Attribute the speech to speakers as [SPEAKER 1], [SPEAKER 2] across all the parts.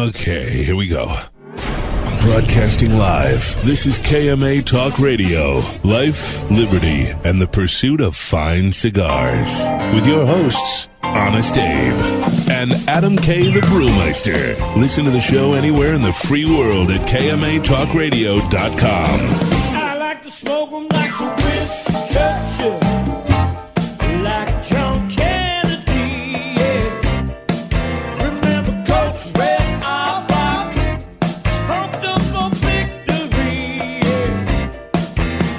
[SPEAKER 1] Okay, here we go. Broadcasting live. This is KMA Talk Radio. Life, liberty, and the pursuit of fine cigars. With your hosts, Honest Abe and Adam K. the Brewmeister. Listen to the show anywhere in the free world at KMATalkRadio.com.
[SPEAKER 2] I like to smoke 'em like some Winston Churchill, like John Kennedy. Yeah. Remember Coach Red Auerbach, smoked up for victory. Yeah.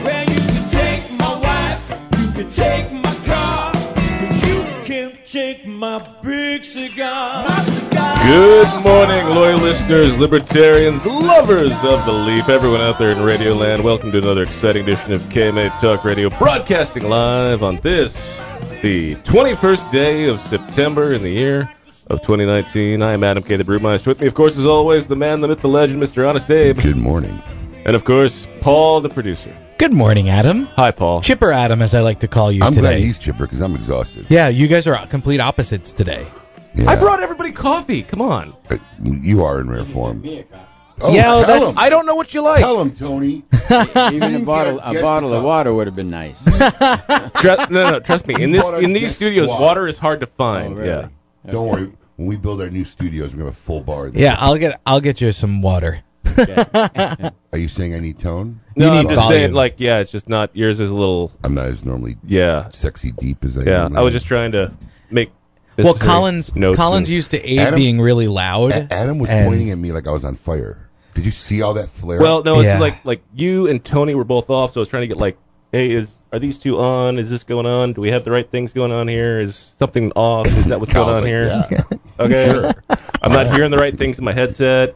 [SPEAKER 2] Well, you can take my wife, you can take my car, but you can't take my big cigar. My cigar.
[SPEAKER 3] Good morning, loyal listeners, libertarians, lovers of the leap, everyone out there in Radio Land. Welcome to another exciting edition of KMA Talk Radio, broadcasting live on this, the 21st day of September in the year of 2019. I am Adam K. the Brewmeister. With me, of course, as always, the man, the myth, the legend, Mr. Honest Abe,
[SPEAKER 4] Good morning.
[SPEAKER 3] and of course, Paul, the producer.
[SPEAKER 5] Good morning, Adam.
[SPEAKER 3] Hi, Paul.
[SPEAKER 5] Chipper Adam, as I like to call you
[SPEAKER 4] I'm glad
[SPEAKER 5] today.
[SPEAKER 4] he's chipper because I'm exhausted.
[SPEAKER 5] yeah, you guys are complete opposites today.
[SPEAKER 4] Yeah.
[SPEAKER 3] I brought everybody coffee. Come on.
[SPEAKER 4] Uh, you are in rare form. Oh, tell
[SPEAKER 5] Yeah, well, that's-
[SPEAKER 4] him.
[SPEAKER 3] I don't know what you like.
[SPEAKER 4] Tell him, Tony.
[SPEAKER 6] Even a
[SPEAKER 4] Didn't
[SPEAKER 6] bottle,
[SPEAKER 4] get a
[SPEAKER 6] a
[SPEAKER 4] guest
[SPEAKER 6] bottle
[SPEAKER 4] to
[SPEAKER 6] of
[SPEAKER 4] come.
[SPEAKER 6] water would have been nice.
[SPEAKER 3] Trust, no, no, trust me. In this, in these studios, water is hard to find.
[SPEAKER 6] Oh, really?
[SPEAKER 3] Yeah.
[SPEAKER 4] Don't worry. When we build our new studios, we're gonna have a full bar. There.
[SPEAKER 5] Yeah, I'll get I'll get you some water.
[SPEAKER 4] Are you saying I need tone?
[SPEAKER 3] No,
[SPEAKER 5] You
[SPEAKER 3] I'm
[SPEAKER 5] need
[SPEAKER 3] just saying,
[SPEAKER 5] volume.
[SPEAKER 3] like, yeah, it's just not yours. Is a little,
[SPEAKER 4] I'm not as normally
[SPEAKER 3] yeah,
[SPEAKER 4] sexy deep as I
[SPEAKER 3] yeah.
[SPEAKER 4] am.
[SPEAKER 3] I was just trying to make.
[SPEAKER 5] Well,
[SPEAKER 3] necessary
[SPEAKER 5] Collins
[SPEAKER 3] notes
[SPEAKER 5] Collins
[SPEAKER 3] and-
[SPEAKER 5] used to aid
[SPEAKER 4] Adam-
[SPEAKER 5] being really loud.
[SPEAKER 4] A- Adam was
[SPEAKER 5] and-
[SPEAKER 4] pointing at me like I was on fire. Did you see all that flare?
[SPEAKER 3] Well, no, it's
[SPEAKER 5] Yeah.
[SPEAKER 3] like like you and Tony were both off, so I was trying to get like, hey, is are these two on? Is this going on? Do we have the right things going on here? Is something off? Is that what's
[SPEAKER 4] Kyle's
[SPEAKER 3] going on
[SPEAKER 4] like,
[SPEAKER 3] here?
[SPEAKER 4] Yeah.
[SPEAKER 3] Okay,
[SPEAKER 4] Sure.
[SPEAKER 3] I'm not hearing the right things in my headset,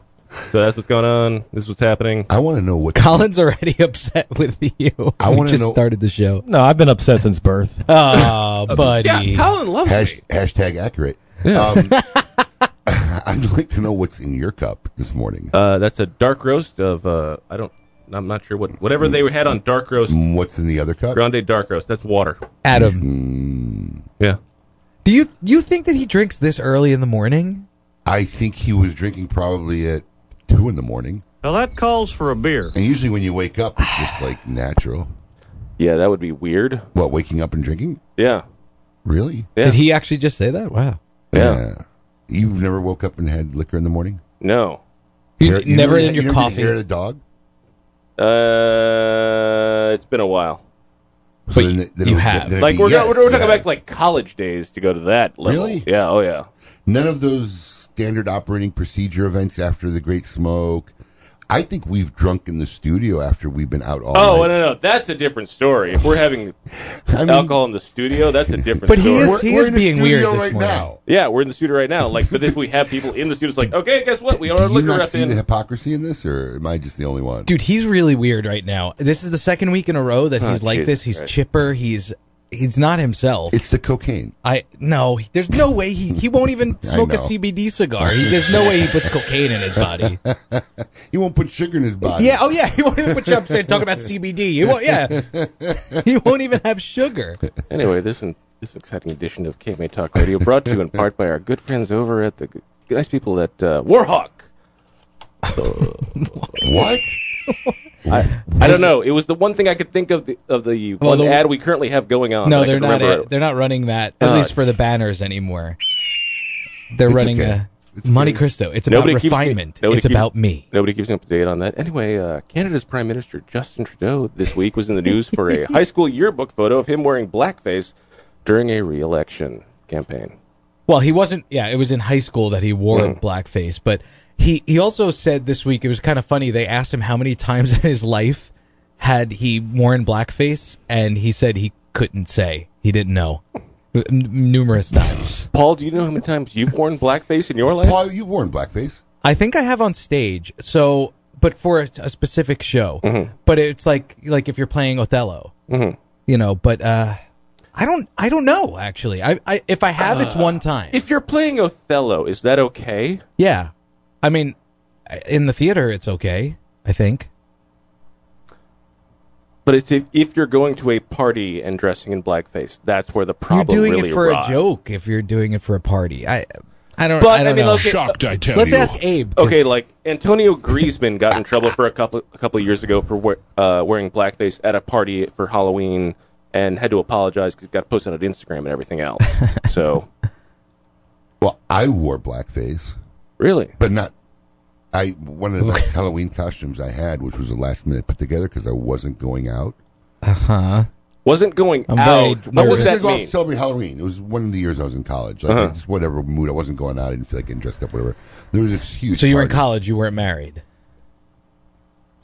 [SPEAKER 3] so that's what's going on. This is what's happening.
[SPEAKER 4] I want to know what.
[SPEAKER 5] Collins already upset with you.
[SPEAKER 4] I
[SPEAKER 5] We
[SPEAKER 4] wanna
[SPEAKER 5] just
[SPEAKER 4] know-
[SPEAKER 5] started the show.
[SPEAKER 7] No, I've been upset since birth.
[SPEAKER 5] Oh,
[SPEAKER 8] Uh,
[SPEAKER 5] buddy.
[SPEAKER 3] Yeah, Colin loves
[SPEAKER 4] Hash,
[SPEAKER 3] me.
[SPEAKER 4] hashtag accurate. Um, I'd like to know what's in your cup this morning.
[SPEAKER 3] Uh, that's a dark roast of uh, I don't, I'm not sure what whatever they had on dark roast.
[SPEAKER 4] Mm, what's in the other cup?
[SPEAKER 3] Grande Dark Roast. That's water.
[SPEAKER 5] Adam,
[SPEAKER 4] Mm-hmm.
[SPEAKER 3] Yeah.
[SPEAKER 5] do you you think that he drinks this early in the morning?
[SPEAKER 4] I think he was drinking probably at two in the morning.
[SPEAKER 9] Now that calls for a beer.
[SPEAKER 4] And usually when you wake up, it's just like natural.
[SPEAKER 3] Yeah, that would be weird.
[SPEAKER 4] What, waking up and drinking?
[SPEAKER 3] Yeah.
[SPEAKER 4] Really?
[SPEAKER 3] Yeah.
[SPEAKER 5] Did he actually just say that? Wow.
[SPEAKER 3] Yeah.
[SPEAKER 4] You've never woke up and had liquor in the morning?
[SPEAKER 3] No.
[SPEAKER 5] You,
[SPEAKER 4] Hair-
[SPEAKER 5] never
[SPEAKER 4] you
[SPEAKER 5] in your
[SPEAKER 4] you never did
[SPEAKER 5] coffee.
[SPEAKER 4] Hair of the dog?
[SPEAKER 3] Uh, it's been a while.
[SPEAKER 4] So
[SPEAKER 5] But
[SPEAKER 4] it- it
[SPEAKER 5] you
[SPEAKER 4] would-
[SPEAKER 5] have.
[SPEAKER 4] it'd
[SPEAKER 3] Like
[SPEAKER 4] be
[SPEAKER 3] we're
[SPEAKER 4] yes,
[SPEAKER 3] not, we're, we're
[SPEAKER 4] yeah.
[SPEAKER 3] talking back to, like college days to go to that level.
[SPEAKER 4] Really?
[SPEAKER 3] Yeah. Oh yeah.
[SPEAKER 4] None of those standard operating procedure events after the Great Smoke. I think we've drunk in the studio after we've been out all
[SPEAKER 3] Oh
[SPEAKER 4] night.
[SPEAKER 3] no no, that's a different story. If we're having
[SPEAKER 4] I mean,
[SPEAKER 3] alcohol in the studio, that's a different.
[SPEAKER 5] But he
[SPEAKER 3] story.
[SPEAKER 5] is-
[SPEAKER 4] we're, we're in the
[SPEAKER 5] being
[SPEAKER 4] studio
[SPEAKER 5] weird this
[SPEAKER 4] right
[SPEAKER 5] morning.
[SPEAKER 4] now.
[SPEAKER 3] Yeah, we're in the studio right now. Like, but if we have people in the studio, it's like, okay, guess what? We
[SPEAKER 4] Do
[SPEAKER 3] are
[SPEAKER 4] you
[SPEAKER 3] liquor
[SPEAKER 4] not
[SPEAKER 3] rep
[SPEAKER 4] see the
[SPEAKER 3] in.
[SPEAKER 4] hypocrisy in this, or am I just the only one?
[SPEAKER 5] Dude, he's really weird right now. This is the second week in a row that he's like
[SPEAKER 3] Jesus
[SPEAKER 5] this. He's
[SPEAKER 3] Christ.
[SPEAKER 5] chipper. He's he's not himself.
[SPEAKER 4] It's the cocaine.
[SPEAKER 5] I no. There's no way he he won't even
[SPEAKER 4] I
[SPEAKER 5] smoke a
[SPEAKER 4] know.
[SPEAKER 5] CBD cigar. He, there's no way he puts cocaine in his body.
[SPEAKER 4] He won't put sugar in his body.
[SPEAKER 5] yeah. Oh yeah. He won't even put you up saying talking about CBD. He won't. Yeah. He won't even have sugar.
[SPEAKER 3] Anyway, this and this exciting edition of KMA Talk Radio brought to you in part by our good friends over at the nice people at uh, Warhawk.
[SPEAKER 4] What?
[SPEAKER 3] I don't know. It was the one thing I could think of the, of the one
[SPEAKER 5] the-
[SPEAKER 3] ad we currently have going on.
[SPEAKER 5] No,
[SPEAKER 3] that I
[SPEAKER 5] they're
[SPEAKER 3] could
[SPEAKER 5] not.
[SPEAKER 3] remember.
[SPEAKER 5] At, they're not running that at least for the banners anymore. They're running
[SPEAKER 4] okay.
[SPEAKER 5] a
[SPEAKER 4] It's
[SPEAKER 5] Monte
[SPEAKER 4] okay.
[SPEAKER 5] Cristo. It's about
[SPEAKER 3] Nobody keeps me-
[SPEAKER 5] refinement.
[SPEAKER 3] nobody
[SPEAKER 5] it's
[SPEAKER 3] keeps-
[SPEAKER 5] about me.
[SPEAKER 3] Nobody keeps me up to date on that. Anyway, uh, Canada's Prime Minister Justin Trudeau this week was in the news for a high school yearbook photo of him wearing blackface during a re-election campaign.
[SPEAKER 5] Well, he wasn't. Yeah, it was in high school that he wore blackface. But he he also said this week it was kind of funny. They asked him how many times in his life had he worn blackface, and he said he couldn't say. He didn't know. N- numerous times.
[SPEAKER 3] Paul, do you know how many times you've worn blackface in your life?
[SPEAKER 4] Paul, you've worn blackface.
[SPEAKER 5] I think I have on stage. So, but for a, a specific show. But it's like like if you're playing Othello, you know. But uh, I don't I don't know actually. I, I if I have, it's one time.
[SPEAKER 3] If you're playing Othello, is that okay?
[SPEAKER 5] Yeah. I mean, in the theater, it's okay, I think.
[SPEAKER 3] But it's if, if you're going to a party and dressing in blackface, that's where the problem
[SPEAKER 5] you're doing
[SPEAKER 3] really
[SPEAKER 5] it for
[SPEAKER 3] lies.
[SPEAKER 5] a joke if you're doing it for a party. I I don't.
[SPEAKER 3] But,
[SPEAKER 5] I don't
[SPEAKER 3] I mean,
[SPEAKER 5] know.
[SPEAKER 3] okay,
[SPEAKER 1] Shocked, I tell
[SPEAKER 5] Let's
[SPEAKER 1] you.
[SPEAKER 5] ask Abe. 'cause-
[SPEAKER 3] Okay, like Antonio Griezmann got in trouble for a couple a couple of years ago for wear, uh, wearing blackface at a party for Halloween and had to apologize because got posted on Instagram and everything else. So
[SPEAKER 4] Well, I wore blackface,
[SPEAKER 3] really,
[SPEAKER 4] but not. I one of the best Halloween costumes I had, which was the last minute put together because I wasn't going out.
[SPEAKER 5] Uh-huh.
[SPEAKER 3] wasn't going
[SPEAKER 5] I'm very
[SPEAKER 3] out. What
[SPEAKER 5] nervous.
[SPEAKER 3] does
[SPEAKER 4] I
[SPEAKER 3] that
[SPEAKER 4] didn't go out
[SPEAKER 3] mean?
[SPEAKER 4] to celebrate Halloween. It was one of the years I was in college. Like
[SPEAKER 3] Uh-huh.
[SPEAKER 4] just whatever mood I wasn't going out. I didn't feel like getting dressed up. Whatever. There was this huge.
[SPEAKER 5] So you were in
[SPEAKER 4] party.
[SPEAKER 5] college. You weren't married.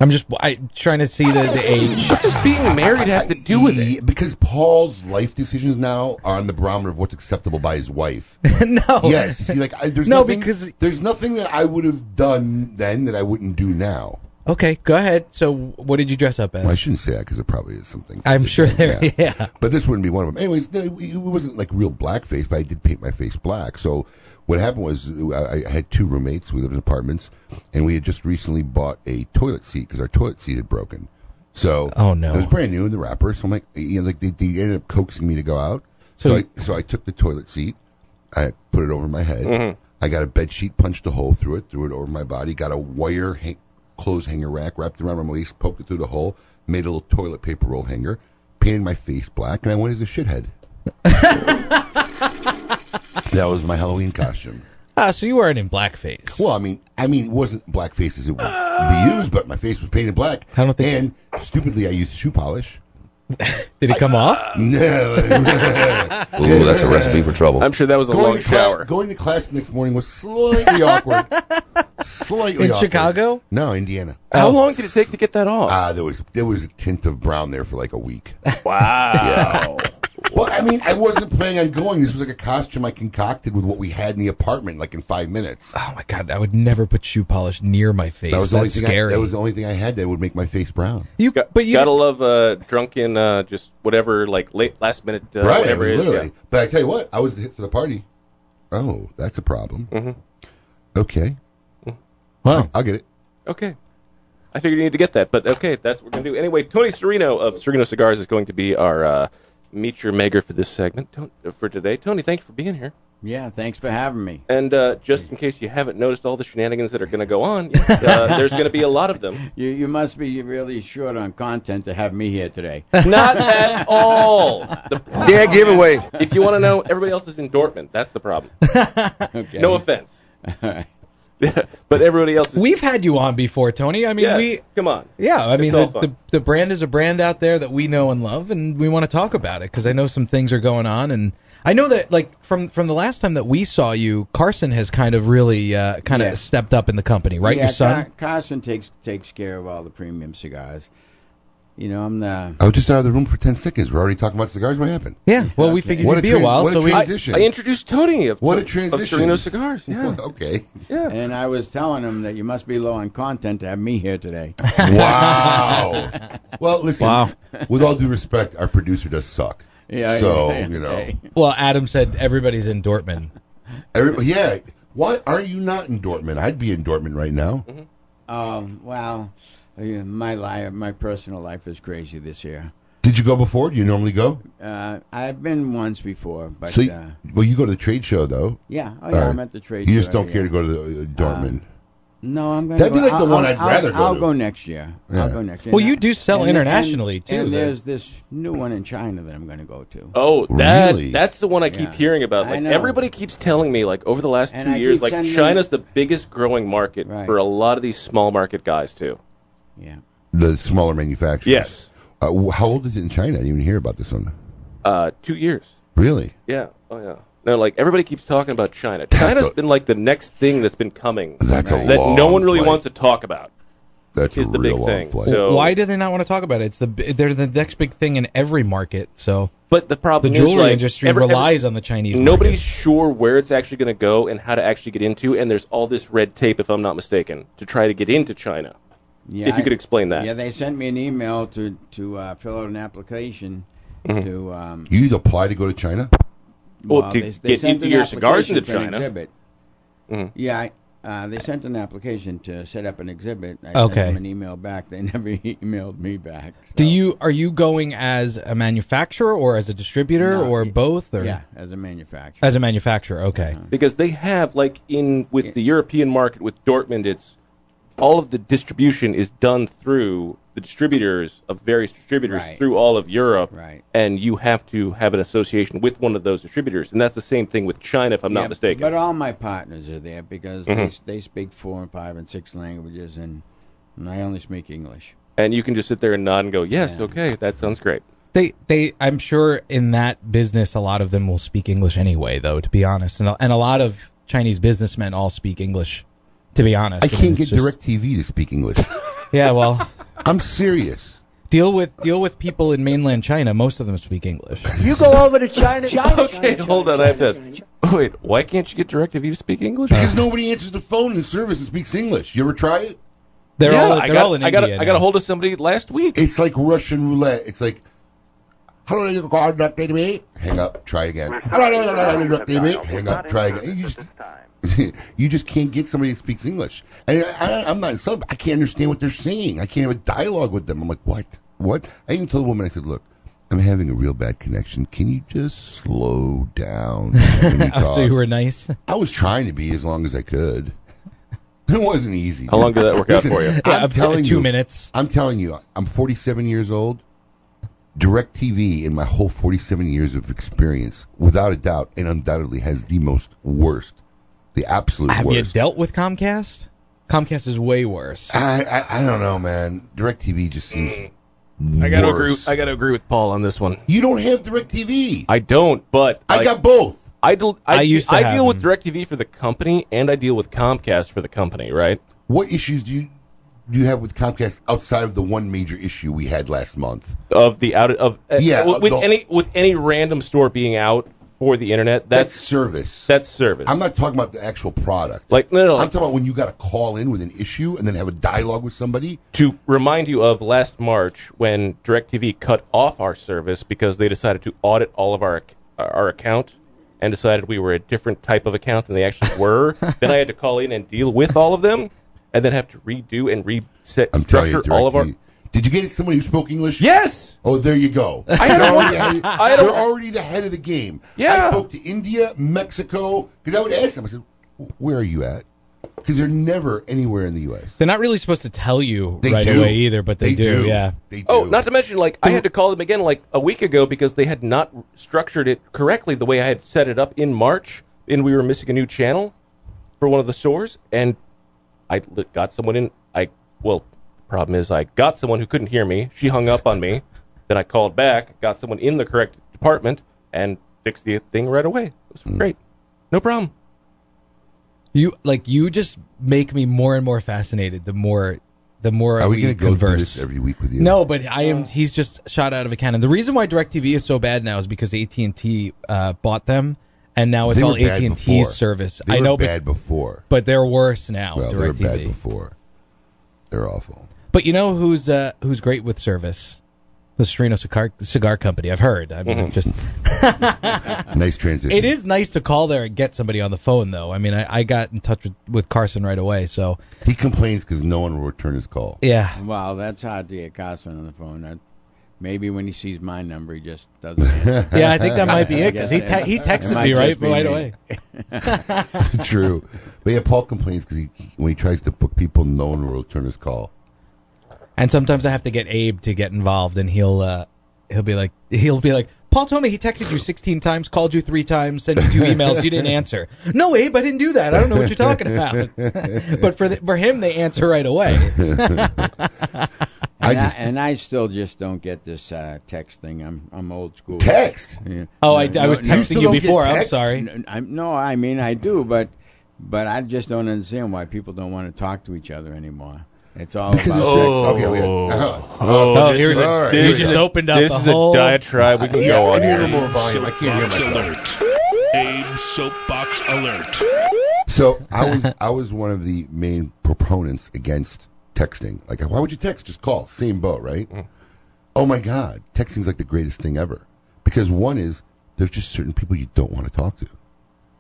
[SPEAKER 5] I'm just I trying to see the, the age.
[SPEAKER 3] What does being married have to do with it?
[SPEAKER 4] Yeah, Because Paul's life decisions now are on the barometer of what's acceptable by his wife.
[SPEAKER 5] no.
[SPEAKER 4] yes, you see, like I, there's
[SPEAKER 5] No,
[SPEAKER 4] nothing,
[SPEAKER 5] because-
[SPEAKER 4] there's nothing that I would have done then that I wouldn't do now.
[SPEAKER 5] Okay. Go ahead. So what did you dress up
[SPEAKER 4] Well, I
[SPEAKER 5] as?
[SPEAKER 4] shouldn't say that because there probably is some things.
[SPEAKER 5] I'm sure there. Yeah.
[SPEAKER 4] But this wouldn't be one of them. Anyways, no, it it wasn't like real blackface, but I did paint my face black. So what happened was I I had two roommates. We lived in apartments, and we had just recently bought a toilet seat because our toilet seat had broken. So
[SPEAKER 5] Oh, no.
[SPEAKER 4] it was brand new in the wrapper. So I'm like, you know, like they, they ended up coaxing me to go out. So I, so I took the toilet seat, I put it over my head.
[SPEAKER 5] Mm-hmm.
[SPEAKER 4] I got a bed sheet, punched a hole through it, threw it over my body. Got a wire hang- clothes hanger rack wrapped around my waist, poked it through the hole, made a little toilet paper roll hanger, painted my face black, and I went as a shithead. that was my Halloween costume.
[SPEAKER 5] Ah, so you weren't in blackface.
[SPEAKER 4] Well, I mean, I mean, it wasn't blackface as it would be used, but my face was painted black.
[SPEAKER 5] I don't think-
[SPEAKER 4] And stupidly, I used shoe polish.
[SPEAKER 5] Did it come off?
[SPEAKER 4] No,
[SPEAKER 6] Ooh, that's a recipe for trouble.
[SPEAKER 3] I'm sure that was a long
[SPEAKER 4] going to cla-
[SPEAKER 3] shower.
[SPEAKER 4] going to class the next morning was slightly awkward. Slightly
[SPEAKER 5] In
[SPEAKER 4] awkward.
[SPEAKER 5] Chicago?
[SPEAKER 4] No, Indiana.
[SPEAKER 3] How long did it take to get that off?
[SPEAKER 4] Ah, there was there was a tint of brown there for like a week.
[SPEAKER 3] wow.
[SPEAKER 4] well, I mean, I wasn't planning on going. This was like a costume I concocted with what we had in the apartment, like in five minutes.
[SPEAKER 5] Oh my god! I would never put shoe polish near my face.
[SPEAKER 4] That was the only
[SPEAKER 5] That's
[SPEAKER 4] thing. I,
[SPEAKER 5] scary.
[SPEAKER 4] that was the only thing I had that would make my face brown.
[SPEAKER 5] you,
[SPEAKER 3] Got,
[SPEAKER 5] but you
[SPEAKER 3] gotta love uh, drunken, uh, just whatever, like late last minute, uh,
[SPEAKER 4] right,
[SPEAKER 3] whatever it is.
[SPEAKER 4] literally.
[SPEAKER 3] yeah.
[SPEAKER 4] But I tell you what, I was the hit for the party. Oh, that's a problem.
[SPEAKER 3] Mm-hmm.
[SPEAKER 4] Okay,
[SPEAKER 5] Well,
[SPEAKER 4] I'll get it.
[SPEAKER 3] Okay. I figured you need to get that, but okay, that's what we're going to do. Anyway, Tony Serino of Serino Cigars is going to be our uh, meet your maker for this segment Ton- uh, for today. Tony, thank you for being here.
[SPEAKER 7] Yeah, thanks for having me.
[SPEAKER 3] And uh, just in case you haven't noticed all the shenanigans that are going to go on, uh, there's going to be a lot of them.
[SPEAKER 7] You, you must be really short on content to have me here today.
[SPEAKER 3] Not at all. The,
[SPEAKER 6] Yeah, giveaway.
[SPEAKER 3] if you want to know, everybody else is in Dortmund. That's the problem.
[SPEAKER 7] Okay.
[SPEAKER 3] No offense. but everybody else is.
[SPEAKER 5] we've had you on before, Tony. I mean,
[SPEAKER 3] Yes,
[SPEAKER 5] we
[SPEAKER 3] come on.
[SPEAKER 5] Yeah, I mean,
[SPEAKER 3] all
[SPEAKER 5] the,
[SPEAKER 3] fun.
[SPEAKER 5] the, the brand is a brand out there that we know and love, and we want to talk about it because I know some things are going on, and I know that like from from the last time that we saw you, Carson has kind of really uh, kind
[SPEAKER 7] Yeah.
[SPEAKER 5] of stepped up in the company, right?
[SPEAKER 7] yeah,
[SPEAKER 5] Your son.
[SPEAKER 7] Car- Carson takes takes care of all the premium cigars. You know, I'm the
[SPEAKER 4] I was just out of the room for ten seconds. We're already talking about cigars. What happened?
[SPEAKER 5] yeah. Well, we figured
[SPEAKER 4] What
[SPEAKER 5] it'd
[SPEAKER 4] a
[SPEAKER 5] be a
[SPEAKER 4] trans-
[SPEAKER 5] while,
[SPEAKER 4] what a
[SPEAKER 5] so we.
[SPEAKER 3] I,
[SPEAKER 4] Transition.
[SPEAKER 3] I introduced Tony of
[SPEAKER 4] What a
[SPEAKER 3] of
[SPEAKER 4] transition.
[SPEAKER 3] Serino Cigars. Yeah.
[SPEAKER 4] Okay.
[SPEAKER 7] and I was telling him that you must be low on content to have me here today.
[SPEAKER 4] Wow. well, listen. With all due respect, our producer does suck.
[SPEAKER 7] Yeah,
[SPEAKER 4] So
[SPEAKER 7] yeah,
[SPEAKER 4] you know.
[SPEAKER 7] okay.
[SPEAKER 5] Well, Adam said everybody's in Dortmund.
[SPEAKER 4] Every, yeah. Why are you not in Dortmund? I'd be in Dortmund right now.
[SPEAKER 7] Um, well, yeah, my life, my personal life is crazy this year.
[SPEAKER 4] Did you go before? Do you normally go?
[SPEAKER 7] Uh, I've been once before, but
[SPEAKER 4] See,
[SPEAKER 7] uh,
[SPEAKER 4] well, you go to the trade show though.
[SPEAKER 7] yeah, oh,
[SPEAKER 4] All
[SPEAKER 7] yeah,
[SPEAKER 4] right.
[SPEAKER 7] I'm at the trade.
[SPEAKER 4] You just
[SPEAKER 7] show
[SPEAKER 4] don't care
[SPEAKER 7] every
[SPEAKER 4] to
[SPEAKER 7] year.
[SPEAKER 4] go to the, uh, Dortmund.
[SPEAKER 7] No, I'm going.
[SPEAKER 4] That'd
[SPEAKER 7] go.
[SPEAKER 4] be like the
[SPEAKER 7] I'll-
[SPEAKER 4] one
[SPEAKER 7] I'll-
[SPEAKER 4] I'd rather go
[SPEAKER 7] I'll, I'll
[SPEAKER 4] to.
[SPEAKER 7] go next year. I'll
[SPEAKER 4] Yeah.
[SPEAKER 7] go next year.
[SPEAKER 5] Well,
[SPEAKER 7] And
[SPEAKER 5] you
[SPEAKER 7] I-
[SPEAKER 5] do sell
[SPEAKER 7] and- and-
[SPEAKER 5] internationally, too,
[SPEAKER 7] And
[SPEAKER 5] though.
[SPEAKER 7] there's this new one in China that I'm going to go to.
[SPEAKER 3] Oh, that
[SPEAKER 4] Really?
[SPEAKER 3] that's the one I keep
[SPEAKER 7] Yeah.
[SPEAKER 3] hearing about.
[SPEAKER 7] I
[SPEAKER 3] Like
[SPEAKER 7] know.
[SPEAKER 3] everybody keeps telling me like over the last
[SPEAKER 7] And
[SPEAKER 3] two
[SPEAKER 7] I
[SPEAKER 3] years
[SPEAKER 7] keep
[SPEAKER 3] like
[SPEAKER 7] sending-
[SPEAKER 3] China's the biggest growing market
[SPEAKER 7] Right.
[SPEAKER 3] for a lot of these small market guys too.
[SPEAKER 7] Yeah.
[SPEAKER 4] The smaller manufacturers.
[SPEAKER 3] Yes.
[SPEAKER 4] Uh, wh- how old is it in China? I didn't even hear about this one.
[SPEAKER 3] Uh 2 years.
[SPEAKER 4] Really?
[SPEAKER 3] Yeah. Oh yeah. No, like everybody keeps talking about China.
[SPEAKER 4] That's
[SPEAKER 3] China's
[SPEAKER 4] a-
[SPEAKER 3] been like the next thing that's been coming
[SPEAKER 4] That's a
[SPEAKER 3] that
[SPEAKER 4] long
[SPEAKER 3] no one really
[SPEAKER 4] flight.
[SPEAKER 3] wants to talk about.
[SPEAKER 4] That's
[SPEAKER 3] is
[SPEAKER 4] a
[SPEAKER 3] the big
[SPEAKER 4] real long
[SPEAKER 3] thing.
[SPEAKER 4] flight.
[SPEAKER 3] So-
[SPEAKER 5] Why do they not want to talk about it? It's the they're the next big thing in every market. So
[SPEAKER 3] But the
[SPEAKER 5] the
[SPEAKER 3] problem is
[SPEAKER 5] jewelry
[SPEAKER 3] like,
[SPEAKER 5] industry
[SPEAKER 3] every- every-
[SPEAKER 5] relies on the Chinese.
[SPEAKER 3] Nobody's
[SPEAKER 5] market.
[SPEAKER 3] sure where it's actually going to go and how to actually get into, and there's all this red tape, if I'm not mistaken, to try to get into China.
[SPEAKER 7] Yeah,
[SPEAKER 3] If you
[SPEAKER 7] I-
[SPEAKER 3] could explain that.
[SPEAKER 7] Yeah, they sent me an email to to uh, fill out an application to. Um,
[SPEAKER 4] You'd apply to go to China?
[SPEAKER 3] Mm-hmm. Well, to
[SPEAKER 7] they, they
[SPEAKER 3] get
[SPEAKER 7] sent
[SPEAKER 3] into
[SPEAKER 7] an
[SPEAKER 3] your cigars
[SPEAKER 7] application
[SPEAKER 3] into Mm-hmm.
[SPEAKER 7] for an
[SPEAKER 3] China.
[SPEAKER 7] exhibit. Yeah, I, Uh, they sent an application to set up an exhibit. I
[SPEAKER 5] Okay.
[SPEAKER 7] sent them an email back. They never emailed me back.
[SPEAKER 5] Do
[SPEAKER 7] so-
[SPEAKER 5] you are you going as a manufacturer or as a distributor
[SPEAKER 7] No,
[SPEAKER 5] or
[SPEAKER 7] y-
[SPEAKER 5] both or
[SPEAKER 7] Yeah, as a manufacturer.
[SPEAKER 5] as a manufacturer? Okay.
[SPEAKER 3] because they have like in with the European market with Dortmund, it's all of the distribution is done through the distributors of various distributors
[SPEAKER 7] Right.
[SPEAKER 3] through all of Europe,
[SPEAKER 7] Right.
[SPEAKER 3] and you have to have an association with one of those distributors, and that's the same thing with China, if I'm
[SPEAKER 7] Yeah,
[SPEAKER 3] not mistaken. Mm-hmm.
[SPEAKER 7] But all my partners are there because they s they, speak four and five and six languages, and, and I only speak English.
[SPEAKER 3] and you can just sit there and nod and go, "Yes, okay, that sounds great."
[SPEAKER 5] They they I'm sure in that business a lot of them will speak English anyway though to be honest and a- and a lot of Chinese businessmen all speak English to be honest.
[SPEAKER 4] I
[SPEAKER 5] mean,
[SPEAKER 4] can't get
[SPEAKER 5] it's just-
[SPEAKER 4] direct TV to speak English.
[SPEAKER 5] Yeah, well,
[SPEAKER 4] I'm serious.
[SPEAKER 5] deal with deal with people in mainland China, most of them speak English.
[SPEAKER 10] You go over to China. China
[SPEAKER 3] Okay, hold on, I have to ask. Wait, why can't you get DirecTV to speak English?
[SPEAKER 4] Because nobody answers the phone in service and speaks English. You ever try it?
[SPEAKER 5] They're
[SPEAKER 3] yeah,
[SPEAKER 5] all they're
[SPEAKER 3] I got,
[SPEAKER 5] all in
[SPEAKER 3] I got,
[SPEAKER 5] India.
[SPEAKER 3] I got
[SPEAKER 5] now.
[SPEAKER 3] a hold of somebody last week.
[SPEAKER 4] It's like Russian roulette. It's like, hello, you go out, not to me. Hang up. Try again. Hello, you go out, not to me. Hang up. Try again. You just, you just can't get somebody that speaks English. And I, I, I'm not insulted. but I can't understand what they're saying. I can't have a dialogue with them. I'm like, what? What? I even told the woman, I said, look, I'm having a real bad connection. Can you just slow down? when you
[SPEAKER 5] Oh,
[SPEAKER 4] talk?"
[SPEAKER 5] so you were nice.
[SPEAKER 4] I was trying to be as long as I could. It wasn't easy.
[SPEAKER 3] How long did that work out for you?
[SPEAKER 5] Yeah,
[SPEAKER 4] I'm
[SPEAKER 5] up to
[SPEAKER 4] telling
[SPEAKER 5] two
[SPEAKER 4] you,
[SPEAKER 5] minutes.
[SPEAKER 4] I'm telling you, I'm 47 years old. Direct TV in my whole 47 years of experience, without a doubt and undoubtedly, has the most worst, the absolute
[SPEAKER 5] Have you
[SPEAKER 4] worst.
[SPEAKER 5] dealt with Comcast? Comcast is way worse.
[SPEAKER 4] I, I I don't know, man. Direct TV just seems.
[SPEAKER 3] Mm. I gotta agree.
[SPEAKER 4] worse.
[SPEAKER 3] I gotta agree with Paul on this one.
[SPEAKER 4] You don't have Direct TV.
[SPEAKER 3] I don't, but
[SPEAKER 4] I
[SPEAKER 3] like,
[SPEAKER 4] got both.
[SPEAKER 3] I do. I,
[SPEAKER 5] I used to
[SPEAKER 3] I
[SPEAKER 5] have
[SPEAKER 3] deal with
[SPEAKER 5] them.
[SPEAKER 3] Directv for the company, and I deal with Comcast for the company, right?
[SPEAKER 4] What issues do you do you have with Comcast outside of the one major issue we had last month?
[SPEAKER 3] Of the out of uh,
[SPEAKER 4] Yeah,
[SPEAKER 3] with, with
[SPEAKER 4] the-
[SPEAKER 3] any with any random store being out for the internet.
[SPEAKER 4] That's
[SPEAKER 3] That's
[SPEAKER 4] service.
[SPEAKER 3] that's service.
[SPEAKER 4] I'm not talking about the actual product.
[SPEAKER 3] like no, no,
[SPEAKER 4] I'm
[SPEAKER 3] like,
[SPEAKER 4] talking about when you got to call in with an issue and then have a dialogue with somebody.
[SPEAKER 3] to remind you of last March when Directv cut off our service because they decided to audit all of our ac- uh, our account and decided we were a different type of account than they actually were. then I had to call in and deal with all of them, and then have to redo and reset
[SPEAKER 4] I'm telling you,
[SPEAKER 3] structure all of our.
[SPEAKER 4] DirecTV. Oh, Did you get somebody who spoke English?
[SPEAKER 3] Yes.
[SPEAKER 4] Oh, there you go. I
[SPEAKER 3] had
[SPEAKER 4] they're,
[SPEAKER 3] a-
[SPEAKER 4] already, ahead-
[SPEAKER 3] I had a-
[SPEAKER 4] they're already the head of the game.
[SPEAKER 3] Yeah.
[SPEAKER 4] I spoke to India, Mexico, because I would ask them. I said, "Where are you at?" Because they're never anywhere in the U.S.
[SPEAKER 5] They're not really supposed to tell you
[SPEAKER 4] They
[SPEAKER 5] right
[SPEAKER 4] do.
[SPEAKER 5] away either, but they, do, Yeah.
[SPEAKER 4] They do.
[SPEAKER 3] Oh, not to mention, like, I had to call them again, like, a week ago because they had not structured it correctly the way I had set it up in March, and we were missing a new channel for one of the stores, and I li- got someone in. I, well, the problem is I got someone who couldn't hear me. She hung up on me. Then I called back, got someone in the correct department, and fixed the thing right away. It was great. No problem.
[SPEAKER 5] You like you just make me more and more fascinated the more the more
[SPEAKER 4] Are we going to go through
[SPEAKER 5] converse.
[SPEAKER 4] this every week with you?
[SPEAKER 5] no, but I am. He's just shot out of a cannon. The reason why Directv is so bad now is because AT and T uh, bought them, and now it's
[SPEAKER 4] They
[SPEAKER 5] all
[SPEAKER 4] were bad
[SPEAKER 5] AT and
[SPEAKER 4] before.
[SPEAKER 5] T's service.
[SPEAKER 4] They
[SPEAKER 5] I
[SPEAKER 4] were
[SPEAKER 5] know, but,
[SPEAKER 4] bad before.
[SPEAKER 5] but they're worse now.
[SPEAKER 4] Well, they were bad
[SPEAKER 5] Directv.
[SPEAKER 4] before. They're awful.
[SPEAKER 5] But you know who's uh, who's great with service? The Sereno Cigar, Cigar Company. I've heard. I mean, just
[SPEAKER 4] Nice transition.
[SPEAKER 5] it is nice to call there and get somebody on the phone, though. I mean, I, I got in touch with, with Carson right away. So
[SPEAKER 4] He complains because no one will return his call.
[SPEAKER 5] yeah,
[SPEAKER 7] Wow, that's hard to get Carson on the phone. That- maybe when he sees my number, he just doesn't. answer.
[SPEAKER 5] yeah, I think that might be it because he te- he
[SPEAKER 7] It
[SPEAKER 5] texted
[SPEAKER 7] might
[SPEAKER 5] me right
[SPEAKER 7] just be
[SPEAKER 5] right
[SPEAKER 7] me.
[SPEAKER 5] away.
[SPEAKER 4] True. But yeah, Paul complains because he, he- when he tries to book people, no one will return his call.
[SPEAKER 5] And sometimes I have to get Abe to get involved, and he'll uh, he'll be like he'll be like Paul told me he texted you sixteen times, called you three times, sent you two emails, you didn't answer. No, Abe, I didn't do that. I don't know what you're talking about. but for the, for him, they answer right away.
[SPEAKER 4] I
[SPEAKER 7] And I,
[SPEAKER 4] just-
[SPEAKER 7] and I still just don't get this uh, text thing. I'm I'm old school.
[SPEAKER 4] Text.
[SPEAKER 7] Yeah.
[SPEAKER 5] Oh, I, I was
[SPEAKER 7] No, no,
[SPEAKER 5] texting you
[SPEAKER 4] don't get
[SPEAKER 5] before. I'm
[SPEAKER 4] text?
[SPEAKER 5] sorry.
[SPEAKER 7] N- I'm, no, I mean I do, but but I just don't understand why people don't want to talk to each other anymore. It's all
[SPEAKER 4] Because
[SPEAKER 7] about
[SPEAKER 4] it's- okay, we
[SPEAKER 3] Oh,
[SPEAKER 5] this here's is a-
[SPEAKER 4] a-
[SPEAKER 5] this is just a- opened up
[SPEAKER 3] This
[SPEAKER 5] a
[SPEAKER 3] is
[SPEAKER 5] whole-
[SPEAKER 3] a diatribe we can go on.
[SPEAKER 4] I
[SPEAKER 3] here.
[SPEAKER 4] need more volume. I can't hear
[SPEAKER 1] Soapbox
[SPEAKER 4] myself.
[SPEAKER 1] alert. Abe Soapbox alert.
[SPEAKER 4] So I was I was one of the main proponents against texting. Like, why would you text? Just call. Same boat, right? Oh my God, texting's like the greatest thing ever. Because one is there's just certain people you don't want to talk to.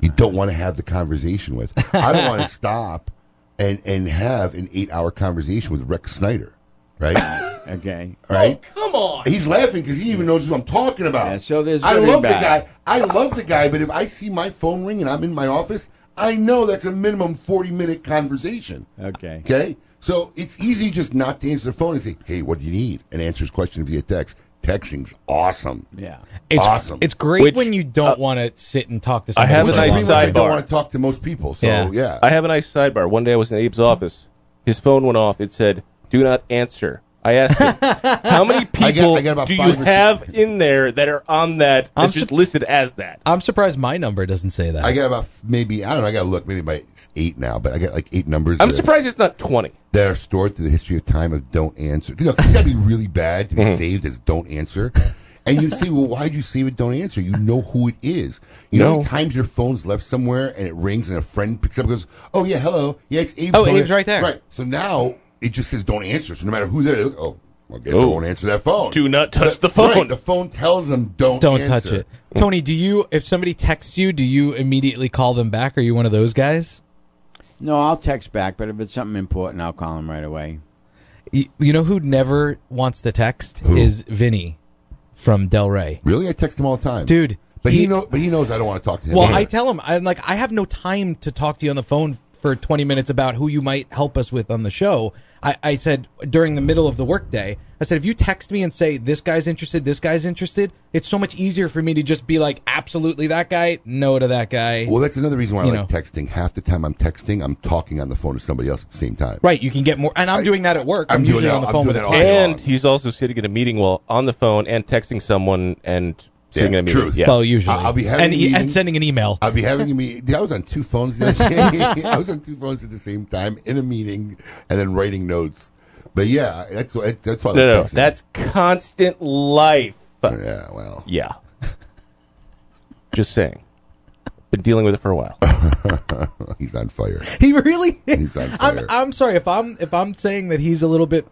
[SPEAKER 4] you don't want to have the conversation with. I don't want to stop and and have an eight hour conversation with Rex Snyder, right?
[SPEAKER 7] Okay.
[SPEAKER 4] right?
[SPEAKER 2] Oh, Come on.
[SPEAKER 4] He's laughing because he even knows what I'm talking about.
[SPEAKER 7] Yeah, so there's
[SPEAKER 4] I
[SPEAKER 7] good and
[SPEAKER 4] love the
[SPEAKER 7] bad.
[SPEAKER 4] guy. I love the guy, but if I see my phone ring and I'm in my office, I know that's a minimum 40 minute conversation.
[SPEAKER 7] Okay.
[SPEAKER 4] Okay? So it's easy just not to answer the phone and say, hey, what do you need? And answer his question via text. Texting's awesome.
[SPEAKER 7] Yeah.
[SPEAKER 5] It's,
[SPEAKER 4] awesome.
[SPEAKER 5] It's great
[SPEAKER 3] Which,
[SPEAKER 5] when you don't want to sit and talk to
[SPEAKER 3] I
[SPEAKER 5] somebody.
[SPEAKER 3] have a
[SPEAKER 5] for
[SPEAKER 4] Which
[SPEAKER 3] nice
[SPEAKER 5] long.
[SPEAKER 4] pretty much I
[SPEAKER 3] sidebar.
[SPEAKER 4] don't want to talk to most people. So,
[SPEAKER 5] Yeah.
[SPEAKER 4] yeah.
[SPEAKER 3] I have a nice sidebar. One day I was in Abe's office. His phone went off. It said, "Do not answer." I asked him, "How many people
[SPEAKER 4] I got about
[SPEAKER 3] do you
[SPEAKER 4] five or six.
[SPEAKER 3] have in there that are on that? That's
[SPEAKER 5] I'm
[SPEAKER 3] just
[SPEAKER 5] sup-
[SPEAKER 3] listed as that."
[SPEAKER 5] I'm surprised my number doesn't say that.
[SPEAKER 4] I got about f- maybe, I don't know, I got to look, maybe by eight now, but I got like eight numbers.
[SPEAKER 3] I'm
[SPEAKER 4] that-
[SPEAKER 3] surprised it's not twenty.
[SPEAKER 4] that are stored through the history of time of don't answer. You know, it's gotta be really bad to be
[SPEAKER 3] Mm-hmm.
[SPEAKER 4] saved as don't answer. And you say, well, why'd you save it? Don't answer. You know who it is. You know how many
[SPEAKER 3] No.
[SPEAKER 4] times your phone's left somewhere and it rings and a friend picks up and goes, oh, yeah, hello. Yeah, it's Abe's
[SPEAKER 5] Oh,
[SPEAKER 4] phone."
[SPEAKER 5] Abe's right there.
[SPEAKER 4] Right. So now it just says don't answer. So no matter who there, they look, oh, well, I guess I
[SPEAKER 3] Oh.
[SPEAKER 4] won't answer that phone.
[SPEAKER 3] Do not touch the
[SPEAKER 4] Right,
[SPEAKER 3] phone.
[SPEAKER 4] the phone tells them don't
[SPEAKER 5] don't touch
[SPEAKER 4] answer.
[SPEAKER 5] it. Tony, do you if somebody texts you, do you immediately call them back? Are you one of those guys?
[SPEAKER 7] No, I'll text back, but if it's something important, I'll call him right away.
[SPEAKER 5] Y- You know who never wants to text is Vinny from Del Rey.
[SPEAKER 4] Really? I text him all the time.
[SPEAKER 5] Dude,
[SPEAKER 4] But he,
[SPEAKER 5] he-
[SPEAKER 4] know, but he knows I don't want to talk to him.
[SPEAKER 5] Well, I tell him I'm like I have no time to talk to you on the phone for 20 minutes about who you might help us with on the show. I, I said during the middle of the workday, I said if you text me and say this guy's interested, this guy's interested, it's so much easier for me to just be like absolutely that guy, no to that guy.
[SPEAKER 4] Well, that's another reason why I
[SPEAKER 5] You
[SPEAKER 4] like
[SPEAKER 5] know.
[SPEAKER 4] texting. Half the time I'm texting, I'm talking on the phone to somebody else at the same time.
[SPEAKER 5] Right, you can get more, and I'm doing that at work. I'm,
[SPEAKER 4] I'm doing
[SPEAKER 5] usually
[SPEAKER 4] that-
[SPEAKER 5] on the
[SPEAKER 4] I'm
[SPEAKER 5] phone
[SPEAKER 4] doing
[SPEAKER 5] with a
[SPEAKER 4] that
[SPEAKER 5] client.
[SPEAKER 4] all-
[SPEAKER 3] And
[SPEAKER 4] on.
[SPEAKER 3] he's also sitting in a meeting while on the phone and texting someone and sitting
[SPEAKER 4] Yeah,
[SPEAKER 3] in a meeting.
[SPEAKER 4] truth.
[SPEAKER 3] Yeah.
[SPEAKER 5] Well, usually
[SPEAKER 4] I'll be having
[SPEAKER 5] and,
[SPEAKER 4] a
[SPEAKER 5] e- and
[SPEAKER 4] meeting.
[SPEAKER 5] sending an email.
[SPEAKER 4] I'll be having a meeting. I was on two phones the other day. I was on two phones at the same time in a meeting and then writing notes. But yeah, that's why- that's why. I
[SPEAKER 3] no, no,
[SPEAKER 4] like
[SPEAKER 3] no.
[SPEAKER 4] texting.
[SPEAKER 3] that's constant life.
[SPEAKER 4] yeah. Well,
[SPEAKER 3] Yeah. Just saying. Been dealing with it for a while.
[SPEAKER 4] he's on fire.
[SPEAKER 5] he really is.
[SPEAKER 4] He's on
[SPEAKER 5] I'm,
[SPEAKER 4] fire.
[SPEAKER 5] I'm sorry if I'm if I'm saying that he's a little bit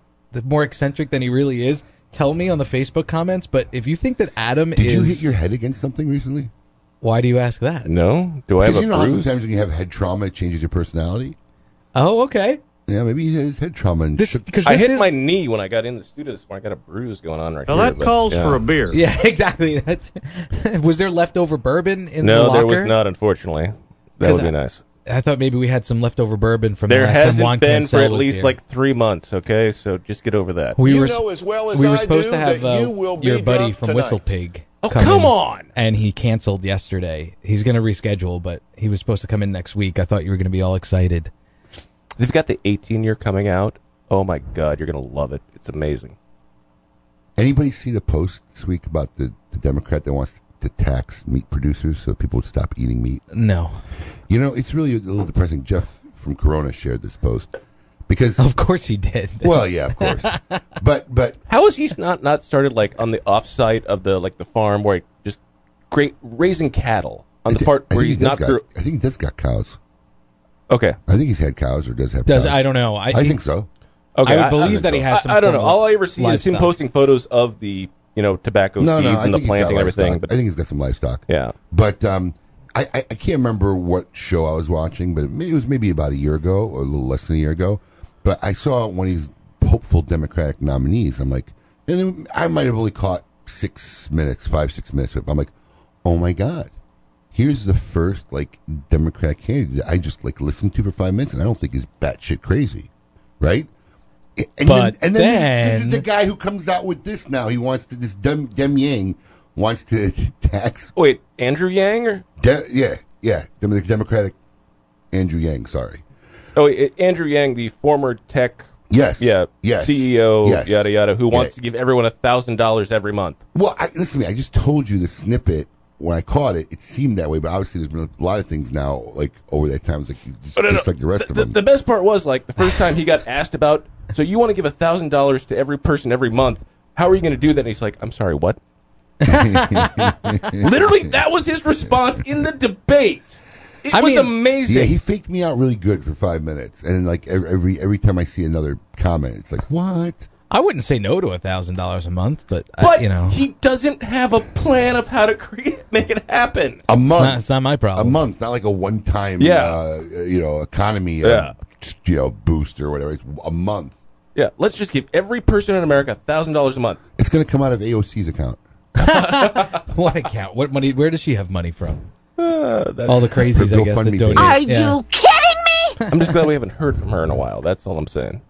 [SPEAKER 5] more eccentric than he really is. Tell me on the Facebook comments. But if you think that Adam
[SPEAKER 4] Did
[SPEAKER 5] is,
[SPEAKER 4] you hit your head against something recently?
[SPEAKER 5] why do you ask that?
[SPEAKER 3] No? Do I have
[SPEAKER 4] Because
[SPEAKER 3] a
[SPEAKER 4] you know how
[SPEAKER 3] bruise?
[SPEAKER 4] sometimes when you have head trauma, it changes your personality.
[SPEAKER 5] Oh, okay.
[SPEAKER 4] Yeah, maybe he has head trauma and
[SPEAKER 5] This
[SPEAKER 4] shook-
[SPEAKER 5] because
[SPEAKER 3] I
[SPEAKER 5] this
[SPEAKER 3] hit
[SPEAKER 5] is,
[SPEAKER 3] my knee when I got in the studio this morning. I got a bruise going on right
[SPEAKER 9] Now
[SPEAKER 3] here.
[SPEAKER 9] that
[SPEAKER 3] but-
[SPEAKER 9] calls
[SPEAKER 3] yeah.
[SPEAKER 9] for a beer.
[SPEAKER 5] Yeah, exactly. That's, was there leftover bourbon in the
[SPEAKER 3] No,
[SPEAKER 5] locker?
[SPEAKER 3] there was not, unfortunately. That
[SPEAKER 5] 'Cause
[SPEAKER 3] would be
[SPEAKER 5] I-
[SPEAKER 3] nice.
[SPEAKER 5] I thought maybe we had some leftover bourbon from
[SPEAKER 3] There
[SPEAKER 5] the last time
[SPEAKER 3] hasn't
[SPEAKER 5] Juan
[SPEAKER 3] been for
[SPEAKER 5] Cancel
[SPEAKER 3] at
[SPEAKER 5] was
[SPEAKER 3] least
[SPEAKER 5] here.
[SPEAKER 3] like three months, okay? So just get over that.
[SPEAKER 5] we
[SPEAKER 11] You
[SPEAKER 5] were
[SPEAKER 11] know as well as
[SPEAKER 5] we were
[SPEAKER 11] I
[SPEAKER 5] supposed
[SPEAKER 11] do
[SPEAKER 5] to have
[SPEAKER 11] that
[SPEAKER 5] uh,
[SPEAKER 11] you will be
[SPEAKER 5] your buddy
[SPEAKER 11] drunk
[SPEAKER 5] from
[SPEAKER 11] tonight.
[SPEAKER 5] Whistle Pig.
[SPEAKER 3] Oh,
[SPEAKER 5] come
[SPEAKER 3] come
[SPEAKER 5] in,
[SPEAKER 3] on!
[SPEAKER 5] And he canceled yesterday. He's going to reschedule, but he was supposed to come in next week. I thought you were going to be all excited.
[SPEAKER 3] They've got the 18 year coming out. Oh my God, you're going to love it. It's amazing.
[SPEAKER 4] anybody see the post this week about the, the Democrat that wants to tax meat producers so people would stop eating meat?
[SPEAKER 5] No,
[SPEAKER 4] You know, it's really a little depressing. Jeff from Corona shared this post because,
[SPEAKER 5] of course he did.
[SPEAKER 4] well, yeah, of course, but but
[SPEAKER 3] How is he not not started like on the offsite of the like the farm where he just great raising cattle on the
[SPEAKER 4] thi-
[SPEAKER 3] part
[SPEAKER 4] I
[SPEAKER 3] where
[SPEAKER 4] think
[SPEAKER 3] he's
[SPEAKER 4] he does
[SPEAKER 3] not
[SPEAKER 4] got-
[SPEAKER 3] through?
[SPEAKER 4] I think he does got cows.
[SPEAKER 3] Okay,
[SPEAKER 4] I think he's had cows or does have.
[SPEAKER 5] Does
[SPEAKER 4] cows.
[SPEAKER 5] I don't know. I,
[SPEAKER 4] I think so.
[SPEAKER 3] okay.
[SPEAKER 5] I would believe that he
[SPEAKER 4] so.
[SPEAKER 5] has. Some
[SPEAKER 3] I, I don't know.
[SPEAKER 5] form of
[SPEAKER 3] All I ever see is him
[SPEAKER 5] livestock.
[SPEAKER 3] posting photos of the you know tobacco
[SPEAKER 4] No,
[SPEAKER 3] seeds
[SPEAKER 4] no. I
[SPEAKER 3] and
[SPEAKER 4] think
[SPEAKER 3] the
[SPEAKER 4] he's got
[SPEAKER 3] planting and everything.
[SPEAKER 4] livestock.
[SPEAKER 3] But
[SPEAKER 4] I think he's got some livestock.
[SPEAKER 3] yeah,
[SPEAKER 4] But um, I, I I can't remember what show I was watching, but it, may- it was maybe about a year ago or a little less than a year ago. But I saw one of these hopeful Democratic nominees. I'm like, and I might have only caught six minutes, five six minutes, but I'm like, oh my god. Here's the first like Democratic candidate that I just like listened to for five minutes, and I don't think is batshit crazy, right? And
[SPEAKER 5] But
[SPEAKER 4] then, and then, this, this is the
[SPEAKER 5] then-
[SPEAKER 4] guy who comes out with this now. He wants to this Dem, Dem Yang wants to tax
[SPEAKER 3] wait, Andrew Yang or
[SPEAKER 4] De- yeah, yeah. Dem- The Democratic Andrew Yang, sorry.
[SPEAKER 3] oh wait, uh, Andrew Yang, the former tech
[SPEAKER 4] Yes.
[SPEAKER 3] yeah
[SPEAKER 4] Yes.
[SPEAKER 3] CEO
[SPEAKER 4] Yes.
[SPEAKER 3] yada yada, who wants
[SPEAKER 4] Yeah.
[SPEAKER 3] to give everyone a thousand dollars every month.
[SPEAKER 4] Well, I, listen to me. I just told you the snippet when I caught it. It seemed that way, but obviously there's been a lot of things now, like over that time, it's like you just,
[SPEAKER 3] No, no, no.
[SPEAKER 4] just like the rest of
[SPEAKER 3] the,
[SPEAKER 4] them.
[SPEAKER 3] the best part was like the first time he got asked about. So you want to give a thousand dollars to every person every month? How are you going to do that? And he's like, I'm sorry, what? Literally, that was his response in the debate. It
[SPEAKER 5] I
[SPEAKER 3] was
[SPEAKER 5] mean-
[SPEAKER 3] amazing.
[SPEAKER 4] yeah, he faked me out really good for five minutes, and like every every time I see another comment, it's like what?
[SPEAKER 5] I wouldn't say no to a thousand dollars a month, but, uh,
[SPEAKER 3] But
[SPEAKER 5] you know,
[SPEAKER 3] he doesn't have a plan of how to create, make it happen.
[SPEAKER 4] A month.
[SPEAKER 5] not- it's not my
[SPEAKER 4] a
[SPEAKER 5] problem.
[SPEAKER 4] month, not like a one time,
[SPEAKER 3] Yeah.
[SPEAKER 4] uh, you know, economy,
[SPEAKER 3] Yeah.
[SPEAKER 4] uh, you know, boost or whatever. It's a month.
[SPEAKER 3] Yeah, let's just give every person in America thousand dollars a month.
[SPEAKER 4] It's going to come out of AOC's account.
[SPEAKER 5] What account? What money? Where does she have money from? All the crazies, I
[SPEAKER 4] Go
[SPEAKER 5] guess.
[SPEAKER 4] fund
[SPEAKER 5] That
[SPEAKER 4] me
[SPEAKER 5] donate.
[SPEAKER 4] page.
[SPEAKER 5] Yeah.
[SPEAKER 3] I'm just glad we haven't heard from her in a while. That's all I'm saying.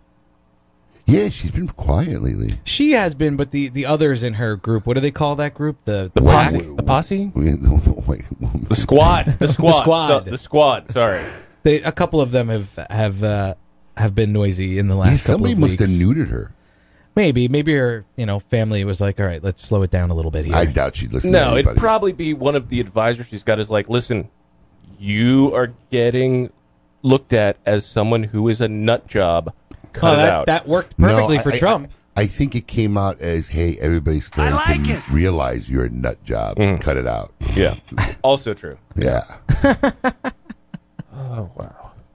[SPEAKER 4] Yeah, she's been quiet lately.
[SPEAKER 5] She has been, but the the others in her group. What do they call that group? The
[SPEAKER 3] The
[SPEAKER 5] the,
[SPEAKER 3] posse,
[SPEAKER 4] wait,
[SPEAKER 3] the posse,
[SPEAKER 4] We- no, no, wait.
[SPEAKER 3] the squad, the squad,
[SPEAKER 5] squad.
[SPEAKER 3] So- the squad. Sorry,
[SPEAKER 5] they, a couple of them have have uh, have been noisy in the last.
[SPEAKER 4] Yeah,
[SPEAKER 5] couple
[SPEAKER 4] somebody
[SPEAKER 5] of
[SPEAKER 4] must have
[SPEAKER 5] weeks.
[SPEAKER 4] neutered her.
[SPEAKER 5] Maybe maybe her you know family was like, all right, let's slow it down a little bit here.
[SPEAKER 4] I doubt she'd listen to
[SPEAKER 3] no,
[SPEAKER 4] anybody.
[SPEAKER 3] it'd probably be one of the advisors she's got. Is like, listen, you are getting looked at as someone who is a nut job. Cut
[SPEAKER 5] oh,
[SPEAKER 3] it
[SPEAKER 5] that,
[SPEAKER 3] out.
[SPEAKER 5] that worked
[SPEAKER 4] No,
[SPEAKER 5] perfectly
[SPEAKER 4] I-
[SPEAKER 5] for
[SPEAKER 4] I-
[SPEAKER 5] Trump.
[SPEAKER 4] I, I think it came out as, hey, everybody's starting to realize you're a nut job.
[SPEAKER 5] Mm.
[SPEAKER 4] Cut it out.
[SPEAKER 3] yeah, also true.
[SPEAKER 4] Yeah.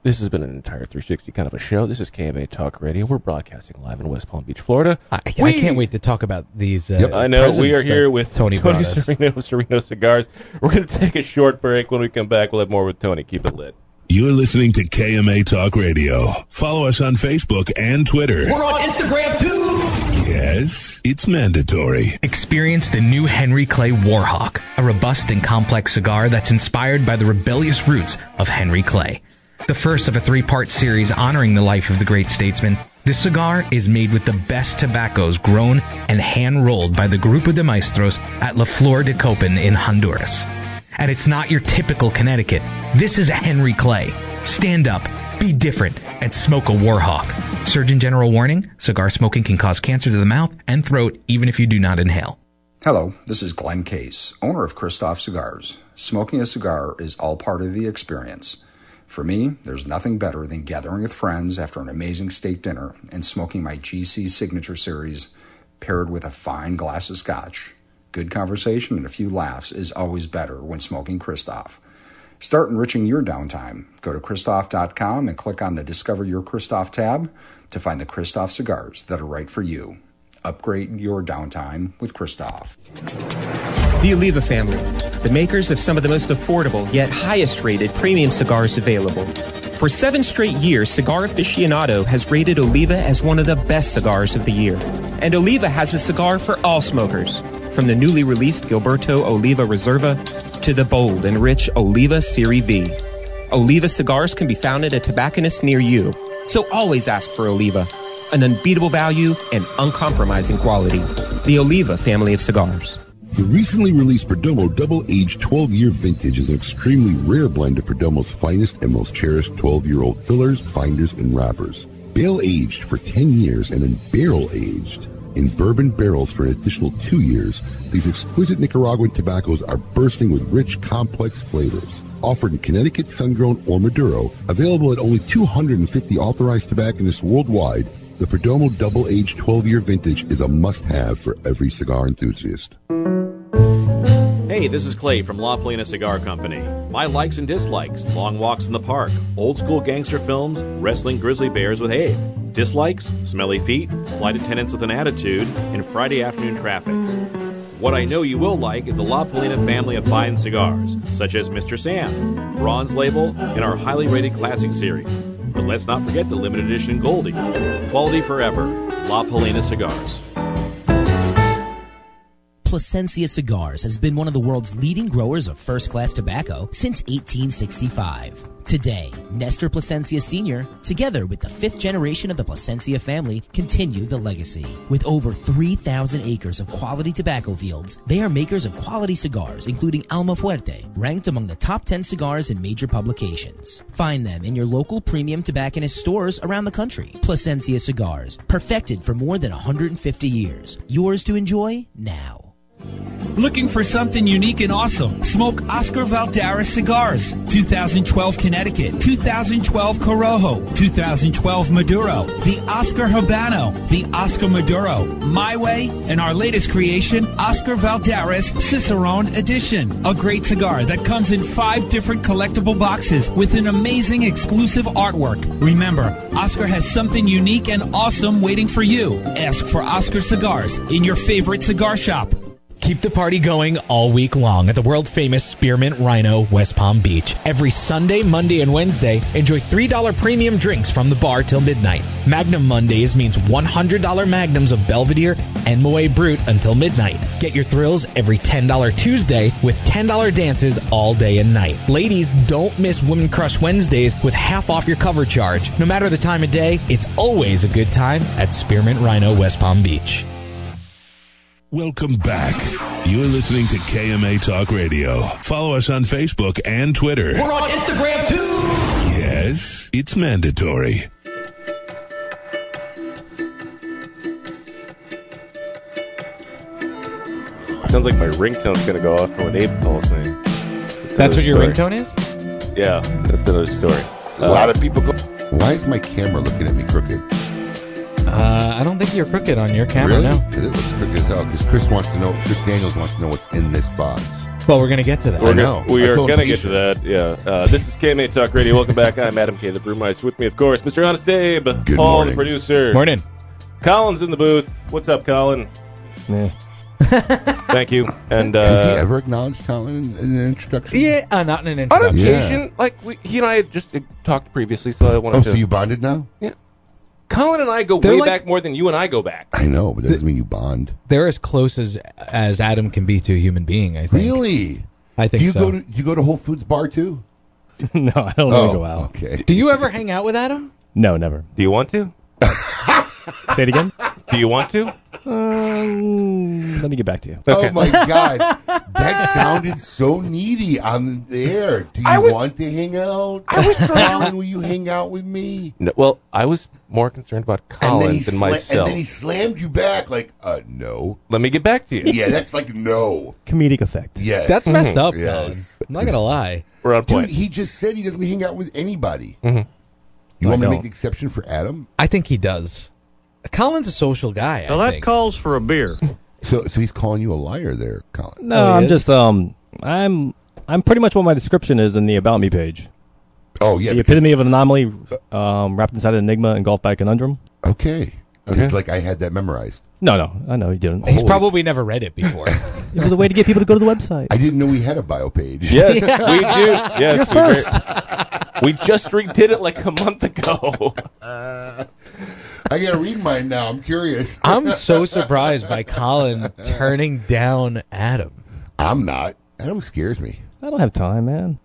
[SPEAKER 3] This has been an entire 360 kind of a show. This is KMA Talk Radio. We're broadcasting live in West Palm Beach, Florida.
[SPEAKER 5] I, I
[SPEAKER 3] We-
[SPEAKER 5] can't wait to talk about these. Uh,
[SPEAKER 4] Yep.
[SPEAKER 3] I know we
[SPEAKER 5] presents
[SPEAKER 3] are here
[SPEAKER 5] that
[SPEAKER 3] with Tony,
[SPEAKER 5] Tony.
[SPEAKER 3] Tony
[SPEAKER 5] brought us.
[SPEAKER 3] Sereno, Sereno Cigars. We're going to take a short break. When we come back, we'll have more with Tony. Keep it lit.
[SPEAKER 1] You're listening to KMA Talk Radio. Follow us on Facebook and Twitter.
[SPEAKER 2] We're on Instagram too.
[SPEAKER 1] Yes, it's mandatory.
[SPEAKER 11] Experience the new Henry Clay Warhawk, a robust and complex cigar that's inspired by the rebellious roots of Henry Clay. The first of a three part series honoring the life of the great statesman, this cigar is made with the best tobaccos grown and hand rolled by the Grupo de Maestros at La Flor de Copan in Honduras. And it's not your typical Connecticut. This is Henry Clay. Stand up, be different, and smoke a Warhawk. Surgeon General warning cigar smoking can cause cancer to the mouth and throat even if you do not inhale.
[SPEAKER 12] Hello, this is Glenn Case, owner of Christoph Cigars. Smoking a cigar is all part of the experience. For me, there's nothing better than gathering with friends after an amazing steak dinner and smoking my GC Signature Series paired with a fine glass of scotch. Good conversation and a few laughs is always better when smoking Christoph. Start enriching your downtime. Go to Christoph.com and click on the Discover Your Christoph tab to find the Christoph cigars that are right for you. Upgrade your downtime with Christoph.
[SPEAKER 13] The Oliva family, the makers of some of the most affordable yet highest rated premium cigars available. For seven straight years, Cigar Aficionado has rated Oliva as one of the best cigars of the year. And Oliva has a cigar for all smokers, from the newly released Gilberto Oliva Reserva to the bold and rich Oliva Serie V. Oliva cigars can be found at a tobacconist near you, so always ask for Oliva, an unbeatable value and uncompromising quality. The Oliva family of cigars.
[SPEAKER 14] The recently released Perdomo Double Aged 12 Year Vintage is an extremely rare blend of Perdomo's finest and most cherished 12 year old fillers, binders, and wrappers. Bale aged for 10 years and then barrel aged in bourbon barrels for an additional two years, these exquisite Nicaraguan tobaccos are bursting with rich, complex flavors. Offered in Connecticut, Sun Grown, or Maduro, available at only 250 authorized tobacconists worldwide, the Perdomo Double Aged 12 Year Vintage is a must have for every cigar enthusiast.
[SPEAKER 15] Hey, this is Clay from La Plena Cigar Company. My likes and dislikes long walks in the park, old school gangster films, wrestling grizzly bears with Abe. Dislikes smelly feet, flight attendants with an attitude, and Friday afternoon traffic. What I know you will like is the La Polina family of fine cigars, such as Mr. Sam, Bronze Label, and our highly rated classic series. But let's not forget the limited edition Goldie. Quality forever. La Polina Cigars.
[SPEAKER 16] Placencia Cigars has been one of the world's leading growers of first class tobacco since 1865. Today, Nestor Placencia Sr., together with the fifth generation of the Placencia family, continue the legacy. With over 3,000 acres of quality tobacco fields, they are makers of quality cigars, including Alma Fuerte, ranked among the top 10 cigars in major publications. Find them in your local premium tobacconist stores around the country. Placencia Cigars, perfected for more than 150 years. Yours to enjoy now.
[SPEAKER 17] Looking for something unique and awesome? Smoke Oscar Valdares cigars. 2012 Connecticut, 2012 Corojo, 2012 Maduro, the Oscar Habano, the Oscar Maduro, My Way, and our latest creation, Oscar Valdares Cicerone Edition. A great cigar that comes in five different collectible boxes with an amazing exclusive artwork. Remember, Oscar has something unique and awesome waiting for you. Ask for Oscar cigars in your favorite cigar shop.
[SPEAKER 18] Keep the party going all week long at the world famous Spearmint Rhino, West Palm Beach. Every Sunday, Monday, and Wednesday, enjoy $3 premium drinks from the bar till midnight. Magnum Mondays means $100 magnums of Belvedere and Moet Brut until midnight. Get your thrills every $10 Tuesday with $10 dances all day and night. Ladies, don't miss Women Crush Wednesdays with half off your cover charge. No matter the time of day, it's always a good time at Spearmint Rhino, West Palm Beach.
[SPEAKER 1] Welcome back. You're listening to KMA Talk Radio. Follow us on Facebook and Twitter.
[SPEAKER 2] We're on Instagram too.
[SPEAKER 1] Yes, it's mandatory.
[SPEAKER 3] Sounds like my ringtone's gonna go off when Abe calls me. another
[SPEAKER 5] That's what your
[SPEAKER 3] story.
[SPEAKER 5] ringtone is?
[SPEAKER 3] Yeah, that's another story.
[SPEAKER 4] A lot of people go. Why is my camera looking at me crooked?
[SPEAKER 5] Uh, I don't think you're crooked on your camera
[SPEAKER 4] really?
[SPEAKER 5] now.
[SPEAKER 4] Because it looks crooked as hell. Because Chris wants to know. Chris Daniels wants to know what's in this box.
[SPEAKER 5] Well, we're going to get to that.
[SPEAKER 3] We're
[SPEAKER 4] I
[SPEAKER 3] gonna-
[SPEAKER 4] know.
[SPEAKER 3] we
[SPEAKER 4] I
[SPEAKER 3] are
[SPEAKER 4] told
[SPEAKER 3] going to
[SPEAKER 4] him
[SPEAKER 3] get to that. Yeah. Uh, this is KMA Talk Radio. Welcome back. I'm Adam K, the brewmeister. With me, of course, Mr. Honest Abe, Paul,
[SPEAKER 5] morning.
[SPEAKER 3] the producer.
[SPEAKER 5] Morning.
[SPEAKER 3] Colin's in the booth. What's up, Colin? Thank you. And uh,
[SPEAKER 4] Has he ever acknowledged Colin in, in an introduction?
[SPEAKER 5] Yeah, uh, not in an
[SPEAKER 3] on
[SPEAKER 5] introduction.
[SPEAKER 3] occasion, like we, he and I had just uh, talked previously, so I wanted
[SPEAKER 4] Oh,
[SPEAKER 3] to.
[SPEAKER 4] so you bonded now?
[SPEAKER 3] Yeah. Colin and I go
[SPEAKER 5] They're
[SPEAKER 3] way
[SPEAKER 5] like-
[SPEAKER 3] back more than you and I go back.
[SPEAKER 4] I know, but that doesn't mean you bond.
[SPEAKER 5] They're as close as as Adam can be to a human being. I think.
[SPEAKER 4] Really?
[SPEAKER 5] I think
[SPEAKER 4] do you
[SPEAKER 5] so.
[SPEAKER 4] go to do you go to Whole Foods bar too?
[SPEAKER 8] no, I don't
[SPEAKER 4] Oh,
[SPEAKER 8] want to go out.
[SPEAKER 4] Okay.
[SPEAKER 5] Do you ever hang out with Adam?
[SPEAKER 8] No, never.
[SPEAKER 3] Do you want to?
[SPEAKER 8] Say it again.
[SPEAKER 3] Do you want to?
[SPEAKER 8] Um, let me get back to you.
[SPEAKER 4] Oh my god, that sounded so needy on the air. Do you want to hang out? I was Colin, will you hang out with me?
[SPEAKER 3] No, well, I was more concerned about
[SPEAKER 4] And
[SPEAKER 3] Colin
[SPEAKER 4] then, he
[SPEAKER 3] than
[SPEAKER 4] sla-
[SPEAKER 3] myself.
[SPEAKER 4] and then he slammed you back like, uh, no.
[SPEAKER 3] Oh, Let me get back to you.
[SPEAKER 4] Yeah, that's like no.
[SPEAKER 8] Comedic effect.
[SPEAKER 4] Yes.
[SPEAKER 5] That's messed up.
[SPEAKER 4] Yes.
[SPEAKER 5] Colin. I'm not gonna lie.
[SPEAKER 3] We're on
[SPEAKER 4] Dude,
[SPEAKER 3] point.
[SPEAKER 4] he just said he doesn't hang out with anybody.
[SPEAKER 3] Mm-hmm.
[SPEAKER 4] You
[SPEAKER 5] I
[SPEAKER 4] want me to make
[SPEAKER 5] don't.
[SPEAKER 4] the exception for Adam?
[SPEAKER 5] I think he does. Colin's a social guy.
[SPEAKER 9] Now
[SPEAKER 5] I
[SPEAKER 9] that
[SPEAKER 5] think.
[SPEAKER 9] calls for a beer.
[SPEAKER 4] So, so he's calling you a liar there, Colin.
[SPEAKER 8] No,
[SPEAKER 5] Oh, he
[SPEAKER 8] I'm
[SPEAKER 5] is?
[SPEAKER 8] just um, I'm I'm pretty much what my description is in the about me page.
[SPEAKER 4] Oh yeah,
[SPEAKER 8] the
[SPEAKER 4] because-
[SPEAKER 8] epitome of an anomaly, um, wrapped inside an enigma engulfed by a conundrum.
[SPEAKER 4] Okay.
[SPEAKER 3] Okay.
[SPEAKER 4] It's like I had that memorized.
[SPEAKER 8] No, no, I know you didn't.
[SPEAKER 5] He's
[SPEAKER 4] Holy-
[SPEAKER 5] probably never read it before.
[SPEAKER 8] It was a way to get people to go to the website.
[SPEAKER 4] I didn't know we had a bio page.
[SPEAKER 3] Yes, we do. Yes,
[SPEAKER 8] You're
[SPEAKER 3] we very- We just redid it like a month ago.
[SPEAKER 4] I gotta read mine now. I'm curious.
[SPEAKER 5] I'm so surprised by Colin turning down Adam.
[SPEAKER 4] I'm not. Adam scares me.
[SPEAKER 8] I don't have time, man.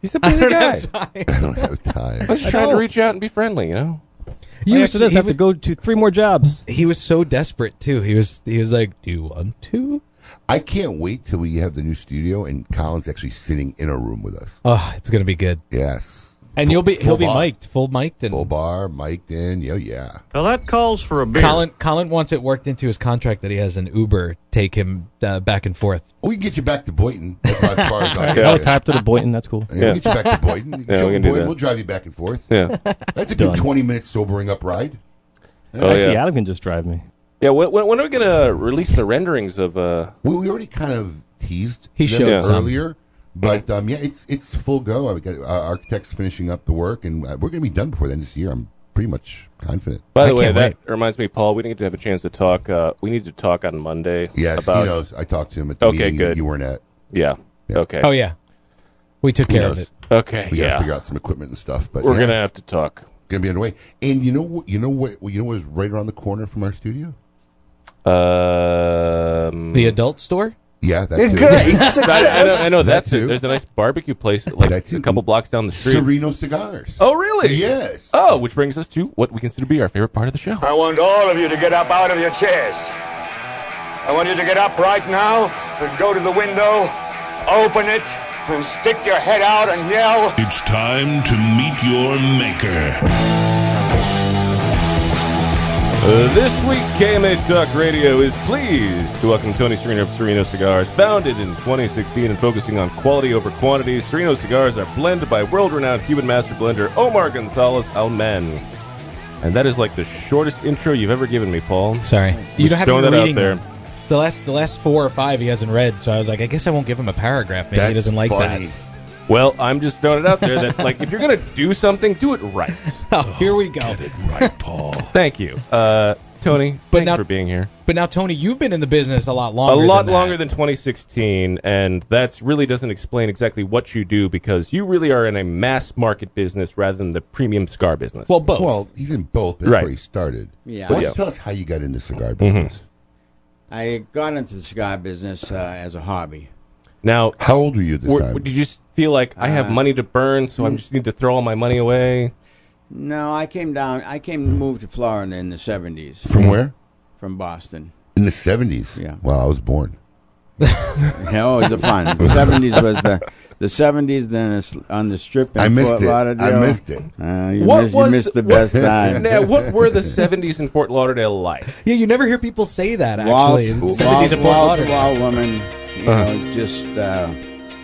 [SPEAKER 3] He's a busy guy.
[SPEAKER 4] I don't have time.
[SPEAKER 3] I was trying to reach out and be friendly, you know?
[SPEAKER 8] You
[SPEAKER 5] You
[SPEAKER 8] after this, I
[SPEAKER 5] he,
[SPEAKER 8] have to
[SPEAKER 5] was,
[SPEAKER 8] go to three more jobs.
[SPEAKER 5] he was so desperate too. He was he was like, "Do you want to?"
[SPEAKER 4] I can't wait till we have the new studio and Colin's actually sitting in a room with us.
[SPEAKER 5] Oh, it's gonna be good.
[SPEAKER 4] Yes.
[SPEAKER 5] And
[SPEAKER 4] Full-
[SPEAKER 5] you'll be
[SPEAKER 4] full
[SPEAKER 5] he'll be
[SPEAKER 4] bar.
[SPEAKER 5] mic'd, full mic'd, and
[SPEAKER 4] Full bar, mic'd in. Yeah, yeah.
[SPEAKER 9] Now that calls for a beer.
[SPEAKER 5] Colin Colin wants it worked into his contract that he has an Uber take him uh, back and forth.
[SPEAKER 4] We can get you back to Boynton. That's about as far as I
[SPEAKER 8] I'll
[SPEAKER 4] get. Yeah.
[SPEAKER 8] type to the Boynton. That's cool.
[SPEAKER 4] Yeah, We'll get you back to Boynton. You
[SPEAKER 3] Yeah,
[SPEAKER 4] show
[SPEAKER 3] we
[SPEAKER 4] them
[SPEAKER 3] can do
[SPEAKER 4] Boynton,
[SPEAKER 3] that.
[SPEAKER 4] We'll drive you back and forth.
[SPEAKER 3] Yeah.
[SPEAKER 4] That's a
[SPEAKER 8] Done.
[SPEAKER 4] good 20 minute sobering up ride.
[SPEAKER 3] Oh,
[SPEAKER 8] Actually,
[SPEAKER 3] yeah.
[SPEAKER 8] Adam can just drive me.
[SPEAKER 3] Yeah, when, when are we going to release the renderings of. uh
[SPEAKER 4] We, we already kind of teased
[SPEAKER 5] He
[SPEAKER 4] them
[SPEAKER 5] showed Yeah. some.
[SPEAKER 4] earlier, but um, yeah, it's it's full go. I got, uh, architects finishing up the work, and uh, we're going to be done before the end of this year. I'm pretty much confident.
[SPEAKER 3] By the
[SPEAKER 5] I
[SPEAKER 3] way,
[SPEAKER 5] can't
[SPEAKER 3] that reminds me, Paul, we didn't get to have a chance to talk. Uh, we need to talk on Monday.
[SPEAKER 4] Yes, he
[SPEAKER 3] about,
[SPEAKER 4] knows. I talked to him at the
[SPEAKER 3] Okay,
[SPEAKER 4] meeting that
[SPEAKER 3] good.
[SPEAKER 4] you weren't at.
[SPEAKER 3] Yeah. Okay.
[SPEAKER 5] Oh yeah, we took
[SPEAKER 4] He
[SPEAKER 5] care of
[SPEAKER 4] knows.
[SPEAKER 5] it.
[SPEAKER 3] Okay.
[SPEAKER 4] We got to
[SPEAKER 3] yeah.
[SPEAKER 4] figure out some equipment and stuff, but
[SPEAKER 3] We're
[SPEAKER 4] yeah,
[SPEAKER 3] going to have to talk.
[SPEAKER 4] gonna be underway. And you know what? You know what? You know what is right around the corner from our studio?
[SPEAKER 3] Um,
[SPEAKER 5] The adult store.
[SPEAKER 4] Yeah, that too.
[SPEAKER 3] I, I know, I know
[SPEAKER 4] That
[SPEAKER 3] that's it.
[SPEAKER 4] too.
[SPEAKER 3] There's a nice barbecue place like
[SPEAKER 4] That too.
[SPEAKER 3] a couple blocks down the street.
[SPEAKER 4] Sereno Cigars.
[SPEAKER 3] Oh, really?
[SPEAKER 4] Yes.
[SPEAKER 3] Oh, which brings us to what we consider to be our favorite part of the show.
[SPEAKER 19] I want all of you to get up out of your chairs. I want you to get up right now and go to the window, open it, and stick your head out and yell.
[SPEAKER 1] It's time to meet your maker.
[SPEAKER 3] Uh, This week, KMA Talk Radio is pleased to welcome Tony Serino of Serino Cigars. Founded in 2016 and focusing on quality over quantity, Serino cigars are blended by world renowned Cuban master blender Omar Gonzalez Almen. And that is like the shortest intro you've ever given me, Paul.
[SPEAKER 5] Sorry. You
[SPEAKER 3] Just
[SPEAKER 5] don't have
[SPEAKER 3] throwing
[SPEAKER 5] to be
[SPEAKER 3] that
[SPEAKER 5] reading
[SPEAKER 3] out there.
[SPEAKER 5] them. The last the last four or five he hasn't read, so I was like, I guess I won't give him a paragraph. Maybe he doesn't like that.
[SPEAKER 3] Well, I'm just throwing it out there that like if you're gonna do something, do it right.
[SPEAKER 5] Oh, here we go.
[SPEAKER 3] right, Paul. Thank you, uh, Tony.
[SPEAKER 5] But
[SPEAKER 3] thanks
[SPEAKER 5] now-
[SPEAKER 3] for being here.
[SPEAKER 5] But now, Tony, you've been in the business a lot longer.
[SPEAKER 3] a lot
[SPEAKER 5] than that.
[SPEAKER 3] longer than 2016 and that's really doesn't explain exactly what you do because you really are in a mass market business rather than the premium cigar business
[SPEAKER 5] Well, both.
[SPEAKER 4] Well, he's in both. That's
[SPEAKER 3] Right. Mm-hmm.
[SPEAKER 4] where he started.
[SPEAKER 7] Yeah.
[SPEAKER 4] Why don't
[SPEAKER 7] Yeah.
[SPEAKER 4] you tell us how you got into cigar business?
[SPEAKER 7] I got into the cigar business uh, as a hobby.
[SPEAKER 3] now
[SPEAKER 4] how old were you this
[SPEAKER 3] were-
[SPEAKER 4] time?
[SPEAKER 3] did you just feel like i have
[SPEAKER 7] Uh,
[SPEAKER 3] money to burn so i
[SPEAKER 7] mm.
[SPEAKER 3] just need to throw all my money away
[SPEAKER 7] No, I came down. I came moved to Florida in the seventies.
[SPEAKER 4] From where?
[SPEAKER 7] From Boston.
[SPEAKER 4] In the seventies. Yeah. Wow, I was born.
[SPEAKER 7] No, it was a fun. The seventies was the the seventies. Then it's on the strip. In
[SPEAKER 4] I missed
[SPEAKER 7] Fort
[SPEAKER 4] it. I
[SPEAKER 7] Lauderdale.
[SPEAKER 4] missed it.
[SPEAKER 7] Uh, you missed, you missed the, best time.
[SPEAKER 3] now what were the 70s in fort lauderdale like
[SPEAKER 5] Yeah, you never hear people say that.
[SPEAKER 7] Walt,
[SPEAKER 5] Actually,
[SPEAKER 7] Walt,
[SPEAKER 5] seventies at Fort
[SPEAKER 7] Walt,
[SPEAKER 5] Lauderdale.
[SPEAKER 7] Walt woman, you
[SPEAKER 5] Uh-huh.
[SPEAKER 7] know, just uh,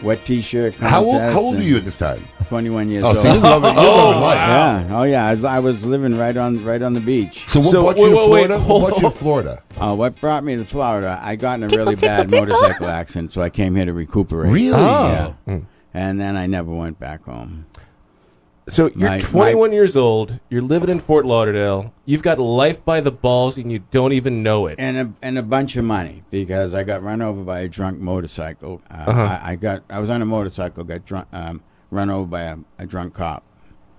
[SPEAKER 7] wet t-shirt.
[SPEAKER 4] How old-
[SPEAKER 7] contest
[SPEAKER 4] how old
[SPEAKER 7] and
[SPEAKER 4] were you at this time?
[SPEAKER 7] Twenty-one years
[SPEAKER 4] Oh,
[SPEAKER 7] old.
[SPEAKER 4] so you love it- you love it life.
[SPEAKER 7] Yeah. Oh yeah. I was, I was living right on right on the beach.
[SPEAKER 4] So what brought you to Florida? what brought you to Florida?
[SPEAKER 7] Uh, what brought me to Florida? I got in a really bad motorcycle accident, so I came here to recuperate.
[SPEAKER 4] Really?
[SPEAKER 7] Yeah.
[SPEAKER 4] Oh.
[SPEAKER 7] And then I never went back home.
[SPEAKER 3] so you're
[SPEAKER 7] My- my-
[SPEAKER 3] 21 years old you're living in fort lauderdale you've got life by the balls and you don't even know it
[SPEAKER 7] and a and a bunch of money because I got run over by a drunk motorcycle. Uh,
[SPEAKER 3] Uh-huh.
[SPEAKER 7] I, I got I was on a motorcycle, got drunk, um, run over by a, a drunk cop.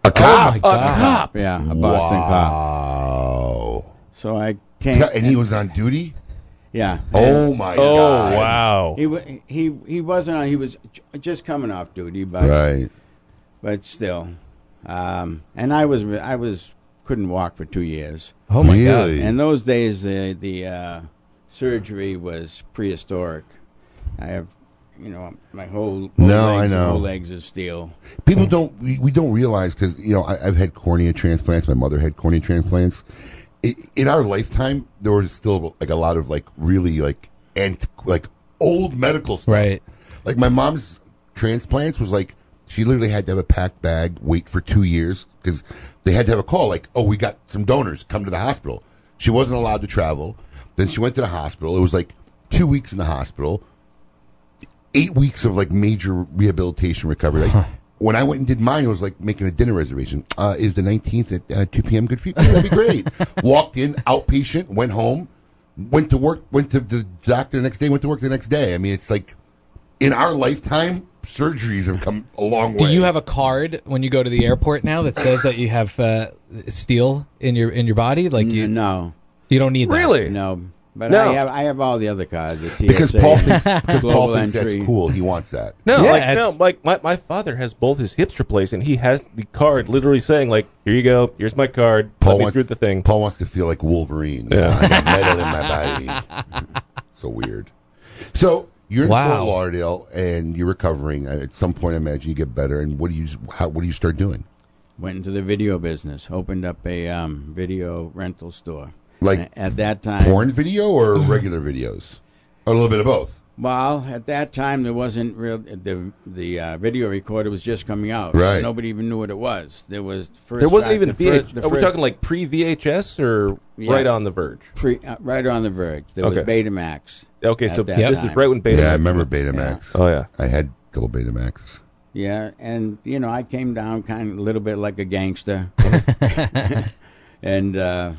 [SPEAKER 4] A
[SPEAKER 3] Oh
[SPEAKER 7] cop,
[SPEAKER 4] my God.
[SPEAKER 7] cop, yeah, a Boston cop.
[SPEAKER 4] Wow.
[SPEAKER 7] So I came,
[SPEAKER 4] Tell- and he was on duty.
[SPEAKER 7] Yeah.
[SPEAKER 4] Oh
[SPEAKER 7] And-
[SPEAKER 4] my God.
[SPEAKER 7] He wa- he he wasn't on. He was j- just coming off duty, but
[SPEAKER 4] Right.
[SPEAKER 7] but still, um, and I was I was couldn't walk for two years.
[SPEAKER 5] Oh, my God.
[SPEAKER 4] Really?
[SPEAKER 7] And those days, the the uh, surgery was prehistoric. I have, you know, my whole, whole
[SPEAKER 4] No,
[SPEAKER 7] legs,
[SPEAKER 4] I know.
[SPEAKER 7] whole legs of steel.
[SPEAKER 4] People don't we, we don't realize because you know I, I've had cornea transplants. My mother had cornea transplants. I in our lifetime, there was still like a lot of like really like and like old medical stuff. Right. Like my mom's transplants was like she literally had to have a packed bag, wait for two years because they had to have a call like, oh, we got some donors, come to the hospital. She wasn't allowed to travel. Then she went to the hospital. It was like two weeks in the hospital eight weeks of like major rehabilitation recovery. Like, When I went and did mine, it was like making a dinner reservation. Uh, is the 19th at uh, 2 p.m. good for you? Yeah, That'd be great. Walked in, outpatient, went home, went to work, went to the doctor the next day, went to work the next day. I mean, it's like in our lifetime, surgeries have come a long way.
[SPEAKER 5] Do you have a card when you go to the airport now that says that you have uh, steel in your in your body? Like you
[SPEAKER 7] no,
[SPEAKER 5] you don't need that.
[SPEAKER 3] Really?
[SPEAKER 7] No, but
[SPEAKER 5] No.
[SPEAKER 7] I have I have all the other cards. the
[SPEAKER 4] Because
[SPEAKER 7] TSA
[SPEAKER 4] Paul
[SPEAKER 7] and
[SPEAKER 4] thinks, because Paul
[SPEAKER 7] Global
[SPEAKER 4] thinks that's
[SPEAKER 7] Entry.
[SPEAKER 4] cool. He wants that.
[SPEAKER 3] No,
[SPEAKER 7] Yeah,
[SPEAKER 3] like, no, like my, my father has both his hips replaced, and he has the card literally saying, like, here you go, here's my card,
[SPEAKER 4] Paul
[SPEAKER 3] let me
[SPEAKER 4] wants-
[SPEAKER 3] through the thing.
[SPEAKER 4] Paul wants to feel like Wolverine. Yeah. I got metal in my body. So weird. So you're in
[SPEAKER 5] Wow.
[SPEAKER 4] Fort Lauderdale and you're recovering. Uh, At some point, I imagine you get better. And what do you how, what do you start doing?
[SPEAKER 7] Went into the video business. Opened up a um, video rental store.
[SPEAKER 4] Like
[SPEAKER 7] And at that time,
[SPEAKER 4] Porn video or regular videos? Or a little bit of both.
[SPEAKER 7] Well, at that time there wasn't real the the uh, video recorder was just coming out.
[SPEAKER 4] Right.
[SPEAKER 7] Nobody even knew what it was. There was first
[SPEAKER 3] there wasn't
[SPEAKER 7] time-
[SPEAKER 3] even
[SPEAKER 7] the
[SPEAKER 3] VH.
[SPEAKER 7] first- the
[SPEAKER 3] Are we
[SPEAKER 7] first-
[SPEAKER 3] talking like pre VHS or
[SPEAKER 7] Yeah.
[SPEAKER 3] right on the verge?
[SPEAKER 7] Pre, uh, right on the verge. There was
[SPEAKER 3] Okay.
[SPEAKER 7] Betamax.
[SPEAKER 3] Okay,
[SPEAKER 7] at
[SPEAKER 3] so
[SPEAKER 7] that
[SPEAKER 3] this
[SPEAKER 7] time.
[SPEAKER 3] is right when Betamax.
[SPEAKER 4] Yeah, I remember Betamax.
[SPEAKER 3] Oh yeah,
[SPEAKER 4] I had a couple Betamax.
[SPEAKER 7] Yeah, and you know I came down kind of a little bit like a gangster, and uh,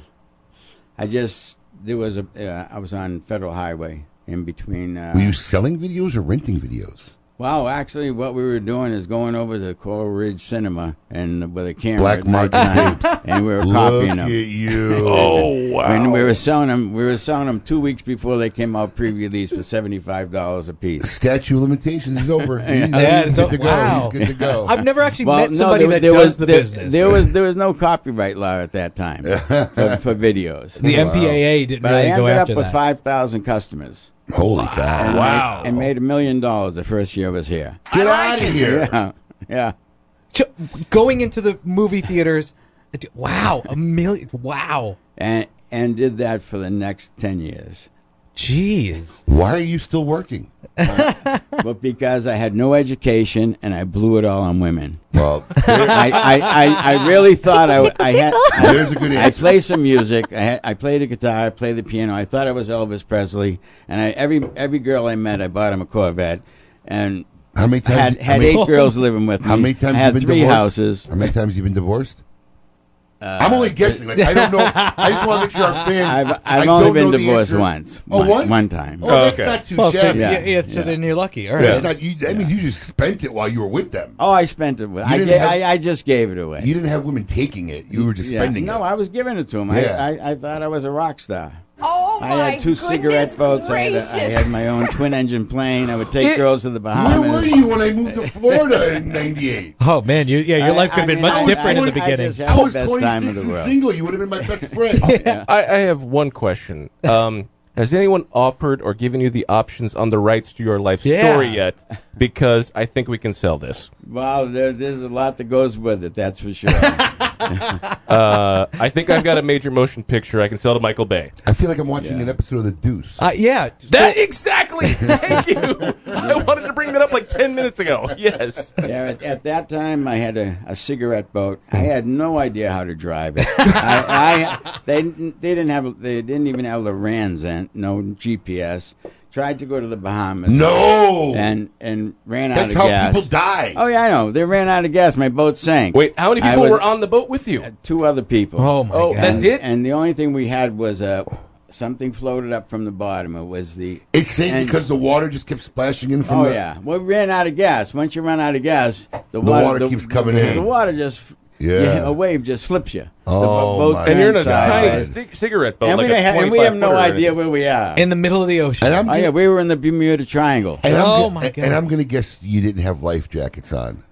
[SPEAKER 7] I just there was a uh, I was on Federal Highway in between. Uh,
[SPEAKER 4] Were you selling videos or renting videos?
[SPEAKER 7] Wow, actually, what we were doing is going over to Coral Ridge Cinema and with a camera,
[SPEAKER 4] Black
[SPEAKER 7] at night
[SPEAKER 4] market
[SPEAKER 7] time, and we were
[SPEAKER 4] Look
[SPEAKER 7] copying them.
[SPEAKER 4] at you. Oh, wow.
[SPEAKER 7] And we were selling them. We were selling them two weeks before they came out pre-release for seventy-five dollars a piece.
[SPEAKER 4] Statue of limitations is over. He's,
[SPEAKER 7] Yeah,
[SPEAKER 4] he's
[SPEAKER 7] so-
[SPEAKER 4] good to go.
[SPEAKER 7] wow.
[SPEAKER 4] He's good to go.
[SPEAKER 5] I've never actually
[SPEAKER 7] Well,
[SPEAKER 5] met
[SPEAKER 7] no,
[SPEAKER 5] somebody
[SPEAKER 7] there-
[SPEAKER 5] that
[SPEAKER 7] there
[SPEAKER 5] does
[SPEAKER 7] was-
[SPEAKER 5] the
[SPEAKER 7] there-
[SPEAKER 5] business.
[SPEAKER 7] There was there was no copyright law at that time for, for videos.
[SPEAKER 5] The Wow. MPAA didn't
[SPEAKER 7] but
[SPEAKER 5] really
[SPEAKER 7] I
[SPEAKER 5] go
[SPEAKER 7] ended
[SPEAKER 5] after
[SPEAKER 7] up with
[SPEAKER 5] that.
[SPEAKER 7] five thousand customers.
[SPEAKER 4] Holy cow.
[SPEAKER 7] And
[SPEAKER 5] Wow.
[SPEAKER 7] made, and made a million dollars the first year I was here.
[SPEAKER 4] Get out of here.
[SPEAKER 7] Yeah, yeah.
[SPEAKER 5] Ch- going into the movie theaters. Wow, a million! Wow,
[SPEAKER 7] And and did that for the next 10 years.
[SPEAKER 5] Jeez.
[SPEAKER 4] Why are you still working?
[SPEAKER 7] but because I had no education and I blew it all on women.
[SPEAKER 4] Well,
[SPEAKER 7] I, I, I, I really thought I,
[SPEAKER 4] Tickle,
[SPEAKER 7] I had.
[SPEAKER 4] tickle, tickle. There's a good
[SPEAKER 7] I
[SPEAKER 4] answer.
[SPEAKER 7] play some music. I, had, I played the guitar. I played the piano. I thought I was Elvis Presley. And I, every every girl I met, I bought them a Corvette. And
[SPEAKER 4] how many times?
[SPEAKER 7] Had,
[SPEAKER 4] how
[SPEAKER 7] had
[SPEAKER 4] many-
[SPEAKER 7] eight girls living with me.
[SPEAKER 4] How many times
[SPEAKER 7] I
[SPEAKER 4] have
[SPEAKER 7] had
[SPEAKER 4] you been
[SPEAKER 7] three
[SPEAKER 4] divorced?
[SPEAKER 7] houses. Uh,
[SPEAKER 4] How many times you been divorced? I'm only guessing. Like I don't know. I just want to make sure our fans.
[SPEAKER 7] I've,
[SPEAKER 4] I
[SPEAKER 7] I've
[SPEAKER 4] don't
[SPEAKER 7] only
[SPEAKER 4] know
[SPEAKER 7] been
[SPEAKER 4] the
[SPEAKER 7] divorced
[SPEAKER 4] answer.
[SPEAKER 7] once.
[SPEAKER 4] Oh,
[SPEAKER 7] One-
[SPEAKER 4] once?
[SPEAKER 7] One time.
[SPEAKER 4] Oh, that's not too
[SPEAKER 5] Well, so,
[SPEAKER 4] shabby.
[SPEAKER 5] yeah, yeah, so then you're lucky. All right.
[SPEAKER 4] That's not- you- that means you just spent it while you were with them.
[SPEAKER 7] Oh, I spent it. With,
[SPEAKER 4] You
[SPEAKER 7] I,
[SPEAKER 4] didn't
[SPEAKER 7] ga-
[SPEAKER 4] have-
[SPEAKER 7] I, I just gave it away.
[SPEAKER 4] You didn't have women taking it. You were just
[SPEAKER 7] Yeah.
[SPEAKER 4] spending
[SPEAKER 7] No,
[SPEAKER 4] it.
[SPEAKER 7] I was giving it to him.
[SPEAKER 4] Yeah.
[SPEAKER 7] I, I, I thought I was a rock star.
[SPEAKER 2] Oh
[SPEAKER 7] I had two cigarette boats. I had, a, I had my own twin engine plane. I would take
[SPEAKER 4] It-
[SPEAKER 7] girls to the Bahamas.
[SPEAKER 4] Where were you when I moved to Florida in '98?
[SPEAKER 5] Oh man, you, yeah, your
[SPEAKER 7] I-
[SPEAKER 5] life could have
[SPEAKER 7] I
[SPEAKER 5] been
[SPEAKER 7] mean,
[SPEAKER 5] much
[SPEAKER 7] I-
[SPEAKER 5] different
[SPEAKER 7] I-
[SPEAKER 5] in the
[SPEAKER 7] I
[SPEAKER 5] beginning.
[SPEAKER 7] just had
[SPEAKER 4] I was
[SPEAKER 7] the best time in
[SPEAKER 4] 26
[SPEAKER 7] the
[SPEAKER 4] and
[SPEAKER 7] world.
[SPEAKER 4] single. You would have been my best friend.
[SPEAKER 3] I, I have one question. Um, has anyone offered or given you the options on the rights to your life
[SPEAKER 7] Yeah.
[SPEAKER 3] story yet? Because I think we can sell this.
[SPEAKER 7] Well, there, there's a lot that goes with it. That's for sure.
[SPEAKER 3] Uh, I think I've got a major motion picture I can sell to Michael Bay.
[SPEAKER 4] I feel like I'm watching an episode of The Deuce.
[SPEAKER 5] Uh, yeah,
[SPEAKER 3] that exactly. Thank you. I wanted to bring that up like ten minutes ago. Yes.
[SPEAKER 7] yeah, at, at that time, I had a, a cigarette boat. I
[SPEAKER 4] Hmm.
[SPEAKER 7] had no idea how to drive it. I, I, they didn't- they didn't have they didn't even have the RANs in, no GPS. Tried to go to the Bahamas.
[SPEAKER 4] No!
[SPEAKER 7] and and ran out
[SPEAKER 4] That's
[SPEAKER 7] of
[SPEAKER 4] how
[SPEAKER 7] gas.
[SPEAKER 4] people die.
[SPEAKER 7] Oh yeah, I know. They ran out of gas. My boat sank.
[SPEAKER 3] Wait, how many
[SPEAKER 7] I
[SPEAKER 3] people
[SPEAKER 7] was- uh,
[SPEAKER 3] were on the boat with you?
[SPEAKER 7] Two other people.
[SPEAKER 5] Oh my
[SPEAKER 3] Oh, God. that's
[SPEAKER 7] And-
[SPEAKER 3] it?
[SPEAKER 7] And the only thing we had was a something floated up from the bottom. It was the
[SPEAKER 4] It's safe
[SPEAKER 7] and-
[SPEAKER 4] because the water just kept splashing in from
[SPEAKER 7] oh
[SPEAKER 4] the.
[SPEAKER 7] yeah. Well, we ran out of gas. Once you run out of gas,
[SPEAKER 4] The
[SPEAKER 7] the,
[SPEAKER 4] water keeps coming
[SPEAKER 7] the,
[SPEAKER 4] in.
[SPEAKER 7] The water just
[SPEAKER 4] Yeah.
[SPEAKER 7] yeah, a wave just flips you. the
[SPEAKER 4] Oh,
[SPEAKER 7] bo- boat
[SPEAKER 4] my
[SPEAKER 3] And you're in a
[SPEAKER 7] turns sideways.
[SPEAKER 3] tiny c- cigarette boat.
[SPEAKER 7] And
[SPEAKER 3] like
[SPEAKER 7] we,
[SPEAKER 3] a
[SPEAKER 7] don't have, and we
[SPEAKER 3] 25
[SPEAKER 7] have no
[SPEAKER 3] footer or
[SPEAKER 7] idea
[SPEAKER 3] anything.
[SPEAKER 7] where we are.
[SPEAKER 5] in the middle of the ocean.
[SPEAKER 4] And I'm
[SPEAKER 7] oh yeah, we were in the Bermuda Triangle.
[SPEAKER 4] And I'm
[SPEAKER 5] Oh,
[SPEAKER 4] gu-
[SPEAKER 5] my God.
[SPEAKER 4] And I'm going to guess you didn't have life jackets on.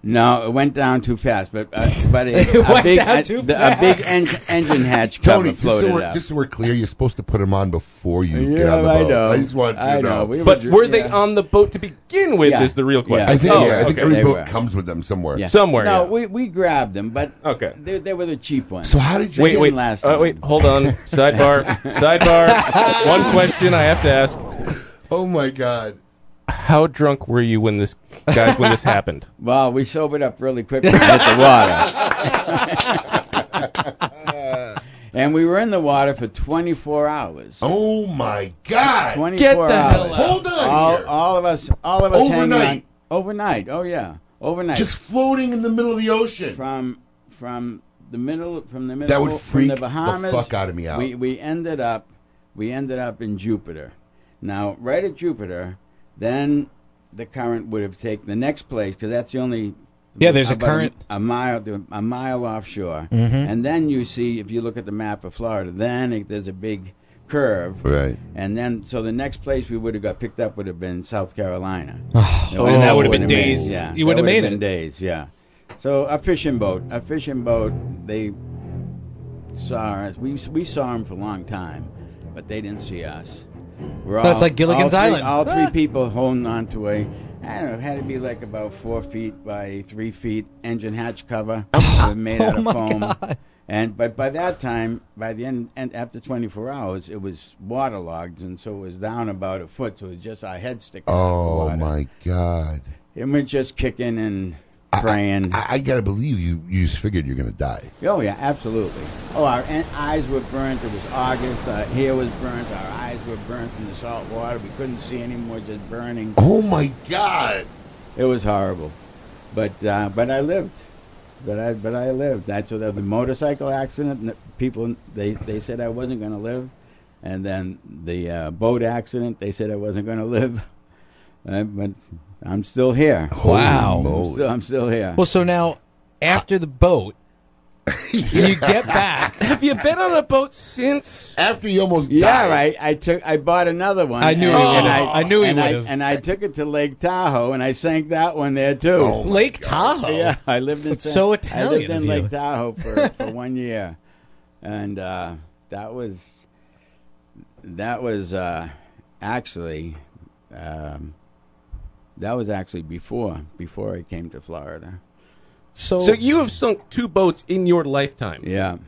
[SPEAKER 7] No, it went down too fast, but uh, but a,
[SPEAKER 5] It
[SPEAKER 7] a
[SPEAKER 5] went
[SPEAKER 7] big
[SPEAKER 5] down
[SPEAKER 7] a,
[SPEAKER 5] too
[SPEAKER 7] the-
[SPEAKER 5] fast.
[SPEAKER 7] a big en- engine hatch cover
[SPEAKER 4] Tony, just
[SPEAKER 7] floated
[SPEAKER 4] so, we're,
[SPEAKER 7] up.
[SPEAKER 4] just so we're clear, you're supposed to put them on before you
[SPEAKER 7] Yeah,
[SPEAKER 4] get on the
[SPEAKER 7] Oh, I
[SPEAKER 4] boat.
[SPEAKER 7] know.
[SPEAKER 4] just wanted you to
[SPEAKER 7] I know.
[SPEAKER 4] know.
[SPEAKER 7] We
[SPEAKER 3] But
[SPEAKER 7] Yeah.
[SPEAKER 3] were they on the boat to begin with?
[SPEAKER 7] Yeah.
[SPEAKER 3] Is the real question.
[SPEAKER 4] I think,
[SPEAKER 3] Oh,
[SPEAKER 4] yeah, I think
[SPEAKER 3] okay.
[SPEAKER 4] every
[SPEAKER 7] They
[SPEAKER 4] boat
[SPEAKER 7] were.
[SPEAKER 4] comes with them somewhere.
[SPEAKER 7] Yeah.
[SPEAKER 3] Somewhere.
[SPEAKER 7] No,
[SPEAKER 3] yeah.
[SPEAKER 7] we, we grabbed them, but
[SPEAKER 3] Okay.
[SPEAKER 7] they, they were the cheap ones.
[SPEAKER 4] So how did you
[SPEAKER 3] Wait,
[SPEAKER 4] get
[SPEAKER 3] wait,
[SPEAKER 7] last
[SPEAKER 3] uh, wait. Hold on. Sidebar. Sidebar. One question I have to ask:
[SPEAKER 4] Oh my God.
[SPEAKER 3] How drunk were you when this guys when this happened?
[SPEAKER 7] Well, we sobered up really quick when we hit the water. and we were in the water for 24 hours.
[SPEAKER 4] Oh my God.
[SPEAKER 7] 24
[SPEAKER 3] the
[SPEAKER 7] hours.
[SPEAKER 3] hell out.
[SPEAKER 4] Hold on
[SPEAKER 7] all,
[SPEAKER 4] here.
[SPEAKER 7] all of us, all of us hanging
[SPEAKER 4] Overnight.
[SPEAKER 7] on. Overnight. Oh yeah, overnight.
[SPEAKER 4] Just floating in the middle of the ocean.
[SPEAKER 7] from from the middle from the middle
[SPEAKER 4] That would
[SPEAKER 7] from
[SPEAKER 4] freak
[SPEAKER 7] the
[SPEAKER 4] the
[SPEAKER 7] Bahamas.
[SPEAKER 4] fuck outta me out.
[SPEAKER 7] We we ended up we ended up in Jupiter. Now right at Jupiter, then the current would have taken the next place because that's the only.
[SPEAKER 5] Yeah, there's a
[SPEAKER 7] about
[SPEAKER 5] current. Mm-hmm.
[SPEAKER 7] a mile a mile offshore, and then you see if you look at the map of Florida, then it, there's a big curve,
[SPEAKER 4] Right.
[SPEAKER 7] and then so the next place we would have got picked up would have been South Carolina.
[SPEAKER 5] Oh,
[SPEAKER 7] And
[SPEAKER 5] that would have
[SPEAKER 7] would've
[SPEAKER 5] been days.
[SPEAKER 7] yeah,
[SPEAKER 5] You wouldn't have
[SPEAKER 7] that would've
[SPEAKER 5] made
[SPEAKER 7] been
[SPEAKER 5] it.
[SPEAKER 7] Days, yeah. So a fishing boat, a fishing boat. They saw us. We we saw them for a long time, but they didn't see us. We're
[SPEAKER 5] That's like Gilligan's
[SPEAKER 7] all three-
[SPEAKER 5] Island.
[SPEAKER 7] All
[SPEAKER 5] Ah.
[SPEAKER 7] three people holding on to a. I don't know. It had to be like about four feet by three feet engine hatch cover
[SPEAKER 5] Oh
[SPEAKER 7] uh, made out of foam. And but by that time, by the end, and after 24 hours, it was waterlogged, and so it was down about a foot. So it was just our head sticking. out of the
[SPEAKER 4] Oh
[SPEAKER 7] water.
[SPEAKER 4] my God.
[SPEAKER 7] And we're just kicking and praying.
[SPEAKER 4] I, I got to believe you, you just figured you're going to die.
[SPEAKER 7] oh, yeah, absolutely. Oh, our en- eyes were burnt. It was August. Our hair was burnt. Our eyes were burnt from the salt water. We couldn't see anymore, just burning.
[SPEAKER 4] Oh my God.
[SPEAKER 7] It was horrible. But uh, but I lived. But I but I lived. That's what the, the motorcycle accident. n- People they, they said I wasn't going to live, and then the uh, boat accident. They said I wasn't going to live. Uh, but I'm still here.
[SPEAKER 5] Wow.
[SPEAKER 7] I'm still, I'm still here.
[SPEAKER 5] Well, so now after the boat, you get back.
[SPEAKER 3] Have you been on a boat since?
[SPEAKER 4] After you almost
[SPEAKER 7] Yeah,
[SPEAKER 4] died.
[SPEAKER 7] right. I took. I bought another one.
[SPEAKER 5] I knew
[SPEAKER 7] and,
[SPEAKER 5] he
[SPEAKER 7] and
[SPEAKER 5] would've. I knew he
[SPEAKER 7] and I-
[SPEAKER 5] would've.
[SPEAKER 7] And I took it to Lake Tahoe, and I sank that one there too.
[SPEAKER 4] Oh, my
[SPEAKER 5] Lake Tahoe.
[SPEAKER 7] yeah, I lived in.
[SPEAKER 5] That's
[SPEAKER 7] San-
[SPEAKER 5] so
[SPEAKER 7] I lived
[SPEAKER 5] Italian
[SPEAKER 7] in
[SPEAKER 5] of you.
[SPEAKER 7] Lake Tahoe for, for one year, and uh, that was that was uh, actually um, that was actually before before I came to Florida.
[SPEAKER 5] So,
[SPEAKER 3] So you have sunk two boats in your lifetime.
[SPEAKER 7] Yeah.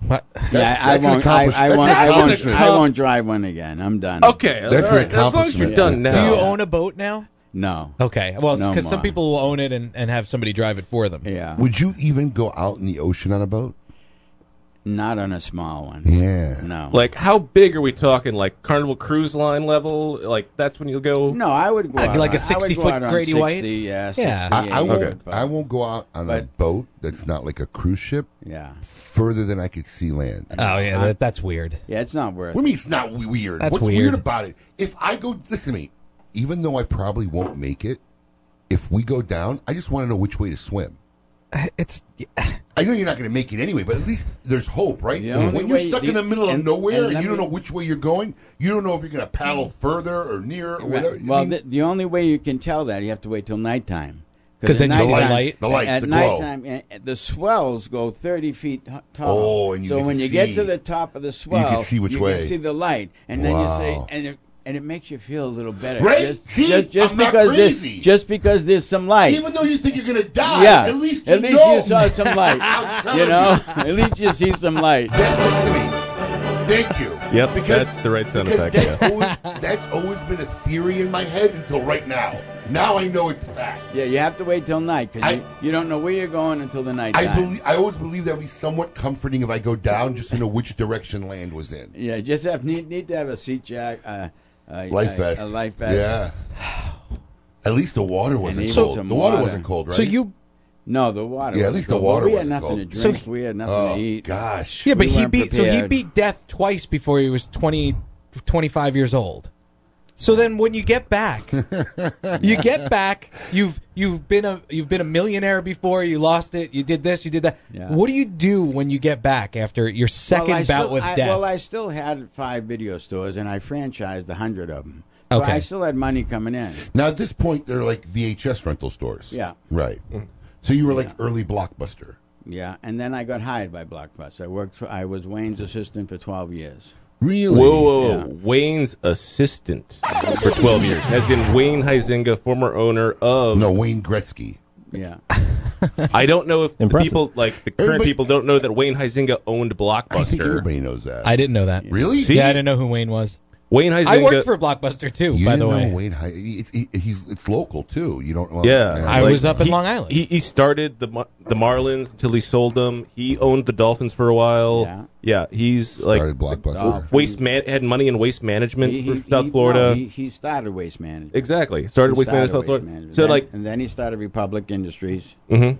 [SPEAKER 5] What?
[SPEAKER 7] Yeah, I won't. I, I won't. I won't, I won't drive one again. I'm done.
[SPEAKER 5] Okay, That's all an right. As long as you're accomplishment. done now. Do you own
[SPEAKER 7] a boat now? No.
[SPEAKER 5] Okay. Well,
[SPEAKER 7] No
[SPEAKER 5] because some
[SPEAKER 7] more.
[SPEAKER 5] people will own it and, and have somebody drive it for them.
[SPEAKER 7] Yeah.
[SPEAKER 4] Would you even go out in the ocean on a boat?
[SPEAKER 7] Not on a small one.
[SPEAKER 4] Yeah.
[SPEAKER 7] No.
[SPEAKER 3] Like, how big are we talking? Like Carnival Cruise Line level? Like that's when you'll go?
[SPEAKER 7] No, I would go
[SPEAKER 4] Like-
[SPEAKER 7] out
[SPEAKER 4] like a
[SPEAKER 7] on- I would
[SPEAKER 4] 60
[SPEAKER 7] go
[SPEAKER 4] foot
[SPEAKER 7] out on
[SPEAKER 4] Grady White?
[SPEAKER 7] 60, Yeah.
[SPEAKER 4] Yeah. I,
[SPEAKER 7] 68,
[SPEAKER 4] I won't.
[SPEAKER 7] but-
[SPEAKER 4] I won't go out on a
[SPEAKER 7] But-
[SPEAKER 4] boat that's not like a cruise ship.
[SPEAKER 7] Yeah.
[SPEAKER 4] Further than I could see land.
[SPEAKER 5] Oh yeah,
[SPEAKER 4] I-
[SPEAKER 5] that, that's weird.
[SPEAKER 7] Yeah, it's not worth.
[SPEAKER 4] What do you mean it's not we- weird?
[SPEAKER 5] That's
[SPEAKER 4] What's
[SPEAKER 5] weird.
[SPEAKER 4] weird. about it? If I go, listen to me. Even though I probably won't make it, if we go down, I just want to know which way to swim.
[SPEAKER 5] It's.
[SPEAKER 4] I know you're not going to make it anyway, but at least there's hope, right?
[SPEAKER 7] The only
[SPEAKER 4] When you're
[SPEAKER 7] way-
[SPEAKER 4] stuck in the
[SPEAKER 7] the-
[SPEAKER 4] middle of
[SPEAKER 7] and-
[SPEAKER 4] nowhere
[SPEAKER 7] and
[SPEAKER 4] and,
[SPEAKER 7] let
[SPEAKER 4] you don't
[SPEAKER 7] me-
[SPEAKER 4] know which way you're going, you don't know if you're going to paddle further or nearer or
[SPEAKER 7] Right.
[SPEAKER 4] whatever. I
[SPEAKER 7] Well,
[SPEAKER 4] mean,
[SPEAKER 7] the, the only way you can tell that you have to wait till nighttime.
[SPEAKER 4] 'Cause
[SPEAKER 7] at
[SPEAKER 4] then you see the
[SPEAKER 7] nighttime-
[SPEAKER 4] light. The lights,
[SPEAKER 7] at
[SPEAKER 4] the glow.
[SPEAKER 7] nighttime, and- and the swells go thirty feet h- tall.
[SPEAKER 4] Oh, and you
[SPEAKER 7] so
[SPEAKER 4] can
[SPEAKER 7] when you get
[SPEAKER 4] see.
[SPEAKER 7] to the top of the
[SPEAKER 4] You can
[SPEAKER 7] swell,
[SPEAKER 4] see which
[SPEAKER 7] you
[SPEAKER 4] way.
[SPEAKER 7] see the light, and then you say,
[SPEAKER 4] Wow.
[SPEAKER 7] and it, and it makes you feel a little better.
[SPEAKER 4] Right?
[SPEAKER 7] Just,
[SPEAKER 4] See?
[SPEAKER 7] just, just
[SPEAKER 4] I'm not
[SPEAKER 7] because there's
[SPEAKER 4] crazy.
[SPEAKER 7] just because there's some light.
[SPEAKER 4] even though you think you're going to die,
[SPEAKER 7] yeah,
[SPEAKER 4] at least you know.
[SPEAKER 7] you saw some light.
[SPEAKER 4] I'm telling
[SPEAKER 7] you know, at least you see some light.
[SPEAKER 4] Thank you.
[SPEAKER 3] Yep,
[SPEAKER 4] Because-
[SPEAKER 3] that's the right sound
[SPEAKER 4] because
[SPEAKER 3] effect.
[SPEAKER 4] That's,
[SPEAKER 3] yeah.
[SPEAKER 4] always, that's always been a theory in my head until right now. Now I know it's fact.
[SPEAKER 7] Yeah, you have to wait till night because
[SPEAKER 4] I-
[SPEAKER 7] you, you don't know where you're going until the night.
[SPEAKER 4] I believe I always believe that would be somewhat comforting if I go down just to know which direction land was in.
[SPEAKER 7] Yeah, just have need need to have a seat jack, uh, a
[SPEAKER 4] Life
[SPEAKER 7] a-
[SPEAKER 4] vest.
[SPEAKER 7] a life vest.
[SPEAKER 4] Yeah. At least the water wasn't
[SPEAKER 7] even
[SPEAKER 4] cold.
[SPEAKER 7] some
[SPEAKER 4] The water, wasn't cold, right?
[SPEAKER 7] So you, no, the water.
[SPEAKER 4] Yeah, at
[SPEAKER 7] wasn't
[SPEAKER 4] least the
[SPEAKER 7] cold.
[SPEAKER 4] water
[SPEAKER 7] We had
[SPEAKER 4] wasn't
[SPEAKER 7] nothing to
[SPEAKER 4] cold.
[SPEAKER 7] drink.
[SPEAKER 4] So he-
[SPEAKER 7] we had nothing
[SPEAKER 4] Oh,
[SPEAKER 7] to eat.
[SPEAKER 4] Gosh.
[SPEAKER 5] Yeah, but
[SPEAKER 7] We
[SPEAKER 5] he
[SPEAKER 7] weren't
[SPEAKER 5] beat so he
[SPEAKER 7] prepared.
[SPEAKER 5] beat death twice before he was 20, 25 years old. So then when you get back, you get back, you've you've been a you've been a millionaire before, you lost it, you did this, you did that. What do you do when you get back after your second
[SPEAKER 7] Well, I
[SPEAKER 5] bout
[SPEAKER 7] still-
[SPEAKER 5] with
[SPEAKER 7] I-
[SPEAKER 5] death?
[SPEAKER 7] Well, I still had five video stores, and I franchised a hundred of them. So
[SPEAKER 4] Okay.
[SPEAKER 7] I still had money coming in.
[SPEAKER 4] Now at this point they're like VHS rental stores.
[SPEAKER 7] Yeah.
[SPEAKER 4] Right. So you were like early blockbuster.
[SPEAKER 7] Yeah, and then I got hired by Blockbuster. I worked. For, I was Wayne's assistant for twelve years.
[SPEAKER 4] Really?
[SPEAKER 3] Whoa, whoa, whoa. Wayne's assistant for 12 years, as in Wayne Huizinga, former owner of.
[SPEAKER 4] No, Wayne Gretzky.
[SPEAKER 7] Yeah.
[SPEAKER 3] I don't know if the
[SPEAKER 4] Impressive.
[SPEAKER 3] people, like the current
[SPEAKER 4] Everybody-
[SPEAKER 3] people, don't know that Wayne Huizinga owned Blockbuster. I think
[SPEAKER 4] everybody knows that.
[SPEAKER 5] I didn't know that.
[SPEAKER 4] Really?
[SPEAKER 5] Yeah, I didn't know who Wayne was.
[SPEAKER 3] Wayne Huizinga.
[SPEAKER 5] I worked for Blockbuster too,
[SPEAKER 4] You
[SPEAKER 5] by the
[SPEAKER 4] didn't
[SPEAKER 5] way.
[SPEAKER 4] know Wayne High, it's, he- he's it's local too. You don't. well,
[SPEAKER 3] yeah,
[SPEAKER 5] I
[SPEAKER 3] like,
[SPEAKER 5] was up in
[SPEAKER 3] he-
[SPEAKER 5] Long Island.
[SPEAKER 3] He, he started the Mar- the Marlins until he sold them. He owned the Dolphins for a while. Yeah, he's like
[SPEAKER 4] Blockbuster.
[SPEAKER 3] waste man had money in waste management
[SPEAKER 7] He-
[SPEAKER 3] for
[SPEAKER 7] he-
[SPEAKER 3] South
[SPEAKER 7] he-
[SPEAKER 3] Florida.
[SPEAKER 7] no, he, he started waste management.
[SPEAKER 3] Exactly. Started
[SPEAKER 7] He
[SPEAKER 3] Waste Management, South Florida. So,
[SPEAKER 7] Then-
[SPEAKER 3] like-
[SPEAKER 7] and then he started Republic Industries.
[SPEAKER 3] Mhm.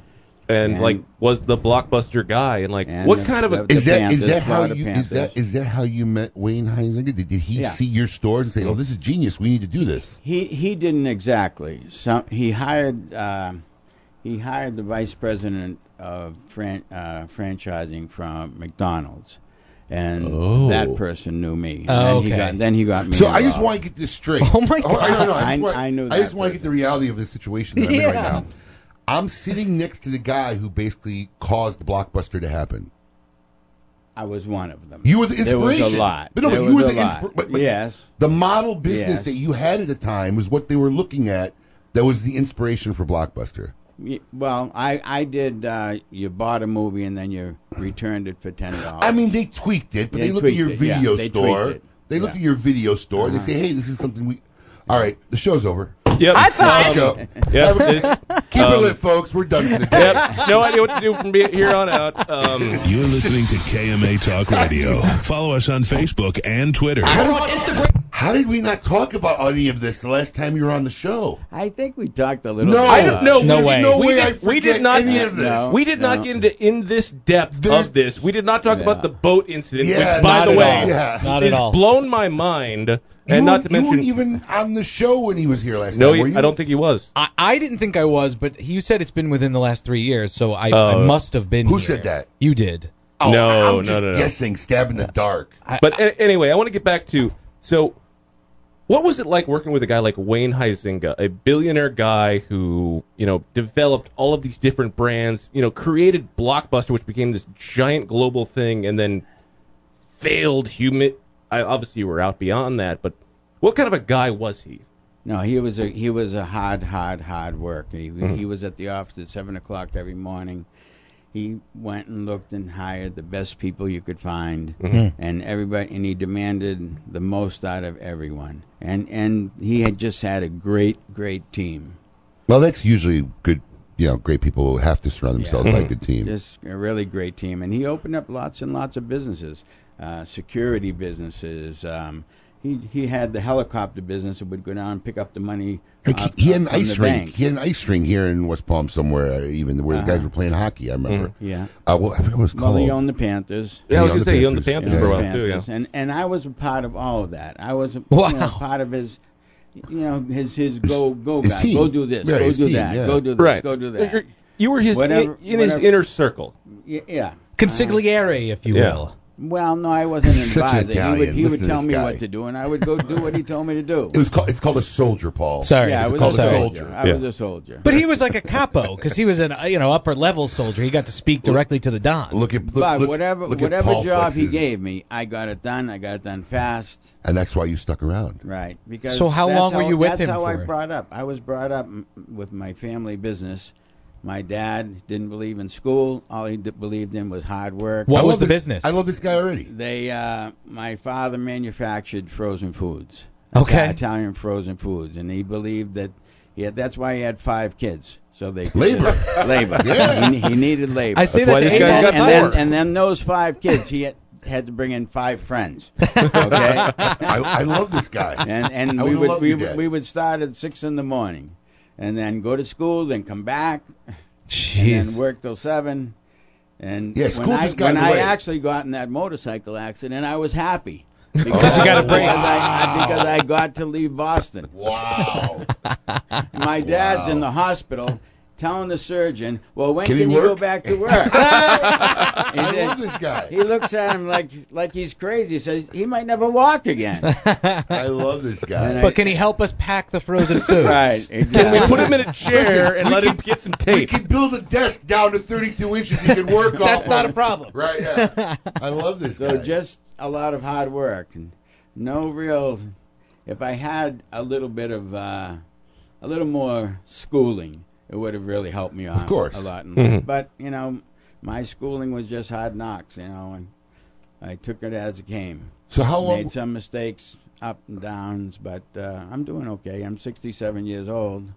[SPEAKER 3] and,
[SPEAKER 7] And-
[SPEAKER 3] like was the blockbuster guy and like what kind of a
[SPEAKER 4] is that is that how you is that is that how you met Wayne Huizinga? Did, did he
[SPEAKER 7] Yeah.
[SPEAKER 4] see your stores and say, "Oh, this is genius. We need to do this"?
[SPEAKER 7] He he didn't exactly. Some he hired uh, he hired the vice president of fran- uh, franchising from McDonald's, and
[SPEAKER 4] Oh.
[SPEAKER 7] that person knew me. And
[SPEAKER 4] Oh,
[SPEAKER 7] then he
[SPEAKER 4] okay.
[SPEAKER 7] got then he got me.
[SPEAKER 4] So I just
[SPEAKER 7] involved.
[SPEAKER 4] want to get this straight. Oh my god! I, no, no, I,
[SPEAKER 7] I-
[SPEAKER 4] just want,
[SPEAKER 7] I knew
[SPEAKER 4] I just
[SPEAKER 7] that
[SPEAKER 4] want to get the reality of the situation that I'm in right
[SPEAKER 7] Yeah.
[SPEAKER 4] now. I'm sitting next to the guy who basically caused Blockbuster to happen.
[SPEAKER 7] I was one of them.
[SPEAKER 4] You were the
[SPEAKER 7] There
[SPEAKER 4] inspiration.
[SPEAKER 7] was a lot.
[SPEAKER 4] But no,
[SPEAKER 7] There
[SPEAKER 4] but you were
[SPEAKER 7] was
[SPEAKER 4] the
[SPEAKER 7] a lot.
[SPEAKER 4] inspir- but- but
[SPEAKER 7] Yes.
[SPEAKER 4] The model business
[SPEAKER 7] Yes.
[SPEAKER 4] that you had at the time was what they were looking at. That was the inspiration for Blockbuster.
[SPEAKER 7] Y- Well, I I did. Uh, you bought a movie and then you returned it for ten dollars.
[SPEAKER 4] I mean, they tweaked it, but they,
[SPEAKER 7] They
[SPEAKER 4] look at your
[SPEAKER 7] tweaked it, yeah.
[SPEAKER 4] video
[SPEAKER 7] They
[SPEAKER 4] store.
[SPEAKER 7] tweaked it,
[SPEAKER 4] They look
[SPEAKER 7] yeah.
[SPEAKER 4] at your video store. They
[SPEAKER 7] Uh-huh.
[SPEAKER 4] say, "Hey, this is something we." All right, the show's over.
[SPEAKER 3] Yep. High five.
[SPEAKER 4] Let's go.
[SPEAKER 3] Yep,
[SPEAKER 4] Have a-
[SPEAKER 3] this-
[SPEAKER 4] Keep it
[SPEAKER 3] um,
[SPEAKER 4] lit, folks. We're done for the day.
[SPEAKER 3] Yep. No idea what to do from be- here on out. Um,
[SPEAKER 1] You're listening to KMA Talk Radio. Follow us on Facebook and Twitter.
[SPEAKER 4] How did we not talk about any of this the last time you were on the show?
[SPEAKER 7] I think we talked a little.
[SPEAKER 4] No,
[SPEAKER 7] bit
[SPEAKER 4] I
[SPEAKER 7] about
[SPEAKER 4] don't-
[SPEAKER 7] it.
[SPEAKER 4] no, No there's way. no
[SPEAKER 3] we,
[SPEAKER 4] way I
[SPEAKER 3] did, we did
[SPEAKER 4] forget
[SPEAKER 3] not
[SPEAKER 4] any of this.
[SPEAKER 7] No,
[SPEAKER 3] we did not
[SPEAKER 7] no.
[SPEAKER 3] get into in this depth of this. We did not talk about the boat incident,
[SPEAKER 4] Yeah,
[SPEAKER 3] which, by
[SPEAKER 4] not
[SPEAKER 3] the
[SPEAKER 4] at
[SPEAKER 3] way,
[SPEAKER 4] all. Yeah. Not at
[SPEAKER 3] has
[SPEAKER 4] all.
[SPEAKER 3] blown my mind. and
[SPEAKER 4] you
[SPEAKER 3] not
[SPEAKER 4] weren't-
[SPEAKER 3] to mention,
[SPEAKER 4] you weren't even on the show when he was here last
[SPEAKER 3] no,
[SPEAKER 4] time. were
[SPEAKER 3] he,
[SPEAKER 4] you?
[SPEAKER 3] I don't think he was.
[SPEAKER 5] I, I didn't think I was, but you said it's been within the last three years, so I,
[SPEAKER 3] Oh.
[SPEAKER 5] I must have been.
[SPEAKER 4] Who
[SPEAKER 5] here.
[SPEAKER 4] said that?
[SPEAKER 5] You did.
[SPEAKER 4] Oh,
[SPEAKER 3] No,
[SPEAKER 4] I'm
[SPEAKER 3] no,
[SPEAKER 4] just
[SPEAKER 3] no, no.
[SPEAKER 4] guessing, stab in the dark.
[SPEAKER 3] But a- anyway, I want to get back to so. What was it like working with a guy like Wayne Huizinga, a billionaire guy who you know developed all of these different brands, you know, created Blockbuster, which became this giant global thing, and then failed human. I, obviously, you were out beyond that, but what kind of a guy was he?
[SPEAKER 7] No, he was a he was a hard, hard, hard worker. He,
[SPEAKER 3] Mhm.
[SPEAKER 7] he was at the office at seven o'clock every morning. he went and looked and hired the best people you could find,
[SPEAKER 3] Hmm.
[SPEAKER 2] Mhm.
[SPEAKER 7] and everybody, and he demanded the most out of everyone. And and he had just had a great, great team.
[SPEAKER 4] Well, that's usually good. You know, great people have to surround themselves by a good team.
[SPEAKER 7] Hmm. Just a really great team, and he opened up lots and lots of businesses, uh, security businesses. Um, he he had the helicopter business that would go down and pick up the money.
[SPEAKER 4] Like,
[SPEAKER 7] off-
[SPEAKER 4] he, he had an
[SPEAKER 7] Uh, from
[SPEAKER 4] ice
[SPEAKER 7] the
[SPEAKER 4] rink.
[SPEAKER 7] bank.
[SPEAKER 4] He had an ice rink here in West Palm somewhere, uh, even where the guys
[SPEAKER 7] Uh-huh.
[SPEAKER 4] were playing hockey. I remember.
[SPEAKER 7] Mm. Yeah.
[SPEAKER 4] Uh, well, I forget what it's
[SPEAKER 7] Well,
[SPEAKER 4] called.
[SPEAKER 7] he owned the Panthers.
[SPEAKER 4] Yeah, I was gonna say, he owned the Panthers for a while,
[SPEAKER 3] too, yeah.
[SPEAKER 7] Panthers. And and I was a part of all of that. I was you
[SPEAKER 3] Wow.
[SPEAKER 7] know, part of his, you know, his his go go
[SPEAKER 3] His
[SPEAKER 7] guy.
[SPEAKER 3] team.
[SPEAKER 7] Go do this.
[SPEAKER 3] Yeah,
[SPEAKER 7] go
[SPEAKER 3] his
[SPEAKER 7] do
[SPEAKER 3] team,
[SPEAKER 7] that.
[SPEAKER 3] yeah.
[SPEAKER 7] Go do this.
[SPEAKER 3] Right.
[SPEAKER 7] Go do that.
[SPEAKER 3] You're- you were his- in- in his inner circle.
[SPEAKER 7] Y- Yeah.
[SPEAKER 5] Consigliere, if you
[SPEAKER 3] Yeah.
[SPEAKER 5] will.
[SPEAKER 7] Well, no, I wasn't an
[SPEAKER 4] Such an
[SPEAKER 7] advisor. he would,
[SPEAKER 4] Italian.
[SPEAKER 7] he
[SPEAKER 4] Listen
[SPEAKER 7] would
[SPEAKER 4] to
[SPEAKER 7] tell
[SPEAKER 4] this
[SPEAKER 7] me
[SPEAKER 4] guy.
[SPEAKER 7] what to do, and I would go do what he told me to do.
[SPEAKER 4] It was called. It's called a soldier, Paul.
[SPEAKER 7] yeah, I
[SPEAKER 4] it's
[SPEAKER 7] was
[SPEAKER 4] called
[SPEAKER 7] a soldier.
[SPEAKER 4] soldier.
[SPEAKER 7] I was a soldier.
[SPEAKER 5] But he was like a capo because he was an uh, you know upper level soldier. He got to speak directly to the don.
[SPEAKER 4] Look at
[SPEAKER 7] but whatever whatever job he gave me, I got it done. I got it done fast.
[SPEAKER 4] and that's why you stuck around.
[SPEAKER 7] Right. Because
[SPEAKER 5] So how
[SPEAKER 7] that's
[SPEAKER 5] long were
[SPEAKER 7] how-
[SPEAKER 5] you with
[SPEAKER 7] that's
[SPEAKER 5] him
[SPEAKER 7] how I
[SPEAKER 5] for?
[SPEAKER 7] brought up. I was brought up m- with my family business. My dad didn't believe in school. All he d- believed in was hard work.
[SPEAKER 5] What I was love the this- business? I
[SPEAKER 4] love this guy already.
[SPEAKER 7] They, uh, my father manufactured frozen foods.
[SPEAKER 5] Okay.
[SPEAKER 7] Ita- Italian frozen foods, and he believed that. Yeah, that's why he had five kids. So they could- uh,
[SPEAKER 2] Labor.
[SPEAKER 7] labor.
[SPEAKER 2] Yeah.
[SPEAKER 7] He, he needed labor.
[SPEAKER 2] I see That's that why the this guy's
[SPEAKER 7] and,
[SPEAKER 2] got
[SPEAKER 7] and then,
[SPEAKER 2] four.
[SPEAKER 7] and then those five kids, he had, had to bring in five friends. Okay.
[SPEAKER 4] I, I love this guy.
[SPEAKER 7] And and
[SPEAKER 4] I
[SPEAKER 7] we
[SPEAKER 4] would've
[SPEAKER 7] would
[SPEAKER 4] loved
[SPEAKER 7] we,
[SPEAKER 4] your
[SPEAKER 7] would
[SPEAKER 4] dad.
[SPEAKER 7] we would start at six in the morning, and then go to school, then come back, and
[SPEAKER 5] Jeez.
[SPEAKER 7] then work till seven. And
[SPEAKER 5] Yeah,
[SPEAKER 7] when
[SPEAKER 5] school
[SPEAKER 7] I,
[SPEAKER 5] just got
[SPEAKER 7] when
[SPEAKER 5] in the
[SPEAKER 7] I
[SPEAKER 5] way.
[SPEAKER 7] actually got in that motorcycle accident, I was happy because,
[SPEAKER 5] you got a break.
[SPEAKER 7] because I, I- because I got to leave Boston.
[SPEAKER 4] Wow!
[SPEAKER 7] My dad's
[SPEAKER 2] Wow.
[SPEAKER 7] in the hospital. Telling the surgeon, well, when
[SPEAKER 2] Can
[SPEAKER 7] can,
[SPEAKER 2] he
[SPEAKER 7] you go
[SPEAKER 2] work?
[SPEAKER 7] back to work?
[SPEAKER 4] I love this guy.
[SPEAKER 7] He looks at him like like he's crazy. Says he might never walk again.
[SPEAKER 4] I love this guy.
[SPEAKER 5] But can he help us pack the frozen foods?
[SPEAKER 7] Right,
[SPEAKER 4] Can we put him in a
[SPEAKER 3] chair and let him get some
[SPEAKER 4] He
[SPEAKER 3] tape.
[SPEAKER 4] can build a desk down to 32 inches. He can work off.
[SPEAKER 7] That's not
[SPEAKER 4] of.
[SPEAKER 7] a problem.
[SPEAKER 4] Right? Yeah. I love this
[SPEAKER 7] So
[SPEAKER 4] guy.
[SPEAKER 7] just a lot of hard work and no real. If I had a little bit of uh, a little more schooling, it would have really helped me out
[SPEAKER 4] course.
[SPEAKER 7] a lot. In
[SPEAKER 4] Mhm.
[SPEAKER 7] life. But you know, my schooling was just hard knocks. You know, and I took it as it came.
[SPEAKER 4] So how long-
[SPEAKER 7] Made some mistakes, up and downs, but uh, I'm doing okay. I'm 67 years old,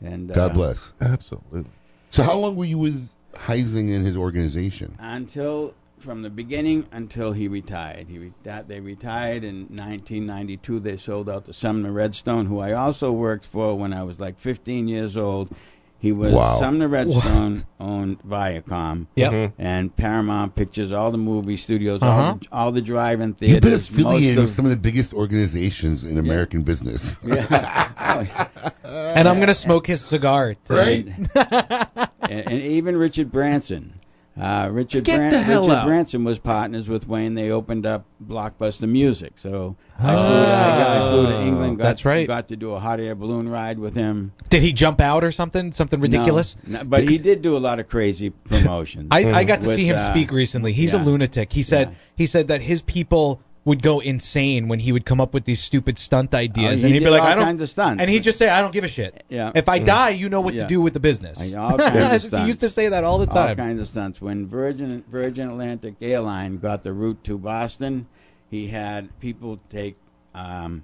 [SPEAKER 7] and uh,
[SPEAKER 4] God bless.
[SPEAKER 3] Absolutely.
[SPEAKER 4] So how long were you with Heising and his organization?
[SPEAKER 7] until from the beginning until he retired. He re- that they retired in 1992. They sold out to Sumner Redstone, who I also worked for when I was like 15 years old. He was
[SPEAKER 2] Wow.
[SPEAKER 7] Sumner Redstone owned Viacom,
[SPEAKER 2] Yep. Mhm.
[SPEAKER 7] and Paramount Pictures, all the movie studios,
[SPEAKER 2] Uh-huh.
[SPEAKER 7] all, the, all the drive-in theaters.
[SPEAKER 4] You've been
[SPEAKER 7] most
[SPEAKER 4] affiliated
[SPEAKER 7] of-
[SPEAKER 4] with some of the biggest organizations in American business.
[SPEAKER 7] Yeah.
[SPEAKER 5] And I'm gonna smoke his cigar.
[SPEAKER 7] Right?
[SPEAKER 5] Today.
[SPEAKER 7] and, and even Richard Branson. Uh, Richard,
[SPEAKER 5] Get
[SPEAKER 7] Bran-
[SPEAKER 5] the hell
[SPEAKER 7] Richard
[SPEAKER 5] out.
[SPEAKER 7] Branson was partners with Wayne. They opened up Blockbuster Music. So I, flew, to- I, got, I flew to
[SPEAKER 5] Oh.
[SPEAKER 7] England. Got,
[SPEAKER 5] That's right.
[SPEAKER 7] Got to do a hot air balloon ride with him.
[SPEAKER 5] Did he jump out or something? Something ridiculous?
[SPEAKER 7] No, no, but he did do a lot of crazy promotions.
[SPEAKER 5] I, I got to
[SPEAKER 7] With,
[SPEAKER 5] see him
[SPEAKER 7] uh,
[SPEAKER 5] speak recently. He's a
[SPEAKER 7] yeah.
[SPEAKER 5] lunatic. He said he said that his people would go insane when he would come up with these stupid stunt ideas,
[SPEAKER 7] Uh,
[SPEAKER 5] and
[SPEAKER 7] he
[SPEAKER 5] he'd be
[SPEAKER 7] did
[SPEAKER 5] like,
[SPEAKER 7] all
[SPEAKER 5] "I don't."
[SPEAKER 7] kinds of stunts.
[SPEAKER 5] And he'd just say, "I don't give a shit.
[SPEAKER 7] Yeah.
[SPEAKER 5] If I
[SPEAKER 7] Mhm.
[SPEAKER 5] die, you know what
[SPEAKER 7] Yeah.
[SPEAKER 5] to do with the business."
[SPEAKER 7] All kinds of stunts.
[SPEAKER 5] he used to say that all the
[SPEAKER 7] All
[SPEAKER 5] time.
[SPEAKER 7] kinds of stunts. When Virgin Virgin Atlantic Airline got the route to Boston, he had people take um,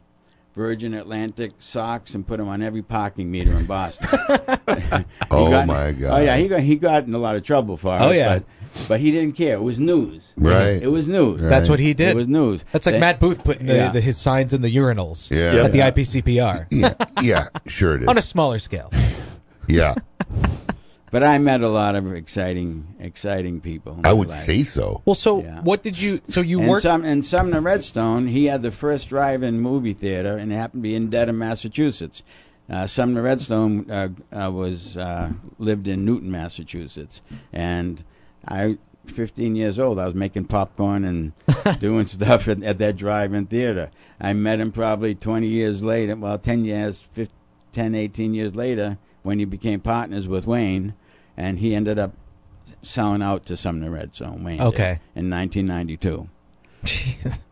[SPEAKER 7] Virgin Atlantic socks and put them on every parking meter in Boston. He
[SPEAKER 4] Oh,
[SPEAKER 7] got-
[SPEAKER 4] my
[SPEAKER 7] Oh
[SPEAKER 4] God.
[SPEAKER 7] yeah, he got he got in a lot of trouble for it.
[SPEAKER 5] Oh, yeah.
[SPEAKER 7] but, but he didn't care. It was news.
[SPEAKER 4] Right.
[SPEAKER 7] It was news.
[SPEAKER 5] That's what he did.
[SPEAKER 7] It was news.
[SPEAKER 5] That's like
[SPEAKER 7] They-
[SPEAKER 5] Matt Booth putting the,
[SPEAKER 7] Yeah.
[SPEAKER 5] the, his signs in the urinals
[SPEAKER 4] Yeah.
[SPEAKER 5] at the
[SPEAKER 4] Yeah.
[SPEAKER 5] IPCPR
[SPEAKER 4] yeah, yeah, sure it is.
[SPEAKER 5] on a smaller scale.
[SPEAKER 4] yeah,
[SPEAKER 7] But I met a lot of exciting exciting people.
[SPEAKER 4] I would
[SPEAKER 7] Like-
[SPEAKER 4] say so.
[SPEAKER 5] Well, so what did you? So you
[SPEAKER 7] and
[SPEAKER 5] worked.
[SPEAKER 7] Sum- in Sumner Redstone. He had the first drive-in movie theater, and it happened to be in Dedham, Massachusetts. Uh, Sumner Redstone uh, uh, was uh, lived in Newton, Massachusetts, and I, 15 years old, I was making popcorn and doing stuff at, at that drive-in theater. I met him probably 20 years later, well, 10 years, 15, 10, 18 years later, when he became partners with Wayne, and he ended up selling out to Sumner Redstone. Wayne did
[SPEAKER 5] Okay.
[SPEAKER 7] in 1992.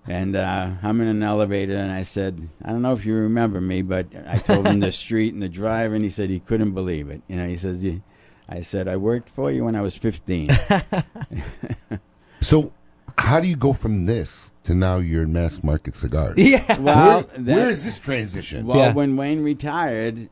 [SPEAKER 7] and uh, I'm in an elevator, and I said, I don't know if you remember me, but I told him the street and the drive, and he said he couldn't believe it. You know, he says, "You- I said, I worked for you when I was 15.
[SPEAKER 4] So, how do you go from this to now you're in mass market cigars?
[SPEAKER 7] Well,
[SPEAKER 4] Where- where is this transition?
[SPEAKER 7] Well, when Wayne retired,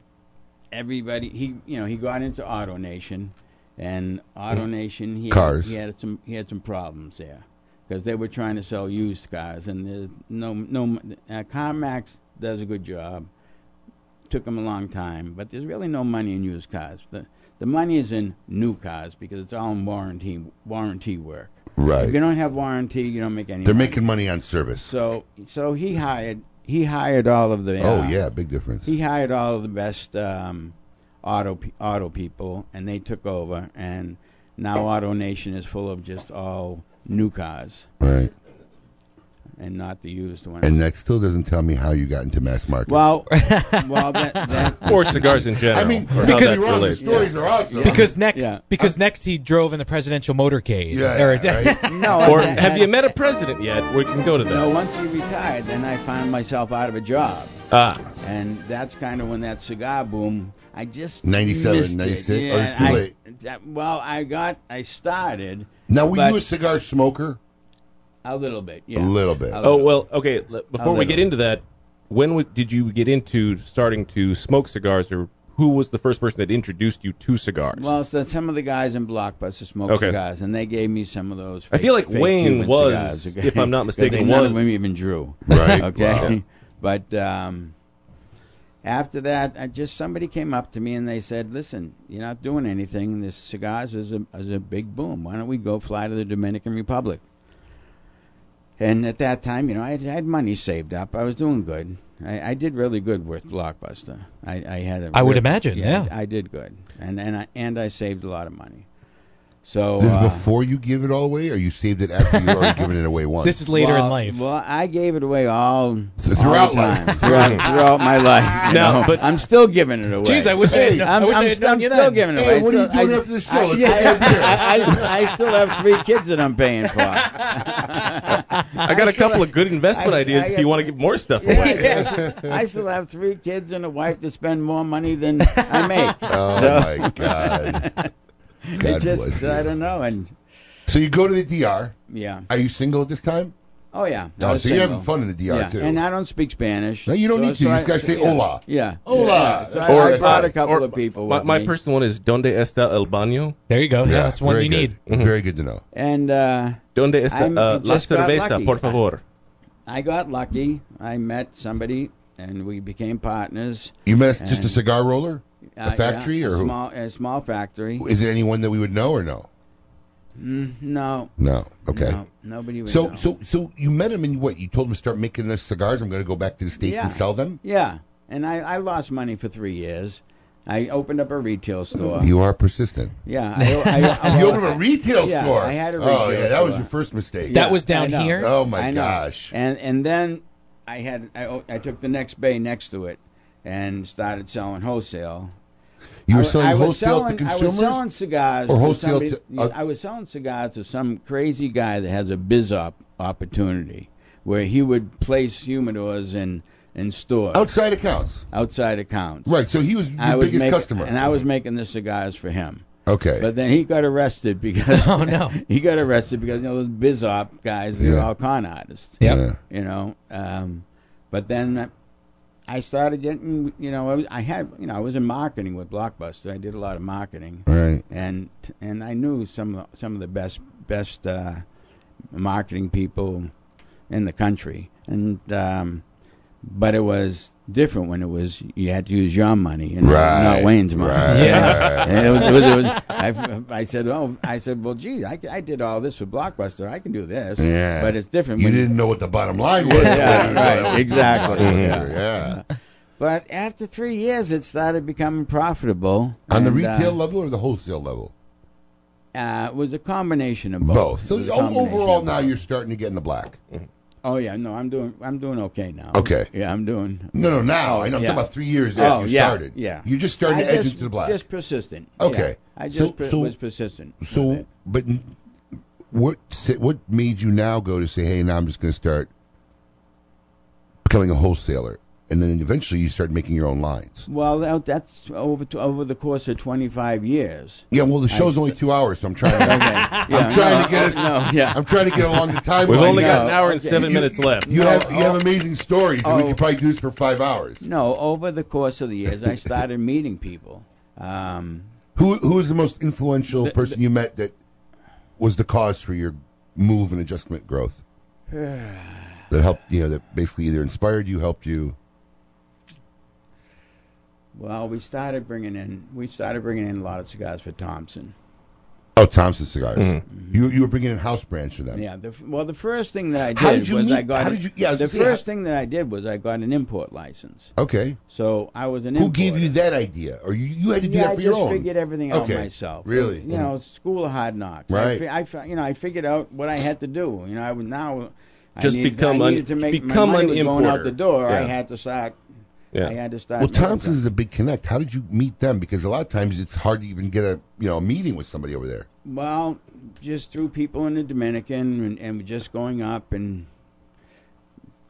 [SPEAKER 7] everybody he you know he got into Auto Nation, and Auto
[SPEAKER 4] Mm.
[SPEAKER 7] Nation he
[SPEAKER 4] Cars.
[SPEAKER 7] Had, he had some he had some problems there because they were trying to sell used cars, and there's no no uh, CarMax does a good job. Took them a long time, but there's really no money in used cars. The the money is in new cars because it's all in warranty warranty work.
[SPEAKER 4] Right.
[SPEAKER 7] If you don't have warranty, you don't make any.
[SPEAKER 4] They're
[SPEAKER 7] money.
[SPEAKER 4] making money on service.
[SPEAKER 7] So so he hired he hired all of the
[SPEAKER 4] Oh
[SPEAKER 7] uh,
[SPEAKER 4] yeah, big difference.
[SPEAKER 7] he hired all of the best um, auto pe- auto people, and they took over. And now Auto Nation is full of just all new cars,
[SPEAKER 4] Right.
[SPEAKER 7] and not the used ones.
[SPEAKER 4] And that still doesn't tell me how you got into mass market.
[SPEAKER 7] well, well, that, that
[SPEAKER 3] Or cigars in general, I mean, or how because that you're on, the relates. stories
[SPEAKER 4] are awesome. Yeah.
[SPEAKER 5] Because next,
[SPEAKER 4] Yeah.
[SPEAKER 5] because next he drove in a presidential motorcade.
[SPEAKER 3] Yeah,
[SPEAKER 5] Or-
[SPEAKER 7] No,
[SPEAKER 3] or
[SPEAKER 7] that-
[SPEAKER 3] have
[SPEAKER 7] that-
[SPEAKER 3] you met a president yet? We can go to that.
[SPEAKER 7] No, once he retired, then I found myself out of a job.
[SPEAKER 3] Ah.
[SPEAKER 7] And that's kind of when that cigar boom. I just
[SPEAKER 4] 97,
[SPEAKER 7] missed it.
[SPEAKER 4] 96,
[SPEAKER 7] Yeah,
[SPEAKER 4] or
[SPEAKER 7] and
[SPEAKER 4] too
[SPEAKER 7] I-
[SPEAKER 4] late.
[SPEAKER 7] that- well, I got I started.
[SPEAKER 4] Now, were
[SPEAKER 7] but-
[SPEAKER 4] you a cigar smoker?
[SPEAKER 7] A little bit, yeah.
[SPEAKER 4] A little bit.
[SPEAKER 3] Oh well, okay. l- Before we
[SPEAKER 7] little.
[SPEAKER 3] get into that, when w- did you get into starting to smoke cigars, or who was the first person that introduced you to cigars?
[SPEAKER 7] Well, so some of the guys in Blockbuster smoked
[SPEAKER 3] Okay.
[SPEAKER 7] cigars, and they gave me some of those.
[SPEAKER 3] I
[SPEAKER 7] fake-
[SPEAKER 3] feel like
[SPEAKER 7] fake
[SPEAKER 3] Wayne
[SPEAKER 7] Cuban
[SPEAKER 3] was,
[SPEAKER 7] cigars, okay?
[SPEAKER 3] if I'm not
[SPEAKER 7] 'Cause
[SPEAKER 3] mistaken,
[SPEAKER 7] they- none of
[SPEAKER 3] was-
[SPEAKER 7] them even drew.
[SPEAKER 3] Right,
[SPEAKER 7] okay. But um, after that, I just somebody came up to me and they said, "Listen, you're not doing anything. This cigars is a is a big boom. Why don't we go fly to the Dominican Republic?" And at that time, you know, I had, I had money saved up. I was doing good. I, I did really good with Blockbuster. I, I had. A
[SPEAKER 5] I would
[SPEAKER 7] real-
[SPEAKER 5] imagine, yeah.
[SPEAKER 7] I did good, and and I, and I saved a lot of money. So
[SPEAKER 4] this is
[SPEAKER 7] uh,
[SPEAKER 4] before you give it all away, or you saved it after you've already given it away once.
[SPEAKER 7] well- Well, I gave it away all
[SPEAKER 4] throughout
[SPEAKER 7] all the time,
[SPEAKER 4] life.
[SPEAKER 7] throughout, throughout my life. you
[SPEAKER 4] No,
[SPEAKER 7] know.
[SPEAKER 4] but-
[SPEAKER 7] I'm still giving it away.
[SPEAKER 4] Jeez, I wish I had kno- I
[SPEAKER 7] I'm,
[SPEAKER 4] wish I
[SPEAKER 7] am
[SPEAKER 4] had
[SPEAKER 7] still,
[SPEAKER 4] known you
[SPEAKER 7] I'm still
[SPEAKER 4] then.
[SPEAKER 7] giving it
[SPEAKER 4] Hey,
[SPEAKER 7] away.
[SPEAKER 4] what are you
[SPEAKER 7] Still-
[SPEAKER 4] doing
[SPEAKER 7] I-
[SPEAKER 4] after this show?
[SPEAKER 7] I,
[SPEAKER 4] Let's
[SPEAKER 7] yeah,
[SPEAKER 4] go
[SPEAKER 7] I, I, I still have three kids that I'm paying for.
[SPEAKER 3] I got a couple of good investment
[SPEAKER 7] I-
[SPEAKER 3] ideas.
[SPEAKER 7] I
[SPEAKER 3] if
[SPEAKER 7] got-
[SPEAKER 3] you want to give more stuff away,
[SPEAKER 7] I still have three kids and a wife that spend more money than I make.
[SPEAKER 4] Oh,
[SPEAKER 7] So-
[SPEAKER 4] my God.
[SPEAKER 7] it
[SPEAKER 4] God
[SPEAKER 7] just,
[SPEAKER 4] bless you.
[SPEAKER 7] I don't know. And
[SPEAKER 4] So you go to the DR.
[SPEAKER 7] Yeah.
[SPEAKER 4] Are you single at this time?
[SPEAKER 7] Oh yeah.
[SPEAKER 4] Oh,
[SPEAKER 7] I was
[SPEAKER 4] so you're having
[SPEAKER 7] single.
[SPEAKER 4] fun in the DR
[SPEAKER 7] Yeah,
[SPEAKER 4] too.
[SPEAKER 7] And I don't speak Spanish.
[SPEAKER 4] No, you don't
[SPEAKER 7] So-
[SPEAKER 4] need to.
[SPEAKER 7] so
[SPEAKER 4] You
[SPEAKER 7] I-
[SPEAKER 4] just gotta say
[SPEAKER 7] yeah.
[SPEAKER 4] hola.
[SPEAKER 7] Yeah.
[SPEAKER 4] Hola.
[SPEAKER 7] Yeah. So I- I, brought a couple
[SPEAKER 3] Or
[SPEAKER 7] of people.
[SPEAKER 3] My,
[SPEAKER 7] with
[SPEAKER 3] my
[SPEAKER 7] Oh, me.
[SPEAKER 3] personal one is "Donde está el baño?"
[SPEAKER 5] There you go.
[SPEAKER 4] Yeah, that's one very you good. need. Very good to know.
[SPEAKER 7] And uh,
[SPEAKER 3] Donde está
[SPEAKER 7] I'm-
[SPEAKER 3] uh,
[SPEAKER 7] just
[SPEAKER 3] la
[SPEAKER 7] got
[SPEAKER 3] cerveza,
[SPEAKER 7] lucky.
[SPEAKER 3] por favor?
[SPEAKER 7] I got lucky. I met somebody, and we became partners.
[SPEAKER 4] You met us- just a
[SPEAKER 7] And-
[SPEAKER 4] cigar roller,
[SPEAKER 7] Uh,
[SPEAKER 4] a factory,
[SPEAKER 7] yeah,
[SPEAKER 4] or
[SPEAKER 7] a
[SPEAKER 4] who?
[SPEAKER 7] small, a small factory.
[SPEAKER 4] Is it anyone that we would know or no?
[SPEAKER 7] Mm, no,
[SPEAKER 4] No. Okay.
[SPEAKER 7] No, nobody would
[SPEAKER 4] so
[SPEAKER 7] know.
[SPEAKER 4] so so you met him and what? You told him to start making us cigars. I'm going to go back to the states
[SPEAKER 7] Yeah.
[SPEAKER 4] and sell them.
[SPEAKER 7] Yeah, and I, I lost money for three years. I opened up a retail store.
[SPEAKER 4] You are persistent.
[SPEAKER 7] Yeah, I, I, I,
[SPEAKER 4] you opened a retail
[SPEAKER 7] yeah,
[SPEAKER 4] store.
[SPEAKER 7] I had a retail
[SPEAKER 4] Oh yeah, that was
[SPEAKER 7] store.
[SPEAKER 4] your first mistake.
[SPEAKER 7] Yeah, I know.
[SPEAKER 4] Oh my
[SPEAKER 7] I know.
[SPEAKER 4] gosh.
[SPEAKER 7] And and then I had I, o- I took the next bay next to it and started selling wholesale.
[SPEAKER 4] You were
[SPEAKER 7] I wa-
[SPEAKER 4] selling
[SPEAKER 7] I was
[SPEAKER 4] wholesale to
[SPEAKER 7] selling-
[SPEAKER 4] consumers?
[SPEAKER 7] I was selling cigars
[SPEAKER 4] Or
[SPEAKER 7] to
[SPEAKER 4] wholesale
[SPEAKER 7] somebody-
[SPEAKER 4] to- uh,
[SPEAKER 7] yeah, I was selling cigars to some crazy guy that has a biz op opportunity where he would place humidors in in stores
[SPEAKER 4] Outside accounts.
[SPEAKER 7] outside accounts.
[SPEAKER 4] Right, so he was your
[SPEAKER 7] I
[SPEAKER 4] biggest
[SPEAKER 7] make-
[SPEAKER 4] customer.
[SPEAKER 7] and I was making the cigars for him.
[SPEAKER 4] Okay.
[SPEAKER 7] But then he got arrested because oh no, he got arrested because you know those biz op guys they're
[SPEAKER 4] Yeah.
[SPEAKER 7] all con artists.
[SPEAKER 4] Yep. Yeah.
[SPEAKER 7] You know, um, but then I started getting you know I, was, I had you know I was in marketing with Blockbuster. I did a lot of marketing.
[SPEAKER 4] Right.
[SPEAKER 7] And and I knew some of the, some of the best best uh, marketing people in the country. And um, but it was different when it was you had to use your money and
[SPEAKER 4] Right.
[SPEAKER 7] not Wayne's money.
[SPEAKER 4] Right. Yeah.
[SPEAKER 7] And it was- it was- it was- I, I said, oh, I said, well, gee, I, I did all this for Blockbuster. I can do this.
[SPEAKER 4] Yeah.
[SPEAKER 7] But it's different.
[SPEAKER 4] You
[SPEAKER 7] when-
[SPEAKER 4] didn't know what the bottom line was.
[SPEAKER 7] Yeah,
[SPEAKER 4] You know, that
[SPEAKER 7] right.
[SPEAKER 4] was-
[SPEAKER 7] Exactly.
[SPEAKER 4] Yeah.
[SPEAKER 7] But after three years, it started becoming profitable.
[SPEAKER 4] On the
[SPEAKER 7] And,
[SPEAKER 4] retail
[SPEAKER 7] uh,
[SPEAKER 4] level or the wholesale level?
[SPEAKER 7] Uh, it was a combination of both.
[SPEAKER 4] Both.
[SPEAKER 7] It was a
[SPEAKER 4] So o-
[SPEAKER 7] combination
[SPEAKER 4] overall,
[SPEAKER 7] of
[SPEAKER 4] now
[SPEAKER 7] both.
[SPEAKER 4] you're starting to get in the black.
[SPEAKER 7] Oh yeah, no, I'm doing. I'm doing okay now.
[SPEAKER 4] Okay.
[SPEAKER 7] Yeah, I'm doing.
[SPEAKER 4] No, no, now.
[SPEAKER 7] Oh,
[SPEAKER 4] I know, I'm
[SPEAKER 7] yeah.
[SPEAKER 4] talking about three years
[SPEAKER 7] oh,
[SPEAKER 4] after you
[SPEAKER 7] yeah,
[SPEAKER 4] started.
[SPEAKER 7] Yeah.
[SPEAKER 4] You're just starting
[SPEAKER 7] I
[SPEAKER 4] to edge
[SPEAKER 7] just-
[SPEAKER 4] into the black.
[SPEAKER 7] Just persistent.
[SPEAKER 4] Okay.
[SPEAKER 7] Yeah. I just
[SPEAKER 4] So-
[SPEAKER 7] per-
[SPEAKER 4] so-
[SPEAKER 7] was persistent. with
[SPEAKER 4] So,
[SPEAKER 7] it.
[SPEAKER 4] but n- what sa- what made you now go to say, hey, now I'm just going to start becoming a wholesaler and then eventually you started making your own lines.
[SPEAKER 7] Well, that- that's over to, over the course of 25 years.
[SPEAKER 4] Yeah, well, the show's only two hours, so I'm trying. To,
[SPEAKER 7] Yeah,
[SPEAKER 4] I'm trying
[SPEAKER 7] no, uh,
[SPEAKER 4] to get us.
[SPEAKER 7] no, yeah.
[SPEAKER 4] I'm trying to get along the timeline.
[SPEAKER 7] We've only got
[SPEAKER 4] now.
[SPEAKER 7] an hour and seven
[SPEAKER 4] You-
[SPEAKER 7] minutes left.
[SPEAKER 4] You
[SPEAKER 7] No,
[SPEAKER 4] have you have
[SPEAKER 7] oh.
[SPEAKER 4] amazing stories, and we
[SPEAKER 7] Oh.
[SPEAKER 4] could probably do this for five hours.
[SPEAKER 7] No, over the course of the years, I started meeting people. Um,
[SPEAKER 4] Who who is the most influential
[SPEAKER 7] The-
[SPEAKER 4] person you met that was the cause for your move and adjustment growth that helped you know that basically either inspired you, helped you.
[SPEAKER 7] well, we started bringing in we started bringing in a lot of cigars for Thompson.
[SPEAKER 4] Oh, Thompson cigars.
[SPEAKER 3] Mm-hmm.
[SPEAKER 4] You you were bringing in house brands for them.
[SPEAKER 7] Yeah. The, f- well, the first thing that I did
[SPEAKER 4] How did you
[SPEAKER 7] was I
[SPEAKER 4] meet-
[SPEAKER 7] got
[SPEAKER 4] how
[SPEAKER 7] a-
[SPEAKER 4] did you- yeah, I was
[SPEAKER 7] the
[SPEAKER 4] gonna say,
[SPEAKER 7] first thing that I did was I got an import license.
[SPEAKER 4] Okay.
[SPEAKER 7] So I was an
[SPEAKER 4] Who
[SPEAKER 7] importer.
[SPEAKER 4] gave you that idea, or you, you had to do
[SPEAKER 7] yeah,
[SPEAKER 4] that for
[SPEAKER 7] I
[SPEAKER 4] your
[SPEAKER 7] just
[SPEAKER 4] own?
[SPEAKER 7] figured everything
[SPEAKER 4] Okay.
[SPEAKER 7] out myself.
[SPEAKER 4] Really? Mm-hmm.
[SPEAKER 7] You know, school of hard knocks.
[SPEAKER 4] Right.
[SPEAKER 7] I, fi- I fi- you know, I figured out what I had to do. You know, I would now. I
[SPEAKER 3] Just
[SPEAKER 7] needed,
[SPEAKER 3] become
[SPEAKER 7] I
[SPEAKER 3] an-
[SPEAKER 7] needed to make
[SPEAKER 3] become
[SPEAKER 7] my money
[SPEAKER 3] an
[SPEAKER 7] was going out
[SPEAKER 3] importer.
[SPEAKER 7] the door. I
[SPEAKER 4] Yeah.
[SPEAKER 7] had to start. I had to start.
[SPEAKER 4] Well,
[SPEAKER 7] doing
[SPEAKER 4] Thompson is a big connect. How did you meet them? Because a lot of times it's hard to even get a you know a meeting with somebody over there.
[SPEAKER 7] Well, just through people in the Dominican and, and just going up and.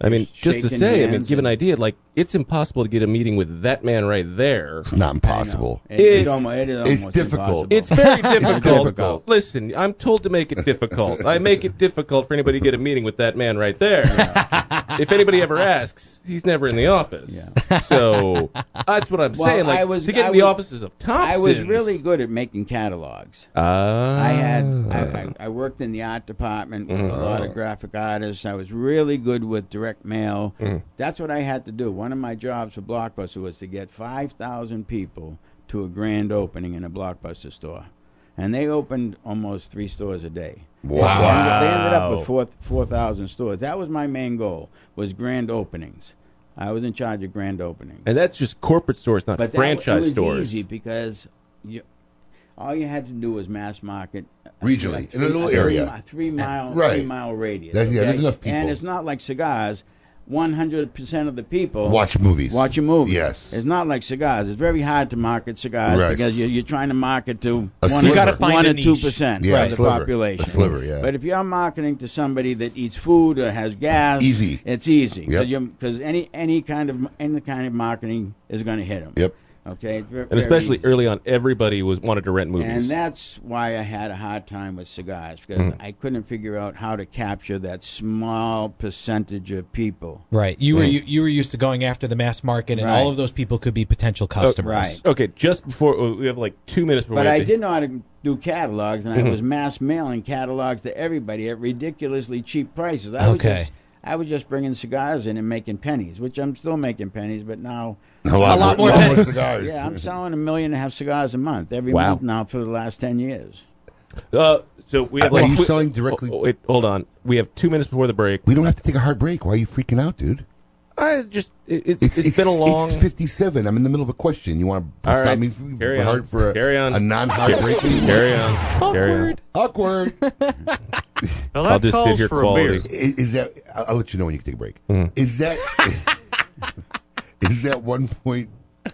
[SPEAKER 3] I mean, just to
[SPEAKER 7] shaking
[SPEAKER 3] say, I mean,
[SPEAKER 7] hands
[SPEAKER 3] give an idea. Like, it's impossible to get a meeting with that man right there. It's
[SPEAKER 4] not impossible.
[SPEAKER 7] It is almo- it is
[SPEAKER 4] it's almost difficult. impossible.
[SPEAKER 3] It's very
[SPEAKER 4] It's
[SPEAKER 3] difficult.
[SPEAKER 4] difficult.
[SPEAKER 3] Listen, I'm told to make it difficult. I make it difficult for anybody to get a meeting with that man right there. if anybody ever asks, he's never in the office. So that's what I'm
[SPEAKER 7] Well,
[SPEAKER 3] saying. Like,
[SPEAKER 7] I was,
[SPEAKER 3] to get
[SPEAKER 7] I
[SPEAKER 3] in the
[SPEAKER 7] was-
[SPEAKER 3] offices of Thompson.
[SPEAKER 7] I was really good at making catalogs.
[SPEAKER 3] Ah.
[SPEAKER 7] I had
[SPEAKER 3] Oh.
[SPEAKER 7] I, I, I worked in the art department with a lot of
[SPEAKER 3] Mhm.
[SPEAKER 7] graphic artists. I was really good with direct mail.
[SPEAKER 3] Mhm.
[SPEAKER 7] That's what I had to do. One of my jobs for Blockbuster was to get five thousand people to a grand opening in a Blockbuster store, and they opened almost three stores a day. They- They ended, they ended up
[SPEAKER 3] Wow.
[SPEAKER 7] with four four thousand stores. That was my main goal was grand openings. I was in charge of grand openings
[SPEAKER 3] and that's just corporate stores, not
[SPEAKER 7] but that,
[SPEAKER 3] franchise
[SPEAKER 7] w- it was
[SPEAKER 3] stores.
[SPEAKER 7] easy because you, all you had to do was mass market uh,
[SPEAKER 4] Regionally,
[SPEAKER 7] like
[SPEAKER 4] in a little
[SPEAKER 7] three-
[SPEAKER 4] area.
[SPEAKER 7] mi- three mile,
[SPEAKER 4] Right.
[SPEAKER 7] three mile radius.
[SPEAKER 4] That- yeah, there's
[SPEAKER 7] okay?
[SPEAKER 4] enough people.
[SPEAKER 7] and it's not like cigars. One hundred percent of the people
[SPEAKER 4] Watch movies.
[SPEAKER 7] Watch a movie.
[SPEAKER 4] Yes.
[SPEAKER 7] it's not like cigars. It's very hard to market cigars
[SPEAKER 4] Right.
[SPEAKER 7] because you're, you're trying to market to
[SPEAKER 4] A
[SPEAKER 7] one,
[SPEAKER 4] sliver. You
[SPEAKER 7] or-
[SPEAKER 4] gotta find
[SPEAKER 7] one
[SPEAKER 4] a
[SPEAKER 7] or
[SPEAKER 4] niche.
[SPEAKER 7] two percent
[SPEAKER 4] Yeah, a
[SPEAKER 7] of the
[SPEAKER 4] sliver. A
[SPEAKER 7] population.
[SPEAKER 4] sliver, yeah.
[SPEAKER 7] But if you're marketing to somebody that eats food or has gas,
[SPEAKER 4] Easy.
[SPEAKER 7] It's easy
[SPEAKER 4] Yep.
[SPEAKER 7] because any any kind of any kind of marketing is going to hit them.
[SPEAKER 4] Yep.
[SPEAKER 7] Okay. It's ver-
[SPEAKER 3] and
[SPEAKER 7] very
[SPEAKER 3] especially
[SPEAKER 7] easy.
[SPEAKER 3] early on, everybody was wanted to rent movies.
[SPEAKER 7] And that's why I had a hard time with cigars because
[SPEAKER 3] Mhm.
[SPEAKER 7] I couldn't figure out how to capture that small percentage of people.
[SPEAKER 5] Right. You were
[SPEAKER 7] Mm.
[SPEAKER 5] you, you were used to going after the mass market, and all
[SPEAKER 7] Right.
[SPEAKER 5] of those people could be potential customers.
[SPEAKER 3] Oh, Okay, just before uh, we have like two minutes. Before we
[SPEAKER 7] But
[SPEAKER 3] have
[SPEAKER 7] I
[SPEAKER 3] to-
[SPEAKER 7] did know how to do catalogs, and
[SPEAKER 3] Mhm.
[SPEAKER 7] I was mass mailing catalogs to everybody at ridiculously cheap prices. I
[SPEAKER 5] Okay.
[SPEAKER 7] Was just, I was just bringing cigars in and making pennies, which I'm still making pennies, but now
[SPEAKER 4] A lot A lot more- more a lot more pennies. cigars.
[SPEAKER 7] Yeah, I'm selling a million and a half cigars a month every
[SPEAKER 3] Wow.
[SPEAKER 7] month now for the last ten years.
[SPEAKER 3] Uh, so we have
[SPEAKER 4] Are
[SPEAKER 3] like
[SPEAKER 4] you
[SPEAKER 3] we-
[SPEAKER 4] selling directly-
[SPEAKER 3] Oh, wait, hold on. We have two minutes before the break.
[SPEAKER 4] We don't have to take a hard break. Why are you freaking out, dude?
[SPEAKER 3] I just it, it's, it's been a long.
[SPEAKER 4] It's 57. I'm in the middle of a question. You want to
[SPEAKER 3] All
[SPEAKER 4] stop
[SPEAKER 3] right.
[SPEAKER 4] me from
[SPEAKER 3] Carry on.
[SPEAKER 4] hard for a,
[SPEAKER 3] Carry on.
[SPEAKER 4] a non-hard break?
[SPEAKER 3] Carry on. Carry on.
[SPEAKER 4] Awkward.
[SPEAKER 3] Well, that I'll just sit calls here Mm-hmm. for a beer.
[SPEAKER 4] I- Is, that? I'll, I'll let you know when you can take a break. Is that? is that one point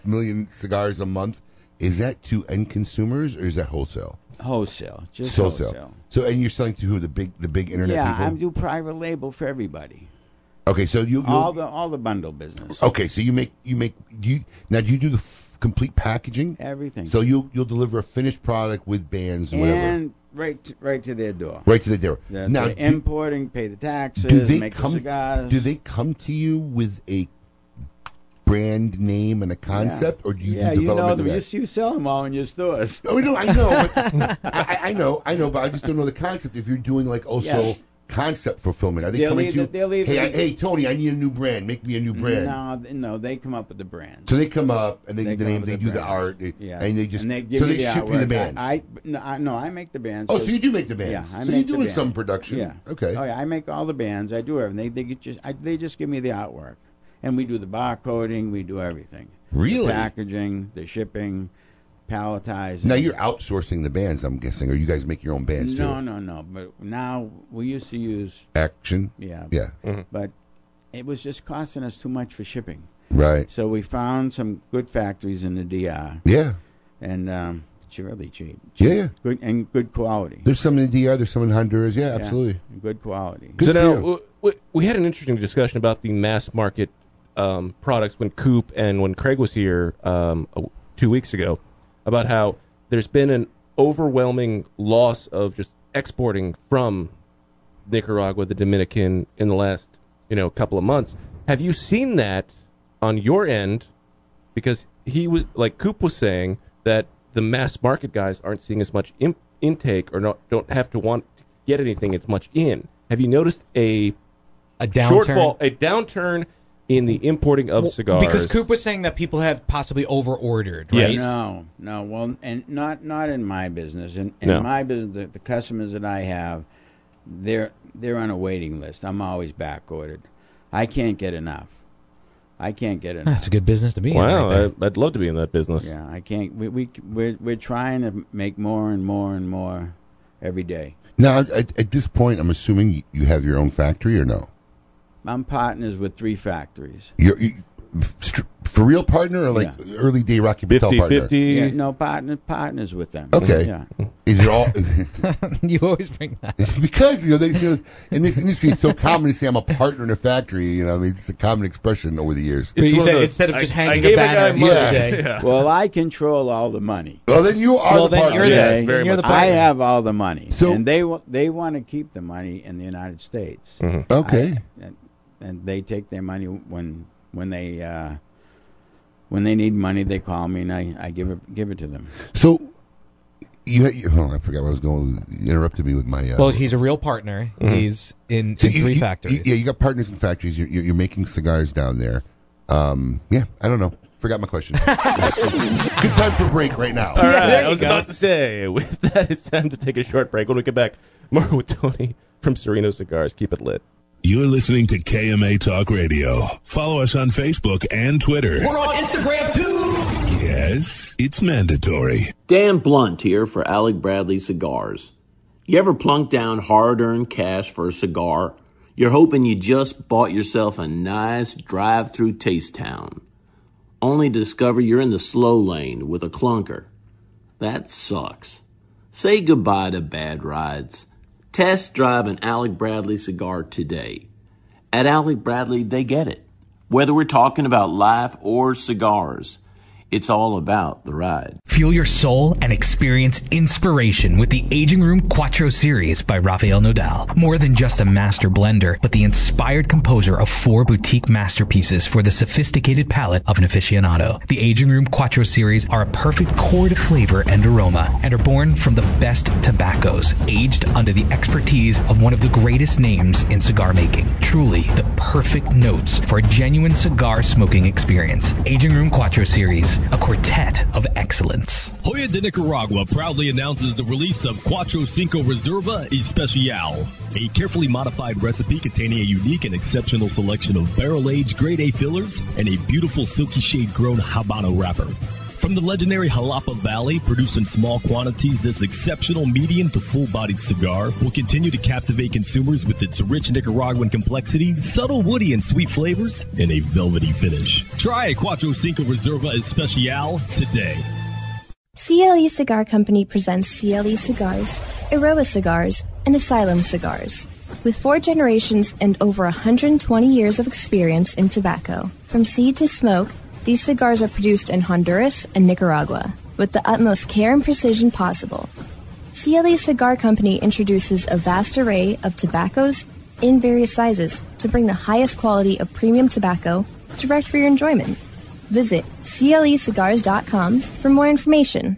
[SPEAKER 4] million cigars a month? Is that to end consumers or is that wholesale?
[SPEAKER 7] Wholesale, just
[SPEAKER 4] So-
[SPEAKER 7] wholesale.
[SPEAKER 4] So, and you're selling to who? The big, the big internet
[SPEAKER 7] yeah,
[SPEAKER 4] people.
[SPEAKER 7] I do private label for everybody.
[SPEAKER 4] okay, so you, you
[SPEAKER 7] All the all the bundle business.
[SPEAKER 4] Okay, so you make you make do you now. Do you do the f- complete packaging?
[SPEAKER 7] Everything.
[SPEAKER 4] So you you'll deliver a finished product with bands and whatever,
[SPEAKER 7] And right to, right to their door.
[SPEAKER 4] right to the door.
[SPEAKER 7] The,
[SPEAKER 4] now,
[SPEAKER 7] the
[SPEAKER 4] do,
[SPEAKER 7] importing, pay the taxes,
[SPEAKER 4] do they
[SPEAKER 7] make the
[SPEAKER 4] come?
[SPEAKER 7] cigars.
[SPEAKER 4] Do they come to you with a brand name and a concept, or do you
[SPEAKER 7] yeah,
[SPEAKER 4] do
[SPEAKER 7] you know
[SPEAKER 4] development
[SPEAKER 7] them.
[SPEAKER 4] of
[SPEAKER 7] You,
[SPEAKER 4] that?
[SPEAKER 7] s- you sell them all in your stores.
[SPEAKER 4] Oh, no, I know, but I, I- I know, I know, but I just don't know the concept. If you're doing like also
[SPEAKER 7] Yeah.
[SPEAKER 4] concept fulfillment, are they
[SPEAKER 7] They'll
[SPEAKER 4] coming
[SPEAKER 7] either-
[SPEAKER 4] to you?
[SPEAKER 7] they'll either-
[SPEAKER 4] hey, I, hey, Tony, I need a new brand. Make me a new brand.
[SPEAKER 7] No, th- no, they come up with the brand.
[SPEAKER 4] So they come up and they,
[SPEAKER 7] They
[SPEAKER 4] do the
[SPEAKER 7] come
[SPEAKER 4] name,
[SPEAKER 7] up
[SPEAKER 4] they
[SPEAKER 7] with
[SPEAKER 4] do
[SPEAKER 7] the
[SPEAKER 4] the
[SPEAKER 7] brand.
[SPEAKER 4] art, they-
[SPEAKER 7] Yeah.
[SPEAKER 4] and they just
[SPEAKER 7] and they give
[SPEAKER 4] so
[SPEAKER 7] you
[SPEAKER 4] they
[SPEAKER 7] the
[SPEAKER 4] ship you the
[SPEAKER 7] artwork.
[SPEAKER 4] bands.
[SPEAKER 7] I, I- no, I no, I make the bands.
[SPEAKER 4] Oh, so you do make the bands.
[SPEAKER 7] Yeah, I
[SPEAKER 4] So
[SPEAKER 7] make
[SPEAKER 4] you're
[SPEAKER 7] the
[SPEAKER 4] doing
[SPEAKER 7] bands.
[SPEAKER 4] some production.
[SPEAKER 7] Yeah.
[SPEAKER 4] Okay.
[SPEAKER 7] Oh yeah, I make all the bands. I do everything. They they get just I, they just give me the artwork, and we do the barcoding. We do everything.
[SPEAKER 4] Really?
[SPEAKER 7] The packaging, the shipping, palletizing.
[SPEAKER 4] now you're outsourcing the bands, I'm guessing, or you guys make your own bands too.
[SPEAKER 7] No, no, no. But now we used to use
[SPEAKER 4] Action.
[SPEAKER 7] Yeah.
[SPEAKER 4] Yeah.
[SPEAKER 7] But it was just costing us too much for shipping.
[SPEAKER 4] Right.
[SPEAKER 7] So we found some good factories in the DR.
[SPEAKER 4] Yeah.
[SPEAKER 7] And um, it's really cheap.
[SPEAKER 4] Yeah, yeah.
[SPEAKER 7] Good and good quality.
[SPEAKER 4] There's some in the DR, there's some in Honduras. Yeah,
[SPEAKER 7] Yeah,
[SPEAKER 4] absolutely.
[SPEAKER 7] Good quality.
[SPEAKER 3] so now w- w- we had an interesting discussion about the mass market um, products when Coop and when Craig was here um, a- two weeks ago about how there's been an overwhelming loss of just exporting from Nicaragua, the Dominican, in the last you know couple of months. Have you seen that on your end? Because he was like Coop was saying that the mass market guys aren't seeing as much in- intake or not, don't have to want to get anything as much in. Have you noticed a
[SPEAKER 5] a
[SPEAKER 3] shortfall, a downturn in the importing of
[SPEAKER 5] Well,
[SPEAKER 3] cigars?
[SPEAKER 5] Because Coop was saying that people have possibly over ordered,
[SPEAKER 3] Yes.
[SPEAKER 5] right?
[SPEAKER 7] No, no. Well, and not not in my business. In, in
[SPEAKER 3] No.
[SPEAKER 7] my business, the, the customers that I have, they're they're on a waiting list. I'm always back ordered. I can't get enough. I can't get enough.
[SPEAKER 5] That's a good business to be in.
[SPEAKER 3] wow,
[SPEAKER 5] right there.
[SPEAKER 3] I, I'd love to be in that business.
[SPEAKER 7] Yeah, I can't. We we we're, we're trying to make more and more and more every day.
[SPEAKER 4] Now, at, at this point, I'm assuming you have your own factory or no?
[SPEAKER 7] I'm partners with three factories.
[SPEAKER 4] You're, you str- for real partner or like early day Rocky Patel partner?
[SPEAKER 7] Yeah, no partner partners with them.
[SPEAKER 4] Okay.
[SPEAKER 7] Yeah.
[SPEAKER 4] Is it all
[SPEAKER 5] you always bring that
[SPEAKER 4] because you know, they, you know in this industry it's so common to say I'm a partner in a factory. You know, I mean, it's a common expression over the years.
[SPEAKER 5] But you said instead of just hanging a banner
[SPEAKER 4] yeah.
[SPEAKER 7] Well, I control all the money.
[SPEAKER 4] Well, then you are
[SPEAKER 5] Well, the then partner. you're the-
[SPEAKER 7] Okay?
[SPEAKER 5] then very you're much the so.
[SPEAKER 7] I
[SPEAKER 5] partner.
[SPEAKER 7] have all the money,
[SPEAKER 5] So-
[SPEAKER 7] and they wa- they want to keep the money in the United States.
[SPEAKER 4] Mhm. Okay.
[SPEAKER 7] I- and, and they take their money when when they uh, when they need money, they call me and I, I give it give it to them.
[SPEAKER 4] So you, you oh, I forgot where I was going. You interrupted me with my. Uh,
[SPEAKER 5] Well, he's a real partner.
[SPEAKER 4] Mhm.
[SPEAKER 5] He's in,
[SPEAKER 4] So
[SPEAKER 5] in
[SPEAKER 4] you-
[SPEAKER 5] three
[SPEAKER 4] you-
[SPEAKER 5] factories.
[SPEAKER 4] you- yeah, you got partners in factories. You're, you're, you're making cigars down there. Um, yeah, I don't know. Forgot my question. Good time for break right now.
[SPEAKER 3] All right, I was about to say, with that, it's time to take a short break. When we get back, more with Tony from Sereno Cigars. Keep it lit.
[SPEAKER 1] You're listening to KMA Talk Radio. Follow us on Facebook and Twitter.
[SPEAKER 2] We're on Instagram too.
[SPEAKER 1] Yes, it's mandatory.
[SPEAKER 20] Dan Blunt here for Alec Bradley Cigars. You ever plunk down hard earned cash for a cigar? You're hoping you just bought yourself a nice drive through taste town, only to discover you're in the slow lane with a clunker. That sucks. Say goodbye to bad rides. Test drive an Alec Bradley cigar today. At Alec Bradley, they get it. Whether we're talking about life or cigars, it's all about the ride.
[SPEAKER 11] Fuel your soul and experience inspiration with the Aging Room Quattro Series by Rafael Nodal. More than just a master blender, but the inspired composer of four boutique masterpieces for the sophisticated palate of an aficionado. The Aging Room Quattro Series are a perfect chord of flavor and aroma and are born from the best tobaccos, aged under the expertise of one of the greatest names in cigar making. Truly the perfect notes for a genuine cigar smoking experience. Aging Room Quattro Series, a quartet of excellence.
[SPEAKER 21] Hoya de Nicaragua proudly announces the release of Cuatro Cinco Reserva Especial, a carefully modified recipe containing a unique and exceptional selection of barrel-aged grade A fillers and a beautiful silky shade-grown Habano wrapper. From the legendary Jalapa Valley, produced in small quantities, this exceptional medium to full-bodied cigar will continue to captivate consumers with its rich Nicaraguan complexity, subtle woody and sweet flavors, and a velvety finish. Try a Cuatro Cinco Reserva Especial today.
[SPEAKER 22] CLE E Cigar Company presents CLE Cigars, Eroa Cigars, and Asylum Cigars. With four generations and over 120 years of experience in tobacco, from seed to smoke, these cigars are produced in Honduras and Nicaragua with the utmost care and precision possible. CLE Cigar Company introduces a vast array of tobaccos in various sizes to bring the highest quality of premium tobacco direct for your enjoyment. Visit E clecigars.com for more information.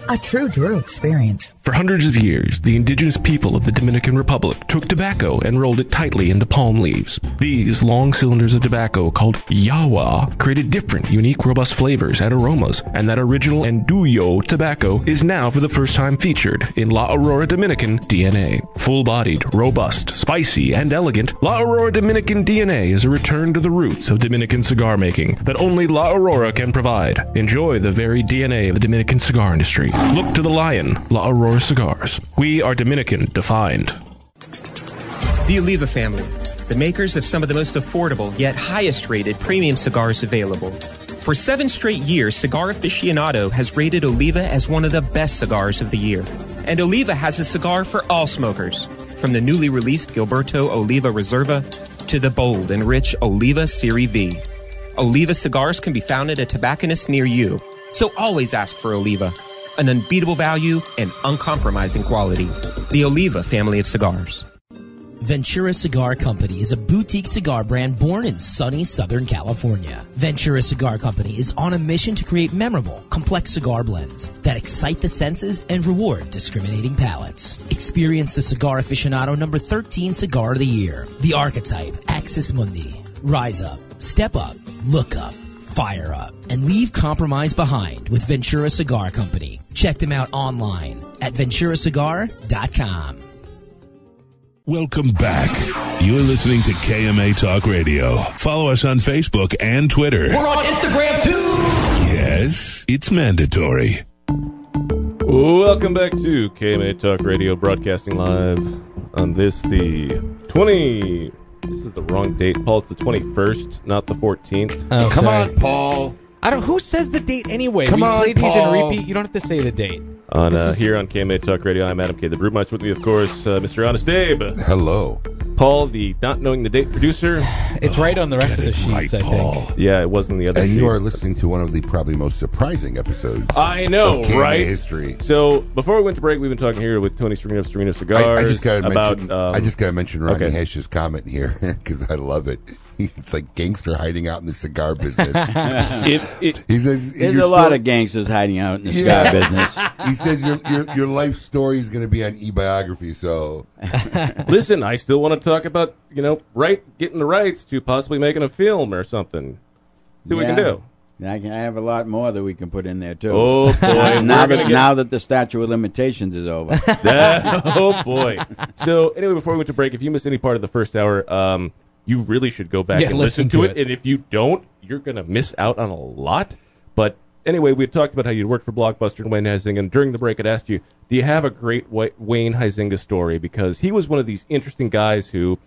[SPEAKER 23] a true Drew experience.
[SPEAKER 6] For hundreds of years, the indigenous people of the Dominican Republic took tobacco and rolled it tightly into palm leaves. These long cylinders of tobacco, called yawa, created different, unique, robust flavors and aromas, and that original Anduyo tobacco is now for the first time featured in La Aurora Dominican DNA. Full bodied, robust, spicy, and elegant, La Aurora Dominican DNA is a return to the roots of Dominican cigar making that only La Aurora can provide. Enjoy the very DNA of the Dominican cigar industry. Look to the lion, La Aurora Cigars. We are Dominican defined.
[SPEAKER 13] The Oliva family, the makers of some of the most affordable yet highest rated premium cigars available. For seven straight years, Cigar Aficionado has rated Oliva as one of the best cigars of the year. And Oliva has a cigar for all smokers, from the newly released Gilberto Oliva Reserva to the bold and rich Oliva Serie V. Oliva cigars can be found at a tobacconist near you, so always ask for Oliva, an unbeatable value and uncompromising quality. The Oliva family of cigars.
[SPEAKER 16] Ventura Cigar Company is a boutique cigar brand born in sunny Southern California. Ventura Cigar Company is on a mission to create memorable, complex cigar blends that excite the senses and reward discriminating palates. Experience the Cigar Aficionado number 13 cigar of the year. The archetype, Axis Mundi. Rise up, step up, look up, fire up, and leave compromise behind with Ventura Cigar Company. Check them out online at venturacigar.com.
[SPEAKER 1] Welcome back. You're listening to KMA Talk Radio. Follow us on Facebook and Twitter.
[SPEAKER 2] We're on Instagram too.
[SPEAKER 1] Yes, it's mandatory.
[SPEAKER 3] Welcome back to KMA Talk Radio, broadcasting live on this the twenty. This is the wrong date, Paul. It's the twenty first, not the fourteenth.
[SPEAKER 5] Oh, Come sorry. on,
[SPEAKER 4] Paul.
[SPEAKER 5] I don't. Who says the date anyway?
[SPEAKER 3] Come
[SPEAKER 5] we
[SPEAKER 3] on,
[SPEAKER 5] played these in
[SPEAKER 3] Paul.
[SPEAKER 5] repeat. You don't have to say the date.
[SPEAKER 3] On uh,
[SPEAKER 5] This is-
[SPEAKER 3] here on KMA Talk Radio, I'm Adam K. The Brewmeister with me, of course, uh, Mr. Honest Abe.
[SPEAKER 4] Hello,
[SPEAKER 3] Paul, the not knowing the date producer.
[SPEAKER 5] It's right on the rest of the sheets, I think.
[SPEAKER 3] Yeah, it wasn't the other.
[SPEAKER 4] And you are listening to one of the probably most surprising episodes.
[SPEAKER 3] I know,
[SPEAKER 4] of KMA
[SPEAKER 3] right?
[SPEAKER 4] History.
[SPEAKER 3] So before we went to break, we've been talking here with Tony Serino of Serino Cigars
[SPEAKER 4] I, I just gotta
[SPEAKER 3] about.
[SPEAKER 4] mention.
[SPEAKER 3] um,
[SPEAKER 4] I just gotta mention Ronnie
[SPEAKER 3] okay.
[SPEAKER 4] Hash's comment here because I love it. It's like gangster hiding out in the cigar business.
[SPEAKER 7] It-
[SPEAKER 3] it-
[SPEAKER 4] he says
[SPEAKER 7] There's
[SPEAKER 4] "Your
[SPEAKER 7] a lot
[SPEAKER 4] story-
[SPEAKER 7] of gangsters hiding out in the
[SPEAKER 4] Yeah.
[SPEAKER 7] cigar business.
[SPEAKER 4] he says your, your your life story is going to be on e-biography. So
[SPEAKER 3] Listen, I still want to talk about you know right getting the rights to possibly making a film or something. See what we can
[SPEAKER 7] Yeah.
[SPEAKER 3] do.
[SPEAKER 7] And I, can, I have a lot more that we can put in there too.
[SPEAKER 3] Oh, boy, we're
[SPEAKER 7] now, that,
[SPEAKER 3] gonna get-
[SPEAKER 7] now that the statute of limitations is over,
[SPEAKER 3] Yeah. oh boy. So anyway, before we went to break, if you missed any part of the first hour, um, you really should go back
[SPEAKER 5] Yeah,
[SPEAKER 3] and
[SPEAKER 5] listen
[SPEAKER 3] listen,
[SPEAKER 5] to
[SPEAKER 3] to it.
[SPEAKER 5] it.
[SPEAKER 3] And if you don't, you're gonna miss out on a lot. But anyway, we had talked about how you'd worked for Blockbuster and Wayne Huizinga. And during the break, I'd asked you, do you have a great Wa- Wayne Huizinga story? Because he was one of these interesting guys who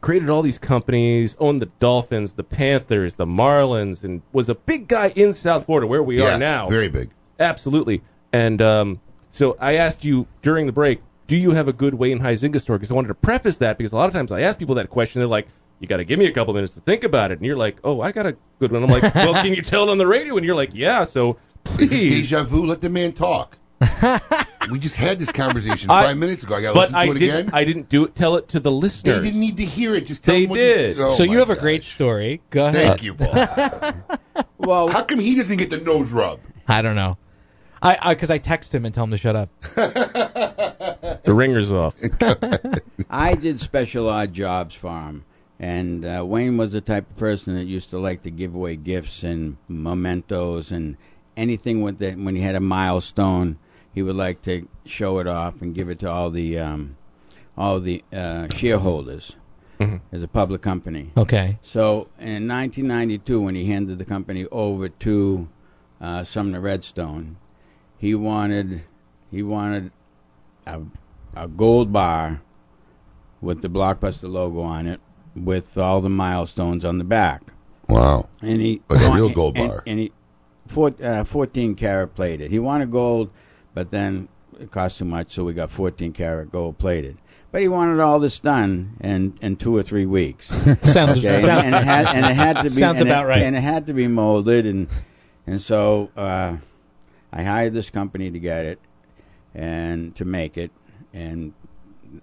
[SPEAKER 3] created all these companies, owned the Dolphins, the Panthers, the Marlins, and was a big guy in South Florida, where we
[SPEAKER 4] Yeah,
[SPEAKER 3] are now.
[SPEAKER 4] very big.
[SPEAKER 3] Absolutely. And um, so I asked you during the break, do you have a good Wayne Huizinga story? Because I wanted to preface that because a lot of times I ask people that question, they're like, you got to give me a couple minutes to think about it. And you're like, oh, I got a good one. I'm like, well, can you tell it on the radio? And you're like, yeah. So
[SPEAKER 4] This is deja vu. Let the man talk. we just had this conversation
[SPEAKER 3] I-
[SPEAKER 4] five minutes ago. I got to
[SPEAKER 3] but
[SPEAKER 4] listen to
[SPEAKER 3] I
[SPEAKER 4] it
[SPEAKER 3] didn't,
[SPEAKER 4] again.
[SPEAKER 3] I didn't do it. Tell it to the listeners.
[SPEAKER 4] They didn't need to hear it. Just tell
[SPEAKER 3] They
[SPEAKER 4] them what
[SPEAKER 3] did.
[SPEAKER 4] You, oh
[SPEAKER 5] so you
[SPEAKER 4] my
[SPEAKER 5] have a great story. Go ahead.
[SPEAKER 4] Thank you, Paul.
[SPEAKER 7] well,
[SPEAKER 4] how come he doesn't get the nose rub?
[SPEAKER 5] I don't know. I because I, text him and tell him to shut up.
[SPEAKER 3] the ringer's off.
[SPEAKER 7] I did special odd jobs for him, and uh, Wayne was the type of person that used to like to give away gifts and mementos and anything with that. When he had a milestone, he would like to show it off and give it to all the um, all the uh, shareholders
[SPEAKER 3] Mm-hmm.
[SPEAKER 5] Mhm.
[SPEAKER 7] as a public company.
[SPEAKER 5] Okay.
[SPEAKER 7] So in 1992, when he handed the company over to uh, Sumner Redstone, he wanted he wanted a, a gold bar with the blockbuster logo on it, with all the milestones on the back.
[SPEAKER 4] Wow.
[SPEAKER 7] And he
[SPEAKER 4] Like a real
[SPEAKER 7] and-
[SPEAKER 4] gold
[SPEAKER 7] and-
[SPEAKER 4] bar.
[SPEAKER 7] And, he four, uh, 14 carat plated. He wanted gold, but then it cost too much, so we got 14 carat gold plated. But he wanted all this done in, in two or three weeks.
[SPEAKER 5] Sounds- sounds-
[SPEAKER 7] and, it had, and it had to be
[SPEAKER 5] Sounds
[SPEAKER 7] and it-
[SPEAKER 5] about right.
[SPEAKER 7] And it had to be molded, and and so uh, I hired this company to get it and to make it, and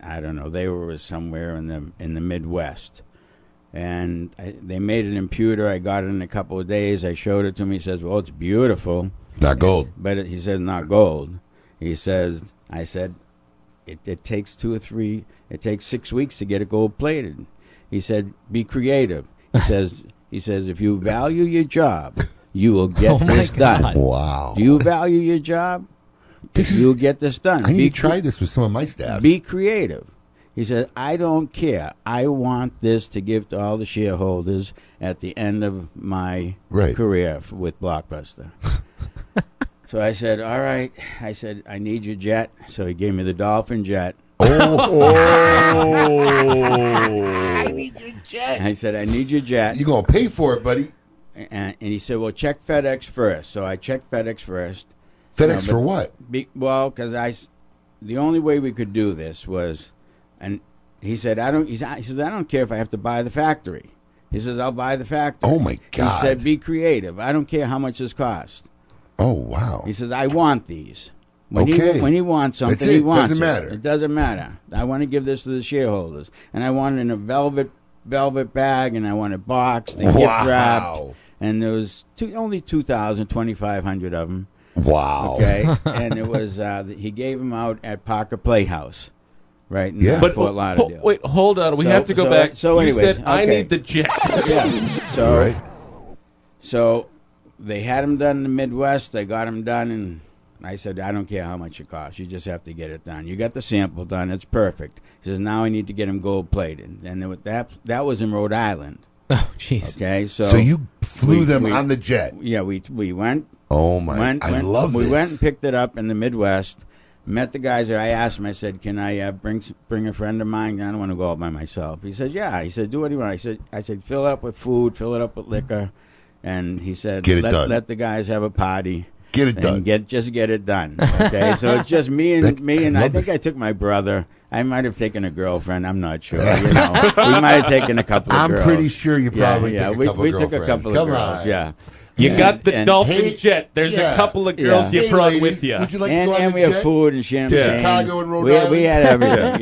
[SPEAKER 7] I don't know, they were somewhere in the in the Midwest and I, they made it in pewter. I got it in a couple of days. I showed it to him. He says, "Well, it's beautiful."
[SPEAKER 4] Not gold,
[SPEAKER 7] but it, he says not gold. He says, I said, it, it takes two or three, it takes six weeks to get it gold plated. He said, be creative. He says, he says, if you value your job, you will get
[SPEAKER 4] Oh, my
[SPEAKER 7] this
[SPEAKER 4] God.
[SPEAKER 7] done.
[SPEAKER 4] Wow.
[SPEAKER 7] Do you value your job? You'll get this done.
[SPEAKER 4] I need
[SPEAKER 7] Be
[SPEAKER 4] to try
[SPEAKER 7] cre-
[SPEAKER 4] this with some of my staff.
[SPEAKER 7] be creative. He said, I don't care. I want this to give to all the shareholders at the end of my
[SPEAKER 4] Right.
[SPEAKER 7] career f- with Blockbuster. so I said, All right. I said, I need your jet. So he gave me the Dolphin jet.
[SPEAKER 4] Oh. I need your jet.
[SPEAKER 7] I said, I need your jet.
[SPEAKER 4] You're going to pay for it, buddy.
[SPEAKER 7] And, and he said, Well, check FedEx first. So I checked FedEx first.
[SPEAKER 4] FedEx
[SPEAKER 7] but-
[SPEAKER 4] for what?
[SPEAKER 7] Be, well, because I, s- the only way we could do this was, and he said, I don't. He said, he said, I don't care if I have to buy the factory. He says, I'll buy the factory.
[SPEAKER 4] Oh, my God.
[SPEAKER 7] He said, be creative. I don't care how much this costs.
[SPEAKER 4] Oh, wow.
[SPEAKER 7] He says, I want these. When
[SPEAKER 4] Okay.
[SPEAKER 7] He, when he wants something,
[SPEAKER 4] That's it.
[SPEAKER 7] he wants
[SPEAKER 4] Doesn't
[SPEAKER 7] it.
[SPEAKER 4] matter.
[SPEAKER 7] It doesn't matter. I want to give this to the shareholders, and I want it in a velvet velvet bag, and I want it boxed and
[SPEAKER 4] Wow.
[SPEAKER 7] gift wrapped. And there was two, only 2,000, 2,500 of them.
[SPEAKER 4] Wow.
[SPEAKER 7] Okay, and it was uh, th- he gave them out at Parker Playhouse, right? In
[SPEAKER 3] Yeah.
[SPEAKER 7] uh,
[SPEAKER 3] But
[SPEAKER 7] Fort
[SPEAKER 3] ho-
[SPEAKER 7] Lauderdale.
[SPEAKER 3] ho- wait, hold on. We have to go
[SPEAKER 7] so-
[SPEAKER 3] back.
[SPEAKER 7] So
[SPEAKER 3] You
[SPEAKER 7] anyway,
[SPEAKER 3] said, "I need the jet."
[SPEAKER 7] yeah. So
[SPEAKER 3] Right.
[SPEAKER 7] so they had them done in the Midwest. They got them done, and I said, I don't care how much it costs. You just have to get it done. You got the sample done. It's perfect. He says, now I need to get them gold plated, and there was- that that was in Rhode Island. Oh,
[SPEAKER 5] jeez.
[SPEAKER 7] Okay, so
[SPEAKER 4] So you flew
[SPEAKER 7] we-
[SPEAKER 4] them
[SPEAKER 7] we-
[SPEAKER 4] on the jet.
[SPEAKER 7] Yeah, we we went.
[SPEAKER 4] Oh, my- I love
[SPEAKER 7] We
[SPEAKER 4] this.
[SPEAKER 7] went and picked it up in the Midwest. Met the guys there. I asked him. I said, "Can I uh, bring s- bring a friend of mine? I don't want to go out by myself." He said, "Yeah." He said, "Do what you want." I said, "I said fill it up with food, fill it up with liquor," and he said,
[SPEAKER 4] Get it
[SPEAKER 7] let,
[SPEAKER 4] done.
[SPEAKER 7] let the guys have a party.
[SPEAKER 4] Get it
[SPEAKER 7] and
[SPEAKER 4] done.
[SPEAKER 7] Get just get it done. Okay, so it's just me and me and I, think I took my brother. I might have taken a girlfriend. I'm not sure. You know, we might have taken a couple. of
[SPEAKER 4] I'm
[SPEAKER 7] girls.
[SPEAKER 4] pretty sure you
[SPEAKER 7] Yeah,
[SPEAKER 4] probably
[SPEAKER 7] yeah,
[SPEAKER 4] took a
[SPEAKER 7] we,
[SPEAKER 4] couple
[SPEAKER 7] we
[SPEAKER 4] of
[SPEAKER 7] took a
[SPEAKER 4] girlfriends.
[SPEAKER 7] couple
[SPEAKER 4] Come
[SPEAKER 7] of
[SPEAKER 4] on.
[SPEAKER 7] girls. Yeah.
[SPEAKER 3] You
[SPEAKER 7] And-
[SPEAKER 3] got the
[SPEAKER 7] and-
[SPEAKER 3] dolphin jet. There's a couple of girls you
[SPEAKER 7] Hey,
[SPEAKER 3] brought
[SPEAKER 7] ladies,
[SPEAKER 3] with you.
[SPEAKER 7] would like to And- go on and a we have jet? food and champagne.
[SPEAKER 3] Yeah.
[SPEAKER 7] Chicago and Rhode We- we Island? had everything,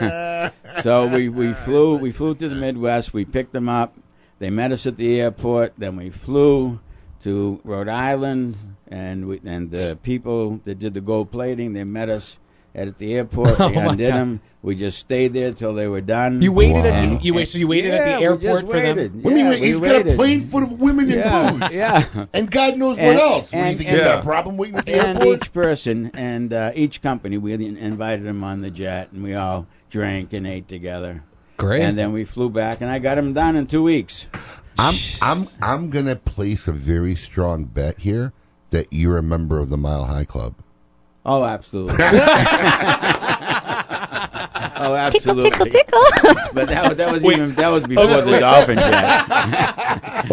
[SPEAKER 7] yeah. so we, we flew we flew to the Midwest. We picked them up. They met us at the airport. Then we flew to Rhode Island, and we, and the people that did the gold plating they met us at the airport.
[SPEAKER 5] Oh,
[SPEAKER 7] They
[SPEAKER 5] my
[SPEAKER 7] undid
[SPEAKER 5] God.
[SPEAKER 7] them. We just stayed there till they were done.
[SPEAKER 5] You waited at
[SPEAKER 7] And-
[SPEAKER 5] the- you wait- so you waited at the
[SPEAKER 7] Yeah, we just
[SPEAKER 5] airport for them?
[SPEAKER 7] waited.
[SPEAKER 4] What do you
[SPEAKER 7] Yeah,
[SPEAKER 4] mean?
[SPEAKER 7] we
[SPEAKER 4] He's got a
[SPEAKER 7] waited.
[SPEAKER 4] plane full of women and
[SPEAKER 7] Yeah,
[SPEAKER 4] booze.
[SPEAKER 7] yeah.
[SPEAKER 4] And God knows
[SPEAKER 7] And-
[SPEAKER 4] what else. What, do you
[SPEAKER 7] and-
[SPEAKER 4] think he's got
[SPEAKER 7] and-
[SPEAKER 4] a problem waiting at the
[SPEAKER 7] and
[SPEAKER 4] airport?
[SPEAKER 7] each person and uh, each company, we in- invited them on the jet, and we all drank and ate together.
[SPEAKER 4] Great.
[SPEAKER 7] And then we flew back, and I got them done in two weeks.
[SPEAKER 4] I'm I'm I'm gonna place a very strong bet here that you're a member of the Mile High Club.
[SPEAKER 7] Oh, absolutely. oh, absolutely.
[SPEAKER 2] tickle, tickle.
[SPEAKER 7] but that was that was
[SPEAKER 3] Wait.
[SPEAKER 7] even that was before
[SPEAKER 3] Okay,
[SPEAKER 7] the
[SPEAKER 3] wait.
[SPEAKER 7] dolphin jet.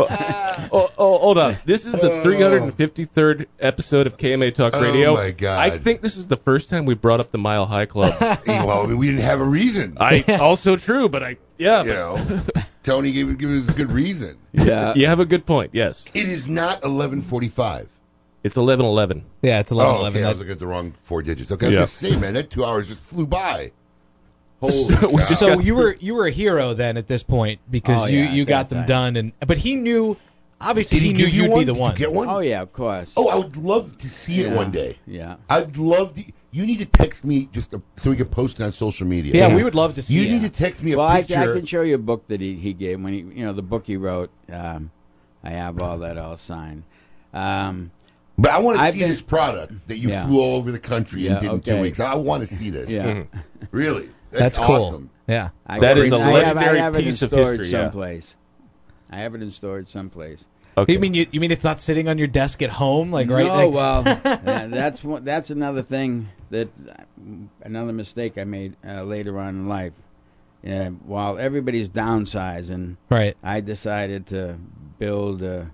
[SPEAKER 3] oh, oh, hold on. This is the 353rd episode of KMA Talk
[SPEAKER 4] Oh,
[SPEAKER 3] Radio.
[SPEAKER 4] my God.
[SPEAKER 3] I think this is the first time we brought up the Mile High Club.
[SPEAKER 4] well, I mean, we didn't have a reason.
[SPEAKER 3] I also true, but I yeah.
[SPEAKER 4] You know, Tony gave give us a good reason.
[SPEAKER 3] Yeah. you have a good point. Yes.
[SPEAKER 4] It is not eleven forty five.
[SPEAKER 3] It's 1111.
[SPEAKER 5] Yeah, it's
[SPEAKER 4] oh, okay. I was looking at the wrong four digits. Okay, I was
[SPEAKER 3] Yeah.
[SPEAKER 4] gonna say, man, that two hours just flew by. Holy
[SPEAKER 5] so,
[SPEAKER 4] cow.
[SPEAKER 5] so you were you were a hero then at this point because
[SPEAKER 7] Oh,
[SPEAKER 5] you
[SPEAKER 7] yeah,
[SPEAKER 5] you got
[SPEAKER 7] thank
[SPEAKER 5] them
[SPEAKER 7] God.
[SPEAKER 5] done and but he knew obviously
[SPEAKER 4] Did he
[SPEAKER 5] knew
[SPEAKER 4] give you
[SPEAKER 5] would be
[SPEAKER 4] one?
[SPEAKER 5] the
[SPEAKER 4] Did you
[SPEAKER 5] one.
[SPEAKER 4] get one?
[SPEAKER 7] Oh yeah, of course.
[SPEAKER 4] Oh, I would love to see it
[SPEAKER 7] Yeah,
[SPEAKER 4] one day.
[SPEAKER 7] Yeah.
[SPEAKER 4] I'd love to. You need to text me just a, so we can post it on social media.
[SPEAKER 5] Yeah, we would love to see
[SPEAKER 4] You
[SPEAKER 5] it.
[SPEAKER 4] need to text me a
[SPEAKER 7] well, I, I
[SPEAKER 4] picture.
[SPEAKER 7] can show you a book that he, he gave when he you know the book he wrote. Um, I have all that all signed. Um,
[SPEAKER 4] But I want to
[SPEAKER 7] I've
[SPEAKER 4] see
[SPEAKER 7] been-
[SPEAKER 4] this product that you
[SPEAKER 7] Yeah.
[SPEAKER 4] flew all over the country
[SPEAKER 7] Yeah,
[SPEAKER 4] and did in two
[SPEAKER 7] okay.
[SPEAKER 4] weeks. I want to see this.
[SPEAKER 7] Yeah. Mhm.
[SPEAKER 4] Really? That's, awesome.
[SPEAKER 5] Yeah.
[SPEAKER 7] I
[SPEAKER 3] That is a
[SPEAKER 7] I have- I
[SPEAKER 3] legendary
[SPEAKER 7] have it in
[SPEAKER 3] piece of
[SPEAKER 7] storage
[SPEAKER 3] history, yeah.
[SPEAKER 7] Someplace. I have it in storage someplace.
[SPEAKER 5] You mean you, you mean it's not sitting on your desk at home like right?
[SPEAKER 7] No,
[SPEAKER 5] like-
[SPEAKER 7] well, yeah, that's one, that's another thing that another mistake I made uh, later on in life. Yeah, while everybody's downsizing,
[SPEAKER 5] Right.
[SPEAKER 7] I decided to build a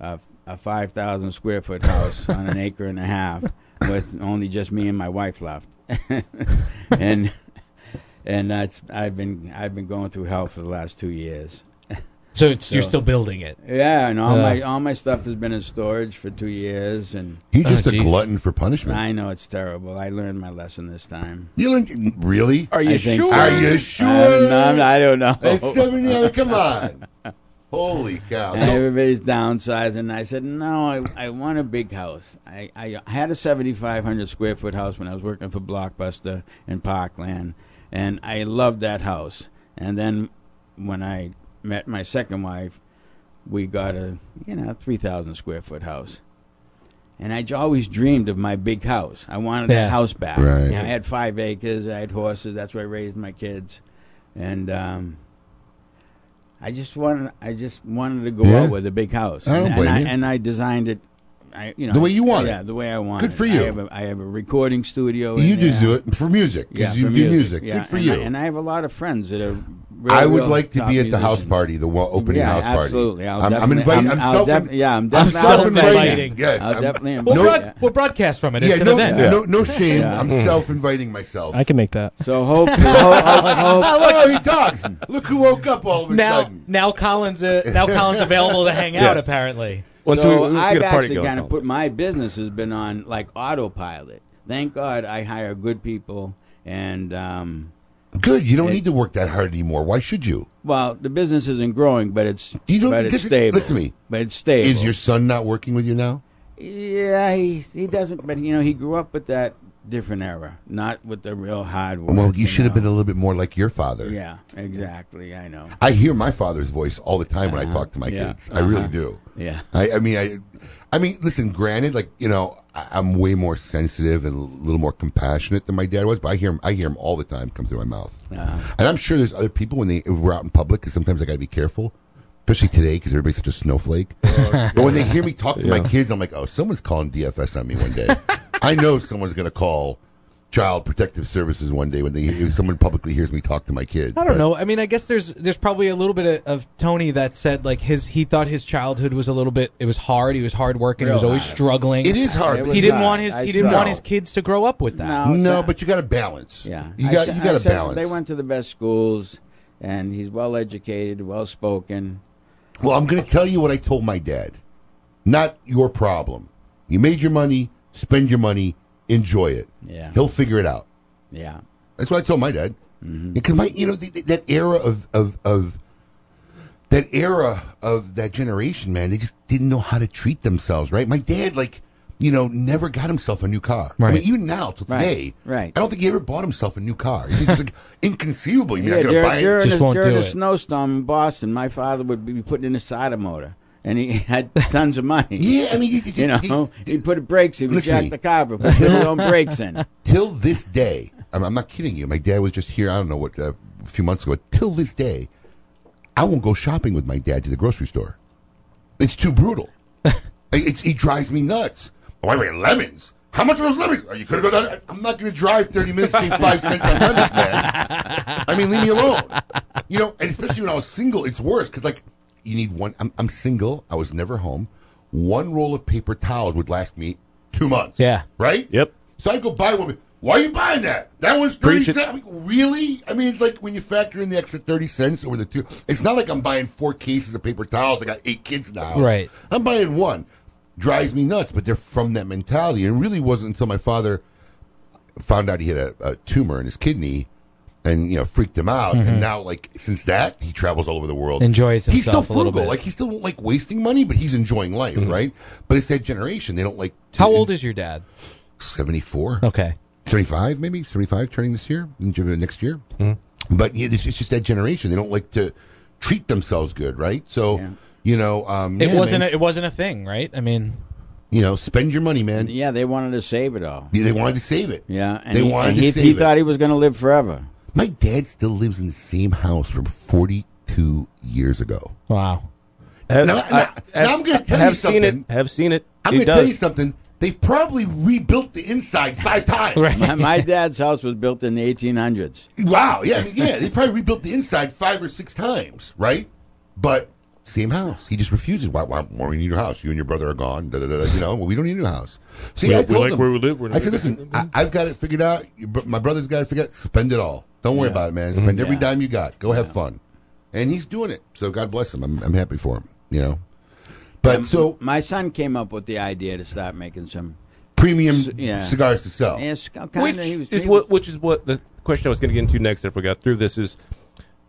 [SPEAKER 7] a, a five thousand square foot house on an acre and a half with only just me and my wife left, and and that's I've been I've been going through hell for the last two years.
[SPEAKER 5] So it's you're still building it.
[SPEAKER 7] Yeah, and all
[SPEAKER 5] Uh,
[SPEAKER 7] my all my stuff has been in storage for two years, and
[SPEAKER 4] He's just a glutton for punishment.
[SPEAKER 7] I know it's terrible. I learned my lesson this time.
[SPEAKER 4] You learned, really?
[SPEAKER 7] I think so.
[SPEAKER 4] Are you
[SPEAKER 7] I'm
[SPEAKER 4] sure?
[SPEAKER 7] not- I don't know.
[SPEAKER 4] It's seven years. Come on. Holy cow!
[SPEAKER 7] And everybody's downsizing. And I said, no, I, I want a big house. I, I had a 7,500 square foot house when I was working for Blockbuster in Parkland, and I loved that house. And then when I met my second wife, we got a you know 3,000 square foot house. And I j- always dreamed of my big house. I wanted
[SPEAKER 10] Yeah.
[SPEAKER 7] that house back.
[SPEAKER 10] Right.
[SPEAKER 7] I had five acres. I had horses. That's where I raised my kids, and um, I just wanted. I just wanted to go
[SPEAKER 4] Yeah.
[SPEAKER 7] out with a big house.
[SPEAKER 4] I don't
[SPEAKER 7] and,
[SPEAKER 4] blame
[SPEAKER 7] I,
[SPEAKER 4] you.
[SPEAKER 7] and I designed it. I, you know,
[SPEAKER 4] The way you want
[SPEAKER 7] yeah,
[SPEAKER 4] it.
[SPEAKER 7] the way I want
[SPEAKER 4] Good
[SPEAKER 7] it.
[SPEAKER 4] for
[SPEAKER 7] I
[SPEAKER 4] you.
[SPEAKER 7] have a, I have a recording studio.
[SPEAKER 4] You
[SPEAKER 7] in
[SPEAKER 4] just
[SPEAKER 7] there.
[SPEAKER 4] do it for music, 'cause
[SPEAKER 7] Oh, Yeah,
[SPEAKER 4] you
[SPEAKER 7] for
[SPEAKER 4] do
[SPEAKER 7] music.
[SPEAKER 4] music.
[SPEAKER 7] Yeah,
[SPEAKER 4] Good for
[SPEAKER 7] and
[SPEAKER 4] you.
[SPEAKER 7] I, and I have a lot of friends that are. Real,
[SPEAKER 4] I would
[SPEAKER 7] real
[SPEAKER 4] like to
[SPEAKER 7] top
[SPEAKER 4] be at the house
[SPEAKER 7] musicians.
[SPEAKER 4] party, the wa- opening
[SPEAKER 7] yeah,
[SPEAKER 4] house party.
[SPEAKER 7] Absolutely, I'll
[SPEAKER 4] I'm, I'm
[SPEAKER 7] definitely-
[SPEAKER 4] inviting. I'm,
[SPEAKER 7] I'll
[SPEAKER 4] self.
[SPEAKER 7] def- yeah, I'm
[SPEAKER 4] I'm
[SPEAKER 7] definitely
[SPEAKER 4] self-inviting. Yes,
[SPEAKER 7] I'll
[SPEAKER 4] I'm-
[SPEAKER 7] definitely.
[SPEAKER 4] no-
[SPEAKER 7] invite- yeah.
[SPEAKER 5] we'll broadcast from it.
[SPEAKER 4] Yeah,
[SPEAKER 5] It's an
[SPEAKER 4] no,
[SPEAKER 5] event.
[SPEAKER 4] no, no shame.
[SPEAKER 7] Yeah.
[SPEAKER 4] I'm self-inviting myself.
[SPEAKER 8] I can make that.
[SPEAKER 7] So hope, hope, hope, hope.
[SPEAKER 4] I like how he talks. Look who woke up all of a
[SPEAKER 5] now,
[SPEAKER 4] sudden.
[SPEAKER 5] now Colin's uh, now Colin's available to hang out.
[SPEAKER 7] Yes.
[SPEAKER 5] Apparently,
[SPEAKER 7] so I've actually kind of put my business has been on like autopilot. Thank God I hire good people, and um,
[SPEAKER 4] Good. You don't
[SPEAKER 7] It-
[SPEAKER 4] need to work that hard anymore. Why should you?
[SPEAKER 7] well, the business isn't growing, but it's
[SPEAKER 4] You don't.
[SPEAKER 7] but it's
[SPEAKER 4] listen-
[SPEAKER 7] stable.
[SPEAKER 4] Listen to me.
[SPEAKER 7] but it's stable.
[SPEAKER 4] Is your son not working with you now?
[SPEAKER 7] yeah, he, he doesn't. But you know, he grew up with that different era, not with the real hard work.
[SPEAKER 4] Well, you should have been a little bit more like your father.
[SPEAKER 7] Yeah, exactly. I know.
[SPEAKER 4] I hear my father's voice all the time when I
[SPEAKER 7] Uh-huh.
[SPEAKER 4] talk to my
[SPEAKER 7] Yeah.
[SPEAKER 4] kids. I really
[SPEAKER 7] Uh-huh.
[SPEAKER 4] do.
[SPEAKER 7] Yeah.
[SPEAKER 4] I, I mean, I, I mean, listen. Granted, like you know, I, I'm way more sensitive and a little more compassionate than my dad was. But I hear him. I hear him all the time come through my mouth.
[SPEAKER 7] Uh-huh.
[SPEAKER 4] And I'm sure there's other people when they if we're out in public because sometimes I got to be careful, especially today because everybody's such a snowflake. but when they hear me talk to my
[SPEAKER 12] Yeah.
[SPEAKER 4] kids, I'm like, oh, someone's calling DFS on me one day. I know someone's going to call Child Protective Services one day when they if someone publicly hears me talk to my kids.
[SPEAKER 5] I
[SPEAKER 4] But-
[SPEAKER 5] don't know. I mean, I guess there's there's probably a little bit of, of Tony that said like his he thought his childhood was a little bit it was hard. He was hard working. He
[SPEAKER 4] Real
[SPEAKER 5] was always
[SPEAKER 4] hard.
[SPEAKER 5] struggling.
[SPEAKER 4] It is hard. It was
[SPEAKER 5] he didn't
[SPEAKER 4] hard.
[SPEAKER 5] want his
[SPEAKER 4] I
[SPEAKER 5] he didn't
[SPEAKER 4] struggled.
[SPEAKER 5] want his kids to grow up with that.
[SPEAKER 7] No,
[SPEAKER 4] No,
[SPEAKER 7] so-
[SPEAKER 4] but you got to balance.
[SPEAKER 7] Yeah,
[SPEAKER 4] you
[SPEAKER 7] I
[SPEAKER 4] got
[SPEAKER 7] said-
[SPEAKER 4] you got
[SPEAKER 7] I
[SPEAKER 4] to
[SPEAKER 7] said
[SPEAKER 4] balance.
[SPEAKER 7] They went to the best schools, and he's well educated, well spoken.
[SPEAKER 4] Well, I'm going to tell you what I told my dad. Not your problem. You made your money, spend your money, enjoy it.
[SPEAKER 7] Yeah.
[SPEAKER 4] He'll figure it out.
[SPEAKER 7] Yeah,
[SPEAKER 4] That's what I told my dad.
[SPEAKER 7] Mm-hmm.
[SPEAKER 4] Because my, you know, th th- that era of, of of that era of that generation, man, they just didn't know how to treat themselves, right? My dad, like, you know, never got himself a new car. I mean,
[SPEAKER 5] Right.
[SPEAKER 4] even now till
[SPEAKER 7] Right,
[SPEAKER 4] today,
[SPEAKER 7] right.
[SPEAKER 4] I don't think he ever bought himself a new car. It's just like inconceivable. You're not
[SPEAKER 7] Yeah,
[SPEAKER 4] gonna
[SPEAKER 7] during,
[SPEAKER 4] buy it.
[SPEAKER 7] during a, during a snowstorm in Boston, my father would be putting in a solder motor, and he had tons of money.
[SPEAKER 4] Yeah, I mean, you,
[SPEAKER 7] you know, he put brakes. He would
[SPEAKER 4] Listen to
[SPEAKER 7] jack
[SPEAKER 4] me.
[SPEAKER 7] the carpet, put his own brakes in.
[SPEAKER 4] Till this day, I'm, I'm not kidding you. My dad was just here. I don't know what uh, a few months ago. Till this day, I won't go shopping with my dad to the grocery store. It's too brutal. it's, it drives me nuts. Oh, I mean, lemons. How much are those lemons? Oh, you could have gone. down- I'm not going to drive 30 minutes to get five cents on lemons, man. I mean, leave me alone. You know, and especially when I was single, it's worse because like you need one. I'm, I'm single. I was never home. One roll of paper towels would last me two months.
[SPEAKER 5] Yeah.
[SPEAKER 4] Right? Yep. So I'd go buy one. Why are you buying that? That one's
[SPEAKER 12] Preach
[SPEAKER 4] 30
[SPEAKER 12] it.
[SPEAKER 4] cents. I mean, really? I mean, it's like when you factor in the extra 30 cents over the two. It's not like I'm buying four cases of paper towels. I got eight kids in the house.
[SPEAKER 5] Right.
[SPEAKER 4] I'm buying one. Drives me nuts, but they're from that mentality. And it really wasn't until my father found out he had a, a tumor in his kidney and, you know, freaked him out.
[SPEAKER 5] Mhm.
[SPEAKER 4] And now, like, since that, he travels all over the world.
[SPEAKER 5] Enjoys
[SPEAKER 4] He's still
[SPEAKER 5] himself a little
[SPEAKER 4] frugal.
[SPEAKER 5] bit. Mm-hmm.
[SPEAKER 4] Like, he's still, like, wasting money, but he's enjoying life, right? But it's that generation. They don't like.
[SPEAKER 5] How old is your dad?
[SPEAKER 4] 74.
[SPEAKER 5] Okay.
[SPEAKER 4] 75 maybe 75 turning this year in June- next year
[SPEAKER 5] Mm-hmm.
[SPEAKER 4] but yeah, this, it's just that generation they don't like to treat themselves good right so you know um,
[SPEAKER 5] It
[SPEAKER 4] yeah,
[SPEAKER 5] wasn't
[SPEAKER 4] man,
[SPEAKER 5] a, it wasn't a thing, right? I mean,
[SPEAKER 4] you know spend your money man
[SPEAKER 7] Yeah, they wanted to save it all.
[SPEAKER 4] Yeah, they wanted to save it
[SPEAKER 7] Yeah, and
[SPEAKER 4] they
[SPEAKER 7] he,
[SPEAKER 4] wanted
[SPEAKER 7] and
[SPEAKER 4] to
[SPEAKER 7] he,
[SPEAKER 4] save
[SPEAKER 7] he
[SPEAKER 4] it
[SPEAKER 7] thought he was going to live forever.
[SPEAKER 4] my dad still lives in the same house from 42 years ago
[SPEAKER 5] wow
[SPEAKER 4] now,
[SPEAKER 3] Have-
[SPEAKER 4] now,
[SPEAKER 3] I-
[SPEAKER 4] now i'm going to tell you
[SPEAKER 3] have
[SPEAKER 4] something
[SPEAKER 3] seen it. Have seen it.
[SPEAKER 4] i'm
[SPEAKER 3] He
[SPEAKER 4] going to tell
[SPEAKER 3] does.
[SPEAKER 4] you something they've probably rebuilt the inside five times
[SPEAKER 7] My, my dad's house was built in the 1800s.
[SPEAKER 4] Wow. Yeah. I mean, yeah. They probably rebuilt the inside five or six times, right? But same house. He just refuses. Why? Why? Why we need your house? You and your brother are gone. Da, da, da, da, you know, well, we don't need a new house. See,
[SPEAKER 3] We-
[SPEAKER 4] I
[SPEAKER 3] we
[SPEAKER 4] told
[SPEAKER 3] like
[SPEAKER 4] him,
[SPEAKER 3] where we live. We're
[SPEAKER 4] I
[SPEAKER 3] not
[SPEAKER 4] said,
[SPEAKER 3] gonna-
[SPEAKER 4] listen, I, I've got it figured out. Your, bro- my brother's got it figured out. Spend it all. Don't worry about it, man. Spend every dime you got. Go have fun. And he's doing it. So God bless him. I'm, I'm happy for him. You know. But
[SPEAKER 7] Um,
[SPEAKER 4] so
[SPEAKER 7] my son came up with the idea to start making some
[SPEAKER 4] premium
[SPEAKER 7] c- yeah.
[SPEAKER 4] cigars to sell.
[SPEAKER 7] Yeah, sc- kinda,
[SPEAKER 3] Which
[SPEAKER 7] he was,
[SPEAKER 3] is
[SPEAKER 7] he
[SPEAKER 3] what? Which is what the question I was going to get into next. If we got through this, is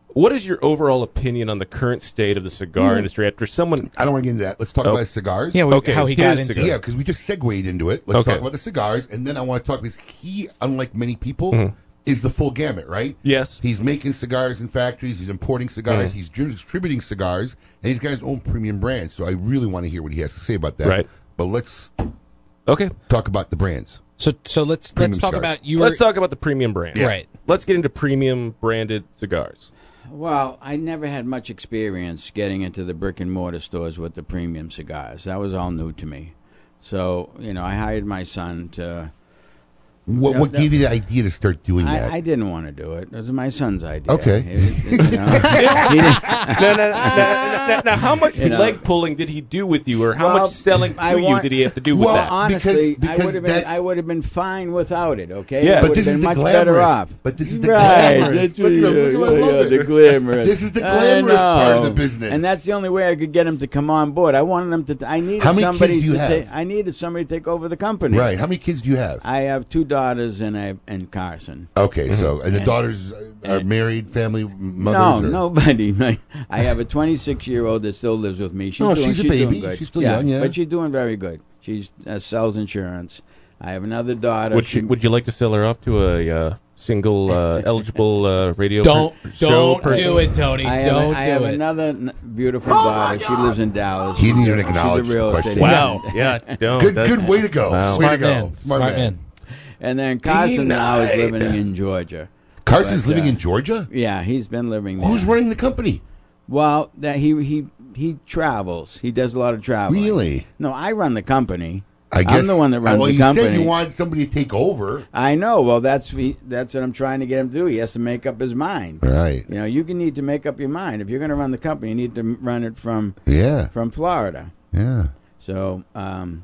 [SPEAKER 3] What is your overall opinion on the current state of the cigar
[SPEAKER 4] Mm.
[SPEAKER 3] industry after someone?
[SPEAKER 4] I don't want to get into that.
[SPEAKER 3] Oh.
[SPEAKER 4] Let's talk about cigars.
[SPEAKER 3] okay, his cigar.
[SPEAKER 4] Yeah, because we just segued into it. Let's
[SPEAKER 3] Okay.
[SPEAKER 4] talk about the cigars, and then I want to talk because he, unlike many people,
[SPEAKER 3] Mhm.
[SPEAKER 4] is the full gamut, right?
[SPEAKER 3] Yes.
[SPEAKER 4] He's making cigars in factories. He's importing cigars.
[SPEAKER 3] Mhm.
[SPEAKER 4] He's distributing cigars, and he's got his own premium brand. So I really want to hear what he has to say about that.
[SPEAKER 3] Right.
[SPEAKER 4] But let's
[SPEAKER 3] okay
[SPEAKER 4] talk about the brands.
[SPEAKER 5] So so let's
[SPEAKER 4] Premium
[SPEAKER 5] let's talk
[SPEAKER 4] cigars.
[SPEAKER 5] about you.
[SPEAKER 3] Let's
[SPEAKER 5] were-
[SPEAKER 3] talk about the premium brand.
[SPEAKER 5] Yeah. Right.
[SPEAKER 3] Let's get into premium branded cigars.
[SPEAKER 7] Well, I never had much experience getting into the brick and mortar stores with the premium cigars. That was all new to me. So, you know, I hired my son to.
[SPEAKER 4] What,
[SPEAKER 7] No,
[SPEAKER 4] what
[SPEAKER 7] no.
[SPEAKER 4] gave you the idea to start doing
[SPEAKER 7] I,
[SPEAKER 4] that?
[SPEAKER 7] I didn't want to do it. It was my son's idea.
[SPEAKER 4] Okay.
[SPEAKER 7] It was- it- you know, he
[SPEAKER 3] no,
[SPEAKER 7] didn't-
[SPEAKER 3] no, no, no, no, no, no. How much
[SPEAKER 7] You know.
[SPEAKER 3] leg pulling did he do with you, or how
[SPEAKER 7] Well,
[SPEAKER 3] much selling to
[SPEAKER 7] I
[SPEAKER 3] you
[SPEAKER 7] want-
[SPEAKER 3] did he have to do with
[SPEAKER 7] well,
[SPEAKER 3] that?
[SPEAKER 4] Because-
[SPEAKER 7] honestly, I
[SPEAKER 4] because
[SPEAKER 7] would have been
[SPEAKER 4] that's-
[SPEAKER 7] I would have been fine without it. Okay,
[SPEAKER 4] Yeah. But
[SPEAKER 7] I would've
[SPEAKER 4] this is
[SPEAKER 7] been
[SPEAKER 4] the
[SPEAKER 7] much
[SPEAKER 4] glamorous-
[SPEAKER 7] better off.
[SPEAKER 4] but this is the
[SPEAKER 7] right.
[SPEAKER 4] glamorous.
[SPEAKER 7] that's
[SPEAKER 4] Look at
[SPEAKER 7] what-
[SPEAKER 4] him, look at him, I
[SPEAKER 7] yeah,
[SPEAKER 4] love
[SPEAKER 7] the
[SPEAKER 4] it.
[SPEAKER 7] glamorous.
[SPEAKER 4] This is the
[SPEAKER 7] I
[SPEAKER 4] glamorous part of the
[SPEAKER 7] know.
[SPEAKER 4] business.
[SPEAKER 7] and that's the only way I could get him to come on board. I wanted him to. I needed
[SPEAKER 4] How many kids
[SPEAKER 7] somebody
[SPEAKER 4] do you
[SPEAKER 7] to
[SPEAKER 4] have?
[SPEAKER 7] take. I needed somebody to take over the company.
[SPEAKER 4] Right. How many kids do you have?
[SPEAKER 7] I have two daughters and I and Carson.
[SPEAKER 4] Okay, so and the
[SPEAKER 7] And-
[SPEAKER 4] daughters are married, family m- mothers.
[SPEAKER 7] Mm-hmm. no,
[SPEAKER 4] or-
[SPEAKER 7] nobody. My- I have a 26 year old that still lives with me. She's
[SPEAKER 4] No,
[SPEAKER 7] doing,
[SPEAKER 4] she's a
[SPEAKER 7] doing
[SPEAKER 4] baby.
[SPEAKER 7] good.
[SPEAKER 4] She's still young, yeah.
[SPEAKER 7] but she's doing very good. She uh, sells insurance. I have another daughter.
[SPEAKER 3] Would you
[SPEAKER 7] She-
[SPEAKER 3] Would you like to sell her off to a uh, single uh, eligible uh, radio?
[SPEAKER 5] Don't-
[SPEAKER 3] per- show
[SPEAKER 5] don't
[SPEAKER 3] person?
[SPEAKER 5] do it, Tony.
[SPEAKER 7] I have,
[SPEAKER 5] Don't
[SPEAKER 7] I
[SPEAKER 5] do
[SPEAKER 7] have
[SPEAKER 5] it.
[SPEAKER 7] another n- beautiful daughter. She lives in Dallas.
[SPEAKER 4] He didn't even
[SPEAKER 7] She's a
[SPEAKER 4] acknowledge the
[SPEAKER 7] real
[SPEAKER 4] question.
[SPEAKER 7] estate
[SPEAKER 4] Wow.
[SPEAKER 7] agent.
[SPEAKER 4] Yeah, don't. Good- That's- good way to go. Wow. Way to go. Smart man.
[SPEAKER 7] And then Carson now is
[SPEAKER 4] Denied.
[SPEAKER 7] living in Georgia. uh,
[SPEAKER 4] Carson's living in Georgia?
[SPEAKER 7] Yeah, he's been living there.
[SPEAKER 4] Who's running the company?
[SPEAKER 7] Well, that he he he travels. He does a lot of traveling.
[SPEAKER 4] Really?
[SPEAKER 7] No, I run the company.
[SPEAKER 4] I guess
[SPEAKER 7] I'm the one that runs
[SPEAKER 4] well,
[SPEAKER 7] the
[SPEAKER 4] you
[SPEAKER 7] company.
[SPEAKER 4] said you wanted somebody to take over.
[SPEAKER 7] I know. Well, that's he- that's what I'm trying to get him to do. He has to make up his mind.
[SPEAKER 4] Right.
[SPEAKER 7] You know, you can need to make up your mind. If you're going to run the company, you need to m- run it from
[SPEAKER 4] Yeah.
[SPEAKER 7] from Florida.
[SPEAKER 4] Yeah.
[SPEAKER 7] So, um,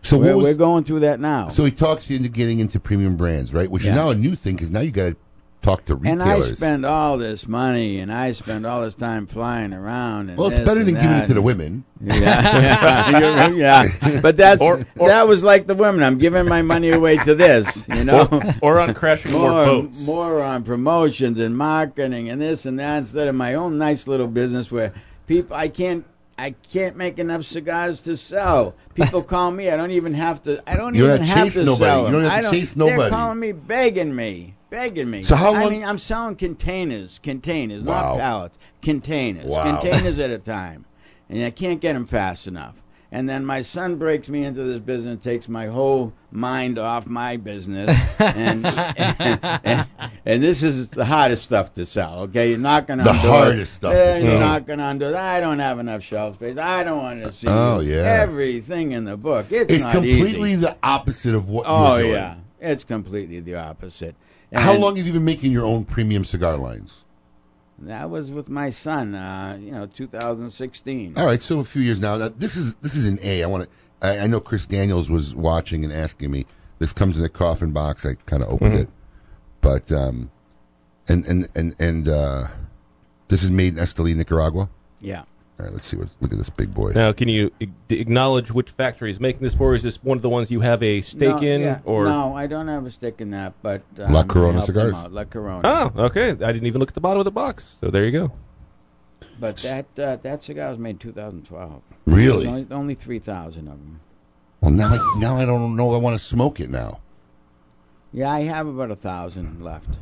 [SPEAKER 4] So what
[SPEAKER 7] we're,
[SPEAKER 4] was-
[SPEAKER 7] we're going through that now.
[SPEAKER 4] So he talks you into getting into premium brands, right? Which
[SPEAKER 7] Yeah.
[SPEAKER 4] is now a new thing because now you got to talk to
[SPEAKER 7] and I
[SPEAKER 4] retailers.
[SPEAKER 7] spend all this money, and I spend all this time flying around. And
[SPEAKER 4] Well, it's
[SPEAKER 7] this
[SPEAKER 4] better
[SPEAKER 7] and
[SPEAKER 4] than giving it
[SPEAKER 7] that.
[SPEAKER 4] to the women.
[SPEAKER 7] Yeah, yeah. But that's that was like the women. I'm giving my money away to this, you know,
[SPEAKER 3] Or- or on crashing more boats.
[SPEAKER 7] more on promotions and marketing and this and that instead of my own nice little business where people I can't. I can't make enough cigars to sell. People call me. I don't even have to. I don't
[SPEAKER 4] You don't
[SPEAKER 7] even
[SPEAKER 4] have to
[SPEAKER 7] have
[SPEAKER 4] chase
[SPEAKER 7] to
[SPEAKER 4] nobody.
[SPEAKER 7] sell
[SPEAKER 4] You
[SPEAKER 7] them.
[SPEAKER 4] don't have
[SPEAKER 7] I
[SPEAKER 4] to chase
[SPEAKER 7] They're
[SPEAKER 4] nobody.
[SPEAKER 7] calling me, begging me, begging me.
[SPEAKER 4] So how
[SPEAKER 7] I
[SPEAKER 4] long-
[SPEAKER 7] mean, I'm selling containers, containers,
[SPEAKER 4] Wow.
[SPEAKER 7] not pallets, containers,
[SPEAKER 4] Wow.
[SPEAKER 7] containers at a time and I can't get him fast enough. And then my son breaks me into this business, takes my whole mind off my business, and and, this is the hardest stuff to sell. Okay, you're knocking on
[SPEAKER 4] The
[SPEAKER 7] doors.
[SPEAKER 4] hardest stuff to
[SPEAKER 7] Yeah, you're
[SPEAKER 4] sell.
[SPEAKER 7] knocking on doors. I don't have enough shelf space. I don't want to see.
[SPEAKER 4] Oh,
[SPEAKER 7] you.
[SPEAKER 4] yeah.
[SPEAKER 7] everything in the book. It's,
[SPEAKER 4] It's
[SPEAKER 7] not
[SPEAKER 4] completely
[SPEAKER 7] easy.
[SPEAKER 4] the opposite of what
[SPEAKER 7] Oh
[SPEAKER 4] you were doing.
[SPEAKER 7] yeah, it's completely the opposite.
[SPEAKER 4] How
[SPEAKER 7] And-
[SPEAKER 4] long have you been making your own premium cigar lines?
[SPEAKER 7] That was with my son. Uh, you know, 2016.
[SPEAKER 4] All right, so a few years now. Now, This is this is an A. I want to. I, I know Chris Daniels was watching and asking me. This comes in the coffin box. I kind of opened
[SPEAKER 7] Mm-hmm.
[SPEAKER 10] Mhm.
[SPEAKER 4] it, but um, and and and and uh, this is made in Esteli, Nicaragua.
[SPEAKER 7] Yeah.
[SPEAKER 4] All right, let's see what. Look at this big boy.
[SPEAKER 3] Now, can you ag- acknowledge which factory is making this for? Is this one of the ones you have a stake
[SPEAKER 7] no,
[SPEAKER 3] in,
[SPEAKER 7] yeah.
[SPEAKER 3] or
[SPEAKER 7] no? I don't have a stick in that, but um,
[SPEAKER 4] La Corona
[SPEAKER 7] help them
[SPEAKER 4] cigars?
[SPEAKER 7] out. La Corona.
[SPEAKER 3] Oh, okay. I didn't even look at the bottom of the box. So there you go.
[SPEAKER 7] But that uh, that cigar was made 2012.
[SPEAKER 4] Really?
[SPEAKER 7] Only, only 3,000 of them.
[SPEAKER 4] Well, now I, now I don't know. I want to smoke it now.
[SPEAKER 7] Yeah, I have about a thousand left.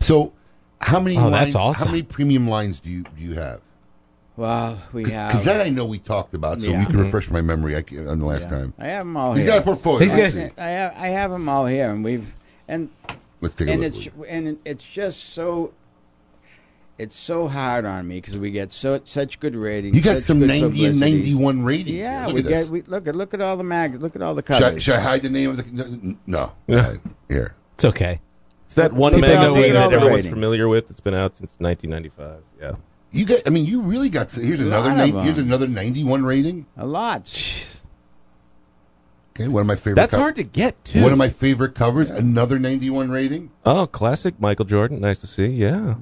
[SPEAKER 4] So, how many?
[SPEAKER 7] Oh,
[SPEAKER 4] lines,
[SPEAKER 7] that's awesome.
[SPEAKER 4] How many premium lines do you do you have?
[SPEAKER 7] Well, we have
[SPEAKER 4] Because that I know we talked about, so
[SPEAKER 7] Yeah. Mm-hmm.
[SPEAKER 4] you can refresh my memory. I can, on the last time.
[SPEAKER 7] I have them all
[SPEAKER 4] He's
[SPEAKER 7] here.
[SPEAKER 4] got a portfolio.
[SPEAKER 7] I,
[SPEAKER 4] Let's see.
[SPEAKER 7] I have I have them all here, and we've and
[SPEAKER 4] Let's take a
[SPEAKER 7] and
[SPEAKER 4] look.
[SPEAKER 7] it's and it's just so. It's so hard on me because we get so such good ratings.
[SPEAKER 4] You got
[SPEAKER 7] such
[SPEAKER 4] some
[SPEAKER 7] good
[SPEAKER 4] 90 and
[SPEAKER 7] publicity.
[SPEAKER 4] 91 ratings here.
[SPEAKER 7] Yeah,
[SPEAKER 4] Look
[SPEAKER 7] we
[SPEAKER 4] at
[SPEAKER 7] get
[SPEAKER 4] this.
[SPEAKER 7] we look at look at all the mag look at all the
[SPEAKER 4] Should I,
[SPEAKER 7] covers.
[SPEAKER 4] should I hide the name of the? No. Uh, Here.
[SPEAKER 5] It's okay.
[SPEAKER 3] It's that one
[SPEAKER 4] People
[SPEAKER 3] mega
[SPEAKER 4] don't see
[SPEAKER 3] win
[SPEAKER 4] all
[SPEAKER 3] that
[SPEAKER 4] the
[SPEAKER 3] everyone's
[SPEAKER 4] ratings.
[SPEAKER 3] familiar with. It's been out since 1995. Yeah.
[SPEAKER 4] You get. I mean, you really got. s- Here's
[SPEAKER 7] A
[SPEAKER 4] another.
[SPEAKER 7] lot of
[SPEAKER 4] Ni- here's
[SPEAKER 7] them.
[SPEAKER 4] another 91 rating.
[SPEAKER 7] A lot.
[SPEAKER 4] Okay, one of my favorite.
[SPEAKER 3] That's hard to get, too.
[SPEAKER 4] One of my favorite covers. Another 91 rating.
[SPEAKER 3] Oh, classic Michael Jordan. Nice to see. Yeah.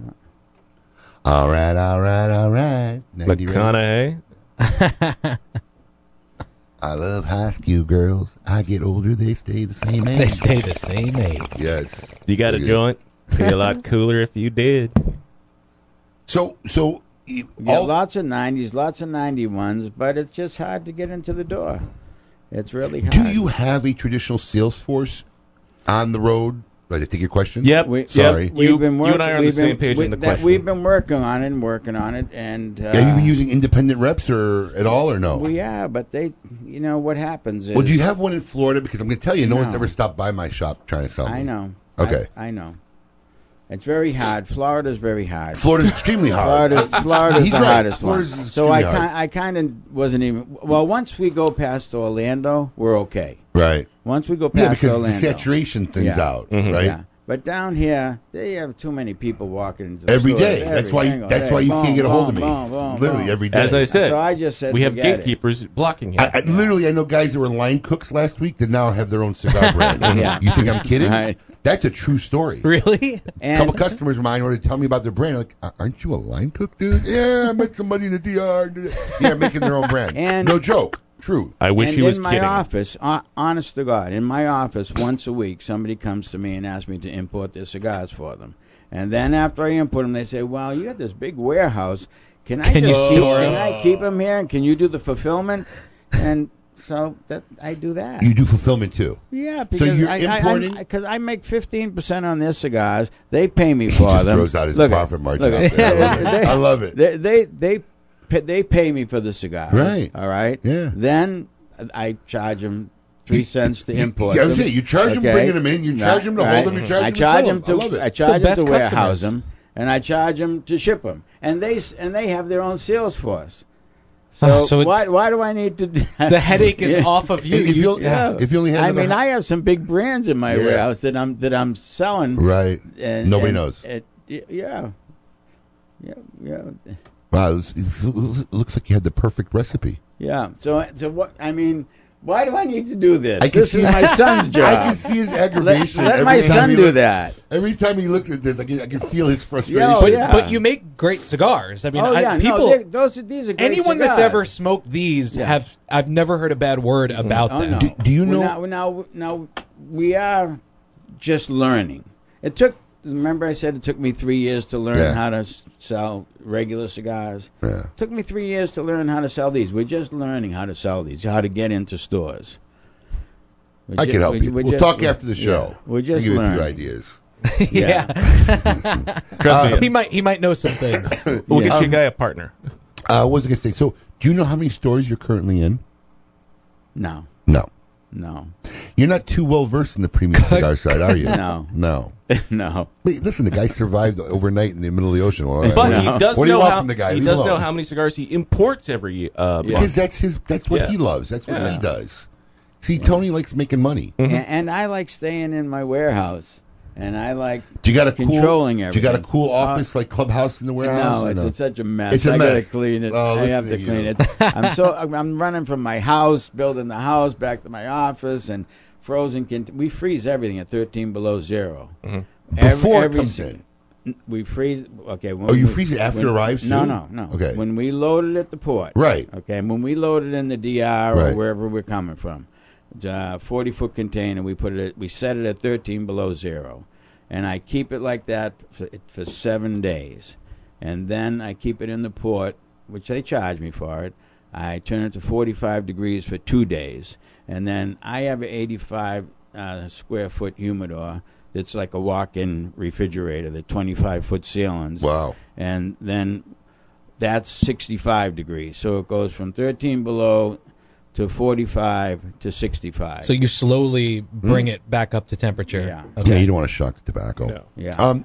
[SPEAKER 4] All right, all right, all right. 90 rating.
[SPEAKER 3] McConaughey.
[SPEAKER 4] I love high school girls. I get older, they stay the same age.
[SPEAKER 5] They stay the same age.
[SPEAKER 4] Yes.
[SPEAKER 3] You got a
[SPEAKER 4] Look at
[SPEAKER 3] joint. Be a lot cooler if you did.
[SPEAKER 4] So, so you
[SPEAKER 7] get lots of nineties, lots of ninety ones, but it's just hard to get into the door. It's really hard.
[SPEAKER 4] Do you have a traditional sales force on the road? Did I take your question? Sorry.
[SPEAKER 7] We've been working. we've been- we-
[SPEAKER 4] in
[SPEAKER 7] that We've been working on it and working on it, and uh,
[SPEAKER 4] Have you been using independent reps or at all or no?
[SPEAKER 7] We are, but they, you know, what happens is.
[SPEAKER 4] Well, do you have one in Florida? Because I'm going to tell you, no, one's
[SPEAKER 7] No.
[SPEAKER 4] ever stopped by my shop trying to sell.
[SPEAKER 7] I
[SPEAKER 4] me.
[SPEAKER 7] know.
[SPEAKER 4] Okay.
[SPEAKER 7] I, I know. It's very hard. Florida's very hard.
[SPEAKER 4] Florida's extremely hard.
[SPEAKER 7] Florida's, Florida's
[SPEAKER 4] He's
[SPEAKER 7] the
[SPEAKER 4] right.
[SPEAKER 7] hardest one.
[SPEAKER 4] Florida's
[SPEAKER 7] So I
[SPEAKER 4] extremely
[SPEAKER 7] kind,
[SPEAKER 4] hard.
[SPEAKER 7] I kind of wasn't even. Well, once we go past Orlando, we're okay.
[SPEAKER 4] Right.
[SPEAKER 7] Once we go past
[SPEAKER 4] Yeah, because
[SPEAKER 7] Orlando,
[SPEAKER 4] the saturation thing's
[SPEAKER 7] Yeah.
[SPEAKER 4] out, right?
[SPEAKER 7] Mm-hmm. Yeah. But down here, they have too many people walking into the
[SPEAKER 4] Every
[SPEAKER 7] store
[SPEAKER 4] day. That's
[SPEAKER 7] every
[SPEAKER 4] why.
[SPEAKER 7] single
[SPEAKER 4] that's
[SPEAKER 7] day.
[SPEAKER 4] why you
[SPEAKER 7] Boom,
[SPEAKER 4] can't get a hold of
[SPEAKER 7] boom,
[SPEAKER 4] me.
[SPEAKER 7] boom, boom,
[SPEAKER 4] literally
[SPEAKER 7] boom.
[SPEAKER 4] every day.
[SPEAKER 3] As I said,
[SPEAKER 7] so I just said
[SPEAKER 3] we have
[SPEAKER 7] forget it.
[SPEAKER 3] gatekeepers blocking him.
[SPEAKER 4] I, I- literally, I know guys that were line cooks last week that now have their own cigar brand.
[SPEAKER 3] Yeah.
[SPEAKER 4] You think I'm kidding?
[SPEAKER 3] Right.
[SPEAKER 4] That's a true story.
[SPEAKER 5] Really?
[SPEAKER 4] A couple customers of mine were to tell me about their brand. Like, "A- aren't you a line cook, dude? yeah, I met somebody in the DR. Yeah, making their own brand.
[SPEAKER 7] And-
[SPEAKER 4] no joke. True.
[SPEAKER 7] and in my office, ho- honest to God, in my office, once a week, somebody comes to me and asks me to import their cigars for them. And then after I import them, they say, "Wow, you got this big warehouse. Can I
[SPEAKER 5] Can you
[SPEAKER 7] just keep,
[SPEAKER 5] store
[SPEAKER 7] can
[SPEAKER 5] 'em?"
[SPEAKER 7] I keep them here? And can you do the fulfillment?" And so that I do that.
[SPEAKER 4] You do fulfillment too.
[SPEAKER 7] Yeah,
[SPEAKER 4] So
[SPEAKER 7] because
[SPEAKER 4] you're
[SPEAKER 7] I,
[SPEAKER 4] importing.
[SPEAKER 7] because I, make fifteen percent on their cigars. They pay me for
[SPEAKER 4] just
[SPEAKER 7] them.
[SPEAKER 4] throws out his
[SPEAKER 7] Look at-
[SPEAKER 4] profit margin
[SPEAKER 7] look at-
[SPEAKER 4] out there. I love it.
[SPEAKER 7] they-
[SPEAKER 4] I love it.
[SPEAKER 7] They they they pay, they pay me for the cigars.
[SPEAKER 4] Right.
[SPEAKER 7] All right.
[SPEAKER 4] Yeah.
[SPEAKER 7] Then I charge them three cents to
[SPEAKER 4] you-
[SPEAKER 7] import.
[SPEAKER 4] yeah, I was
[SPEAKER 7] them.
[SPEAKER 4] saying, you charge 'em bringing 'em in, you charge 'em to hold 'em, you charge
[SPEAKER 7] I
[SPEAKER 4] 'em to
[SPEAKER 7] charge
[SPEAKER 4] sell
[SPEAKER 7] 'em
[SPEAKER 4] 'em. I
[SPEAKER 7] to-
[SPEAKER 4] love it.
[SPEAKER 7] I
[SPEAKER 4] It's the
[SPEAKER 7] charge 'em
[SPEAKER 4] best
[SPEAKER 7] to
[SPEAKER 4] customers.
[SPEAKER 7] warehouse them, and I charge them to ship them, and they s- and they have their own sales force. So,
[SPEAKER 4] Ah,
[SPEAKER 5] Oh, so it-
[SPEAKER 7] why why do I need to? do-
[SPEAKER 5] The headache is off of you. If you-
[SPEAKER 4] yeah, if you only had
[SPEAKER 7] I
[SPEAKER 4] another
[SPEAKER 7] mean,
[SPEAKER 4] hu-
[SPEAKER 7] I have some big brands in my
[SPEAKER 4] Yeah.
[SPEAKER 7] warehouse that I'm that I'm selling.
[SPEAKER 4] Right. Nobody knows.
[SPEAKER 7] it- y- yeah. Yeah. Yeah.
[SPEAKER 4] Wow, this- this looks- looks like you had the perfect recipe.
[SPEAKER 7] Yeah. So so what I mean. Why do I need to do this?
[SPEAKER 4] I can
[SPEAKER 7] this
[SPEAKER 4] see-
[SPEAKER 7] is my son's job.
[SPEAKER 4] I can see his aggravation.
[SPEAKER 7] Let, let
[SPEAKER 4] every
[SPEAKER 7] my
[SPEAKER 4] time
[SPEAKER 7] son
[SPEAKER 4] he
[SPEAKER 7] do
[SPEAKER 4] looks-
[SPEAKER 7] that.
[SPEAKER 4] Every time he looks at this, I can, I can feel his frustration.
[SPEAKER 5] but, but you make great cigars. I mean,
[SPEAKER 7] oh
[SPEAKER 5] I-
[SPEAKER 7] yeah,
[SPEAKER 5] people.
[SPEAKER 7] no, they're- those are these are great
[SPEAKER 5] anyone that's
[SPEAKER 7] cigars.
[SPEAKER 5] ever smoked these
[SPEAKER 7] Yeah.
[SPEAKER 5] have. I've never heard a bad word about
[SPEAKER 7] Oh,
[SPEAKER 5] them.
[SPEAKER 7] no. Well, Now, now, now we are just learning. It took. Remember, I said it took me three years to learn
[SPEAKER 4] Yeah.
[SPEAKER 7] how to s- sell regular cigars.
[SPEAKER 4] Yeah.
[SPEAKER 7] took me three years to learn how to sell these. We're just learning how to sell these, how to get into stores. We're
[SPEAKER 4] I
[SPEAKER 7] ju-
[SPEAKER 4] can help
[SPEAKER 7] we're-
[SPEAKER 4] you.
[SPEAKER 7] we're
[SPEAKER 4] We'll
[SPEAKER 7] just-
[SPEAKER 4] talk after the
[SPEAKER 7] yeah.
[SPEAKER 4] show.
[SPEAKER 7] We're just
[SPEAKER 4] I'll give you a
[SPEAKER 7] learning.
[SPEAKER 4] few ideas.
[SPEAKER 5] yeah.
[SPEAKER 4] Trust me.
[SPEAKER 5] he might. He might know some things.
[SPEAKER 4] We'll get you a guy
[SPEAKER 5] a partner.
[SPEAKER 4] Uh, what was I going to say? So, do you know how many stores you're currently in?
[SPEAKER 7] No,
[SPEAKER 4] No.
[SPEAKER 7] no,
[SPEAKER 4] You're not too well versed in the premium cigar side, are you?
[SPEAKER 7] No.
[SPEAKER 4] No.
[SPEAKER 7] no.
[SPEAKER 4] Wait, listen, the guy survived overnight in the middle of the ocean. What,
[SPEAKER 3] But
[SPEAKER 4] what-
[SPEAKER 3] he does
[SPEAKER 4] what do you
[SPEAKER 3] know
[SPEAKER 4] want
[SPEAKER 3] how
[SPEAKER 4] from the guy?
[SPEAKER 3] he
[SPEAKER 4] Leave
[SPEAKER 3] does
[SPEAKER 4] alone.
[SPEAKER 3] know how many cigars he imports every uh, month.
[SPEAKER 4] Because that's his. That's what
[SPEAKER 3] Yeah.
[SPEAKER 4] he loves. That's what
[SPEAKER 3] Yeah.
[SPEAKER 4] he does. See, Tony likes making money.
[SPEAKER 7] A- And, I like staying in my warehouse, and I like
[SPEAKER 4] Do you got a
[SPEAKER 7] controlling
[SPEAKER 4] cool,
[SPEAKER 7] everything.
[SPEAKER 4] Do you got a cool
[SPEAKER 7] Uh,
[SPEAKER 4] office like clubhouse in the warehouse?
[SPEAKER 7] No,
[SPEAKER 4] or
[SPEAKER 7] it's, it's such a mess.
[SPEAKER 4] It's a
[SPEAKER 7] I
[SPEAKER 4] mess.
[SPEAKER 7] gotta clean it.
[SPEAKER 4] Oh,
[SPEAKER 7] I
[SPEAKER 4] listen
[SPEAKER 7] have to
[SPEAKER 4] you.
[SPEAKER 7] clean it. I'm so I'm- I'm running from my house, building the house, back to my office, and frozen. Can, we freeze everything at 13 below 0 Every-
[SPEAKER 4] Mm-hmm. Before it
[SPEAKER 7] every
[SPEAKER 4] comes
[SPEAKER 7] si-
[SPEAKER 4] in.
[SPEAKER 7] N- we freeze. Okay. When
[SPEAKER 4] Oh, you
[SPEAKER 7] we-
[SPEAKER 4] freeze it after
[SPEAKER 7] when-
[SPEAKER 4] it arrives,
[SPEAKER 7] No,
[SPEAKER 4] too?
[SPEAKER 7] no, no.
[SPEAKER 4] Okay.
[SPEAKER 7] When we load it at the port.
[SPEAKER 4] Right.
[SPEAKER 7] Okay. And when we load it in the DR
[SPEAKER 4] Right.
[SPEAKER 7] or wherever we're coming from, it's a 40 foot container. We put it. At, we set it at 13 below zero, and I keep it like that for, for seven days, and then I keep it in the port, which they charge me for it. I turn it to 45 degrees for two days, and then I have an 85 uh, square foot humidor that's like a walk-in refrigerator, the 25 foot ceilings.
[SPEAKER 4] Wow.
[SPEAKER 7] And then that's 65 degrees, so it goes from 13 below to 45 to 65.
[SPEAKER 5] So you slowly bring it back up to temperature.
[SPEAKER 7] Yeah.
[SPEAKER 4] Yeah, you don't want to shock the tobacco.
[SPEAKER 7] Yeah.
[SPEAKER 4] Um,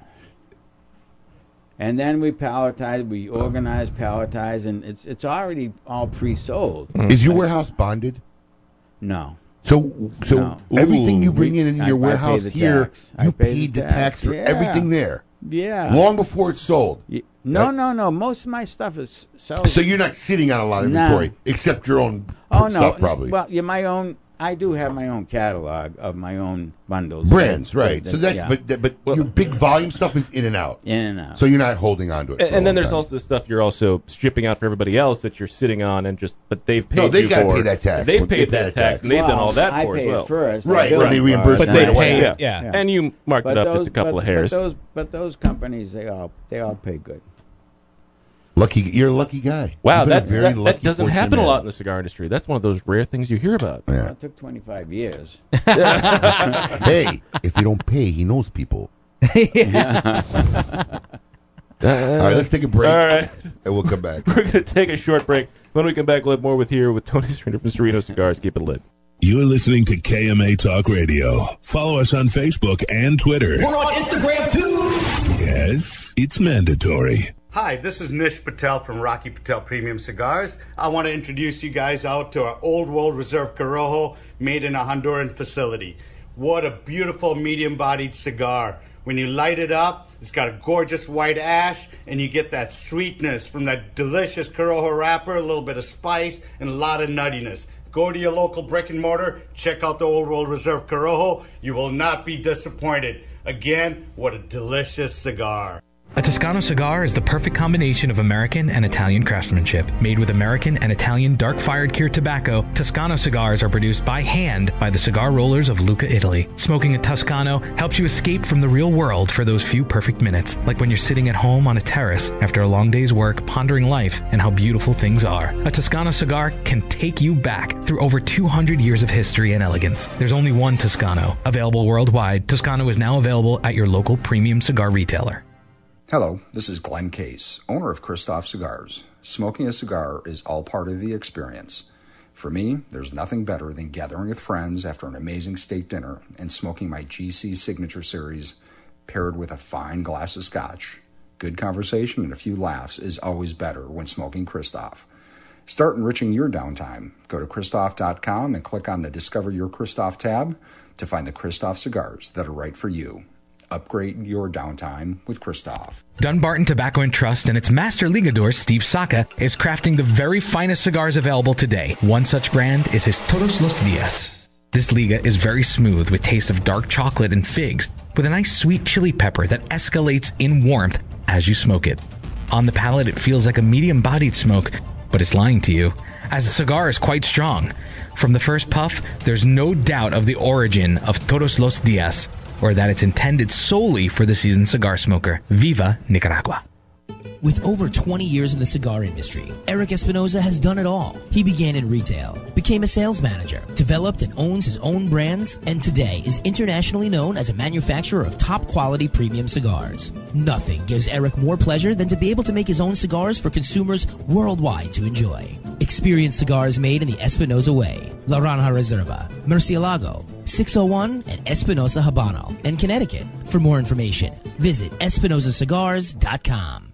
[SPEAKER 7] and then we palletize, we organize, palletize, and it's it's already all pre-sold.
[SPEAKER 4] Is your warehouse bonded?
[SPEAKER 7] No.
[SPEAKER 4] So, so
[SPEAKER 7] No.
[SPEAKER 4] everything you
[SPEAKER 7] Ooh.
[SPEAKER 4] bring in in
[SPEAKER 7] I-
[SPEAKER 4] your
[SPEAKER 7] I pay
[SPEAKER 4] warehouse
[SPEAKER 7] the
[SPEAKER 4] here,
[SPEAKER 7] tax. I
[SPEAKER 4] you
[SPEAKER 7] pay the
[SPEAKER 4] paid the
[SPEAKER 7] tax.
[SPEAKER 4] tax for
[SPEAKER 7] Yeah.
[SPEAKER 4] everything there.
[SPEAKER 7] Yeah.
[SPEAKER 4] Long before it's sold.
[SPEAKER 7] No,
[SPEAKER 4] Right?
[SPEAKER 7] no, no. Most of my stuff is sold.
[SPEAKER 4] So you're not sitting on a lot of
[SPEAKER 7] No.
[SPEAKER 4] inventory except your own
[SPEAKER 7] Oh no.
[SPEAKER 4] stuff, probably.
[SPEAKER 7] Well, yeah, my own. I do have my own catalog of my own bundles,
[SPEAKER 4] Brands, right? So that's
[SPEAKER 7] yeah.
[SPEAKER 4] but but your big volume stuff is in and out.
[SPEAKER 7] In and out.
[SPEAKER 4] So you're not holding on to it.
[SPEAKER 3] And,
[SPEAKER 4] for a
[SPEAKER 3] and then
[SPEAKER 4] long
[SPEAKER 3] there's
[SPEAKER 4] time.
[SPEAKER 3] also the stuff you're also stripping out for everybody else that you're sitting on and just but they've paid.
[SPEAKER 4] No, they
[SPEAKER 3] you
[SPEAKER 4] gotta
[SPEAKER 3] for
[SPEAKER 4] pay
[SPEAKER 3] it.
[SPEAKER 4] that tax.
[SPEAKER 3] They've
[SPEAKER 4] They
[SPEAKER 3] paid
[SPEAKER 4] paid
[SPEAKER 3] that
[SPEAKER 4] that
[SPEAKER 3] tax.
[SPEAKER 4] tax.
[SPEAKER 3] and they've done
[SPEAKER 4] Well,
[SPEAKER 3] all that
[SPEAKER 7] I
[SPEAKER 3] for
[SPEAKER 7] pay
[SPEAKER 3] as
[SPEAKER 7] it
[SPEAKER 3] well.
[SPEAKER 7] first.
[SPEAKER 4] Right,
[SPEAKER 7] They
[SPEAKER 4] but they
[SPEAKER 7] bill it
[SPEAKER 4] reimburse
[SPEAKER 7] first.
[SPEAKER 3] But they
[SPEAKER 4] Right away.
[SPEAKER 3] pay, yeah.
[SPEAKER 4] Yeah.
[SPEAKER 3] and you marked
[SPEAKER 7] But
[SPEAKER 3] it up just
[SPEAKER 7] those-
[SPEAKER 3] a couple
[SPEAKER 7] but-
[SPEAKER 3] of hairs.
[SPEAKER 7] But those, but those companies, they all they all pay good. Lucky, you're a lucky guy.
[SPEAKER 24] Wow,
[SPEAKER 7] You've been a
[SPEAKER 24] that's, that, that doesn't
[SPEAKER 7] fortunate
[SPEAKER 24] happen a
[SPEAKER 7] man.
[SPEAKER 24] lot in the cigar industry. That's one of those rare things you hear about.
[SPEAKER 7] Yeah.
[SPEAKER 25] It took 25 years.
[SPEAKER 7] hey, if you don't pay, he knows people. all right, let's take a break.
[SPEAKER 24] All right.
[SPEAKER 7] And we'll come back.
[SPEAKER 24] We're going to take a short break. When we come back, we'll have more with here with Tony Stringer from Sereno Cigars. Keep it lit.
[SPEAKER 1] You're listening to KMA Talk Radio. Follow us on Facebook and Twitter.
[SPEAKER 21] We're on Instagram too.
[SPEAKER 1] Yes, it's mandatory.
[SPEAKER 10] Hi, this is Nish Patel from Rocky Patel Premium Cigars. I want to introduce you guys out to our Old World Reserve Corojo made in a Honduran facility. What a beautiful medium bodied cigar. When you light it up, it's got a gorgeous white ash, and you get that sweetness from that delicious Corojo wrapper, a little bit of spice, and a lot of nuttiness. Go to your local brick and mortar, check out the Old World Reserve Corojo. You will not be disappointed. Again, what a delicious cigar.
[SPEAKER 5] A Toscano cigar is the perfect combination of American and Italian craftsmanship. Made with American and Italian dark fired cured tobacco, Toscano cigars are produced by hand by the cigar rollers of Lucca, Italy. Smoking a Toscano helps you escape from the real world for those few perfect minutes, like when you're sitting at home on a terrace after a long day's work, pondering life and how beautiful things are. A Toscano cigar can take you back through over 200 years of history and elegance. There's only one Toscano. Available worldwide, Toscano is now available at your local premium cigar retailer.
[SPEAKER 12] Hello, this is Glenn Case, owner of Christoph Cigars. Smoking a cigar is all part of the experience. For me, there's nothing better than gathering with friends after an amazing steak dinner and smoking my GC Signature Series paired with a fine glass of scotch. Good conversation and a few laughs is always better when smoking Christoph. Start enriching your downtime. Go to Christoph.com and click on the Discover Your Christoph tab to find the Christoph cigars that are right for you. Upgrade your downtime with Christoph.
[SPEAKER 5] Dunbarton Tobacco and Trust and its master ligador, Steve Saka, is crafting the very finest cigars available today. One such brand is his Todos los Dias. This liga is very smooth with taste of dark chocolate and figs, with a nice sweet chili pepper that escalates in warmth as you smoke it. On the palate, it feels like a medium bodied smoke, but it's lying to you, as the cigar is quite strong. From the first puff, there's no doubt of the origin of Todos los Dias, or that it's intended solely for the seasoned cigar smoker. Viva Nicaragua.
[SPEAKER 16] With over 20 years in the cigar industry, Eric Espinoza has done it all. He began in retail, became a sales manager, developed and owns his own brands, and today is internationally known as a manufacturer of top quality premium cigars. Nothing gives Eric more pleasure than to be able to make his own cigars for consumers worldwide to enjoy. Experience cigars made in the Espinoza way. La Ranja Reserva, Murcielago, 601 and Espinosa Habano in Connecticut. For more information, visit espinozacigars.com.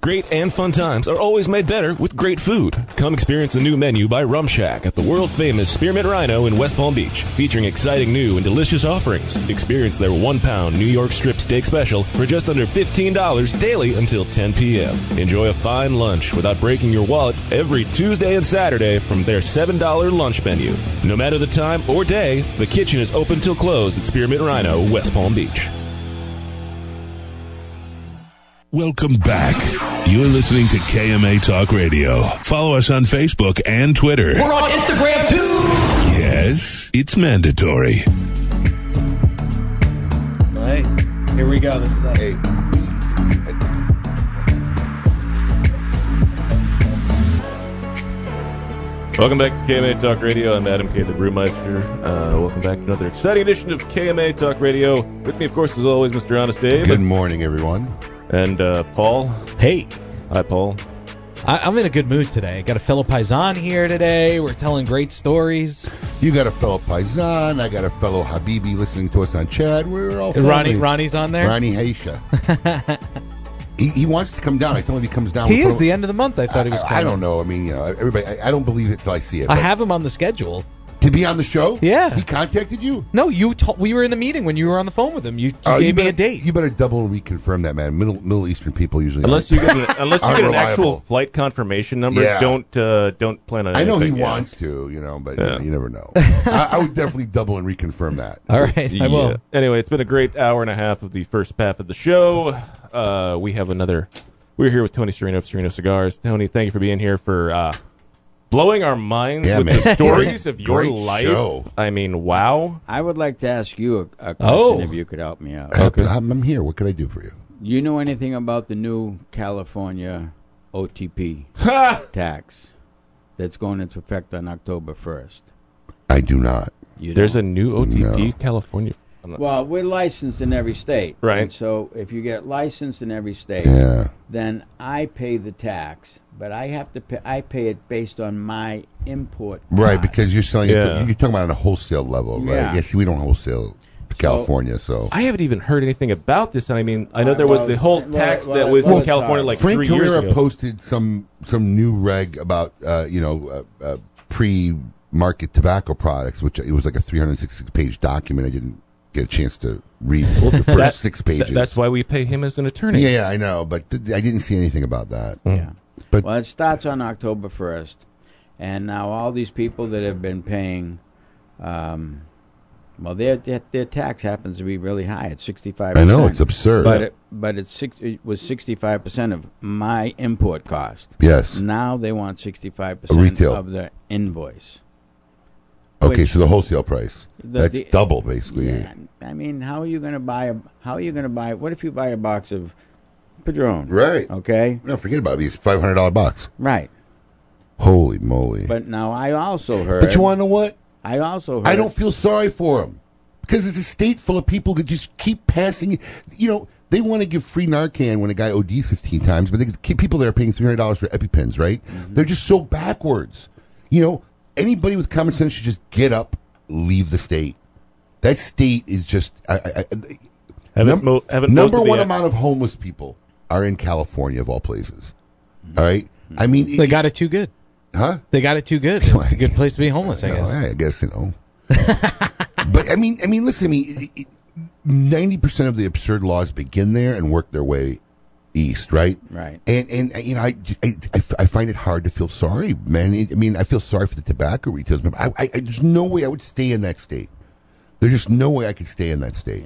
[SPEAKER 3] Great and fun times are always made better with great food. Come experience the new menu by Rum Shack at the world famous Spearmint Rhino in West Palm Beach, featuring exciting new and delicious offerings. Experience their one pound New York strip steak special for just under $15 daily until 10 p.m. Enjoy a fine lunch without breaking your wallet every Tuesday and Saturday from their $7 lunch menu. No matter the time or day, the kitchen is open till close at Spearmint Rhino, West Palm Beach.
[SPEAKER 1] Welcome back. You're listening to KMA Talk Radio. Follow us on Facebook and Twitter.
[SPEAKER 21] We're on Instagram too.
[SPEAKER 1] Yes, it's mandatory.
[SPEAKER 26] Nice. Here we go. This is us.
[SPEAKER 24] Welcome back to KMA Talk Radio. I'm Adam K. the Brewmeister. Uh, welcome back to another exciting edition of KMA Talk Radio. With me, of course, as always, Mr. Honest Dave.
[SPEAKER 7] Good morning, everyone.
[SPEAKER 24] And uh, Paul.
[SPEAKER 26] Hey.
[SPEAKER 3] Hi, Paul.
[SPEAKER 5] I, I'm in a good mood today. Got a fellow paisan here today. We're telling great stories.
[SPEAKER 4] You got a fellow paisan. I got a fellow Habibi listening to us on chat. We're all family.
[SPEAKER 5] Ronnie, Ronnie's on there.
[SPEAKER 4] Ronnie Haisha. he, he wants to come down. I told him if he comes down.
[SPEAKER 5] He
[SPEAKER 4] we'll
[SPEAKER 5] is
[SPEAKER 4] throw-
[SPEAKER 5] the end of the month. I thought he was.
[SPEAKER 4] I, I
[SPEAKER 5] coming.
[SPEAKER 4] don't know. I mean, you know, everybody. I, I don't believe it till I see it.
[SPEAKER 5] I
[SPEAKER 4] but-
[SPEAKER 5] have him on the schedule
[SPEAKER 4] to be on the show.
[SPEAKER 5] Yeah, he
[SPEAKER 4] contacted you.
[SPEAKER 5] No, you. To- we were in a meeting when you were on the phone with him. You, you
[SPEAKER 4] Oh,
[SPEAKER 5] gave me
[SPEAKER 4] better,
[SPEAKER 5] a date.
[SPEAKER 4] You better double and reconfirm that, man. Middle Middle Eastern people usually
[SPEAKER 3] Unless you
[SPEAKER 4] aren't-
[SPEAKER 3] get an, unless you
[SPEAKER 4] aren't
[SPEAKER 3] get an actual
[SPEAKER 4] reliable.
[SPEAKER 3] flight confirmation number,
[SPEAKER 4] Yeah.
[SPEAKER 3] don't uh, don't plan on.
[SPEAKER 4] I know he
[SPEAKER 3] anything yet.
[SPEAKER 4] wants to, you know, but you,
[SPEAKER 3] Yeah.
[SPEAKER 4] know, you never know. I, I would definitely double and reconfirm that.
[SPEAKER 5] All right, I will.
[SPEAKER 3] Yeah. Anyway, it's been a great hour and a half of the first half of the show. Uh, we have another. We're here with Tony Serino of Serino Cigars. Tony, thank you for being here for uh, blowing our minds
[SPEAKER 7] Yeah,
[SPEAKER 3] with
[SPEAKER 7] man.
[SPEAKER 3] the stories of your
[SPEAKER 7] Great
[SPEAKER 3] life.
[SPEAKER 7] show.
[SPEAKER 3] I mean, wow.
[SPEAKER 7] I would like to ask you a, a question
[SPEAKER 3] Oh.
[SPEAKER 7] if you could help me out.
[SPEAKER 4] I'm, I'm here. What can I do for you?
[SPEAKER 7] You know anything about the new California OTP tax that's going into effect on October 1st?
[SPEAKER 4] I do not.
[SPEAKER 3] There's a new OTP California. I'm not-
[SPEAKER 7] Well, we're licensed in every state.
[SPEAKER 3] Right.
[SPEAKER 7] And so if you get licensed in every state, then I pay the tax, but I have to pay, I pay it based on my import.
[SPEAKER 4] Right, because you're selling it.
[SPEAKER 3] Yeah.
[SPEAKER 4] To, you're talking about on a wholesale level, right?
[SPEAKER 7] Yeah.
[SPEAKER 4] Yeah. see, we don't wholesale to California, so.
[SPEAKER 3] I haven't even heard anything about this. And I mean, I know there was
[SPEAKER 7] well,
[SPEAKER 3] the whole
[SPEAKER 7] well,
[SPEAKER 3] tax
[SPEAKER 7] well, uh,
[SPEAKER 3] that was
[SPEAKER 7] well,
[SPEAKER 3] in California like
[SPEAKER 4] Frank
[SPEAKER 3] three years
[SPEAKER 4] Carrera
[SPEAKER 3] ago.
[SPEAKER 4] posted some some new reg about uh, you know uh, uh, pre market tobacco products, which it was like a 366 page document. I didn't get a chance to read the first
[SPEAKER 3] That-
[SPEAKER 4] six
[SPEAKER 3] th-
[SPEAKER 4] pages.
[SPEAKER 3] that's why we pay him as an attorney.
[SPEAKER 4] yeah, yeah, I know, but th- I didn't see anything about that.
[SPEAKER 7] Yeah,
[SPEAKER 4] but
[SPEAKER 7] well, it starts on October 1st, and now all these people that have been paying, um, well, their, their their tax happens to be really high at 65.
[SPEAKER 4] I know, it's absurd.
[SPEAKER 7] But it, but it's six, it was 65 percent of my import cost.
[SPEAKER 4] Yes.
[SPEAKER 7] Now they want 65 percent
[SPEAKER 4] Retail.
[SPEAKER 7] of the invoice.
[SPEAKER 4] okay,
[SPEAKER 7] which-
[SPEAKER 4] so the wholesale price
[SPEAKER 7] The-
[SPEAKER 4] that's
[SPEAKER 7] the-
[SPEAKER 4] double basically.
[SPEAKER 7] I mean, how are you going to buy a? How are you going to buy? What if you buy a box of Padron?
[SPEAKER 4] Right.
[SPEAKER 7] Okay.
[SPEAKER 4] No, forget about these five hundred dollar box.
[SPEAKER 7] Right.
[SPEAKER 4] Holy moly!
[SPEAKER 7] But now I also heard.
[SPEAKER 4] But you want to know what?
[SPEAKER 7] I also heard.
[SPEAKER 4] I don't feel sorry for them because it's a state full of people that just keep passing it. You know, they want to give free Narcan when a guy ODs 15 times, but they keep people that are paying $300 for EpiPens, right?
[SPEAKER 3] Mm-hmm.
[SPEAKER 4] They're just so backwards. You know, anybody with common sense should just get up, leave the state. That state is just. I, I, I,
[SPEAKER 3] Haven't mo- haven't most
[SPEAKER 4] number
[SPEAKER 3] of the-
[SPEAKER 4] one amount of homeless people are in California, of all places.
[SPEAKER 3] Mm-hmm.
[SPEAKER 4] All right? I mean,
[SPEAKER 5] They got it too good.
[SPEAKER 4] Huh?
[SPEAKER 5] They got it too good. It's a good place to be homeless, I
[SPEAKER 4] No,
[SPEAKER 5] guess.
[SPEAKER 4] I guess you know. but I mean, I mean, listen to me. Ninety percent of the absurd laws begin there and work their way east, right?
[SPEAKER 7] Right.
[SPEAKER 4] And and uh, you know, I, I, I f- I find it hard to feel sorry, man. I mean, I feel sorry for the tobacco retailers. but I, I, I there's no way I would stay in that state. There's just no way I could stay in that state.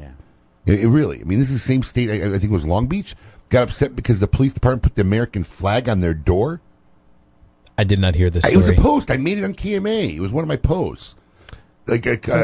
[SPEAKER 4] It, it really. I mean, this is the same state. I, I think it was Long Beach. Got upset because the police department put the American flag on their door.
[SPEAKER 5] I did not hear this.
[SPEAKER 4] It was a
[SPEAKER 5] story.
[SPEAKER 4] post. I made it on KMA. It was one of my posts. Like uh, uh,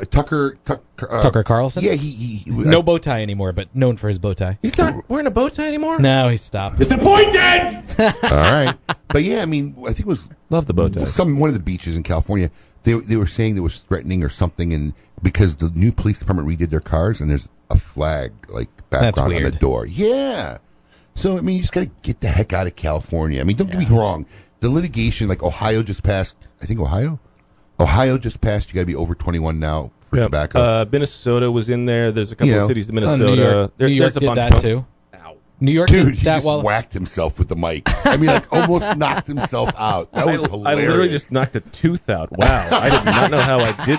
[SPEAKER 4] uh, Tucker, Tucker, uh,
[SPEAKER 5] Tucker Carlson.
[SPEAKER 4] Yeah, he, he, uh, he
[SPEAKER 5] no bow tie anymore, but known for his bow tie.
[SPEAKER 3] He's not wearing a bow tie anymore.
[SPEAKER 5] No, he stopped.
[SPEAKER 3] Disappointed.
[SPEAKER 4] All right, but yeah, I mean, I think it was
[SPEAKER 3] love the bow tie.
[SPEAKER 4] Some one of the beaches in California, they they were saying there was threatening or something, and because the new police department redid their cars, and there's a flag like background on the
[SPEAKER 5] weird.
[SPEAKER 4] door. Yeah, so I mean, you just got to get the heck out of California. I mean, don't get me wrong, the litigation like Ohio just passed. I think Ohio, Ohio just passed. You got to be over 21 now for tobacco.
[SPEAKER 3] Uh, Minnesota was in there. There's a couple
[SPEAKER 4] You know,
[SPEAKER 3] of cities in
[SPEAKER 4] uh, New
[SPEAKER 3] Minnesota.
[SPEAKER 4] York-
[SPEAKER 3] There-
[SPEAKER 4] New York
[SPEAKER 3] there's a
[SPEAKER 4] did
[SPEAKER 3] bunch
[SPEAKER 4] that
[SPEAKER 3] of-
[SPEAKER 4] too.
[SPEAKER 5] New York,
[SPEAKER 4] dude, he just whacked himself with the mic. I mean, like almost knocked himself out. That
[SPEAKER 3] I,
[SPEAKER 4] was
[SPEAKER 3] I
[SPEAKER 4] hilarious.
[SPEAKER 3] literally just knocked a tooth out. Wow. I did not know how I did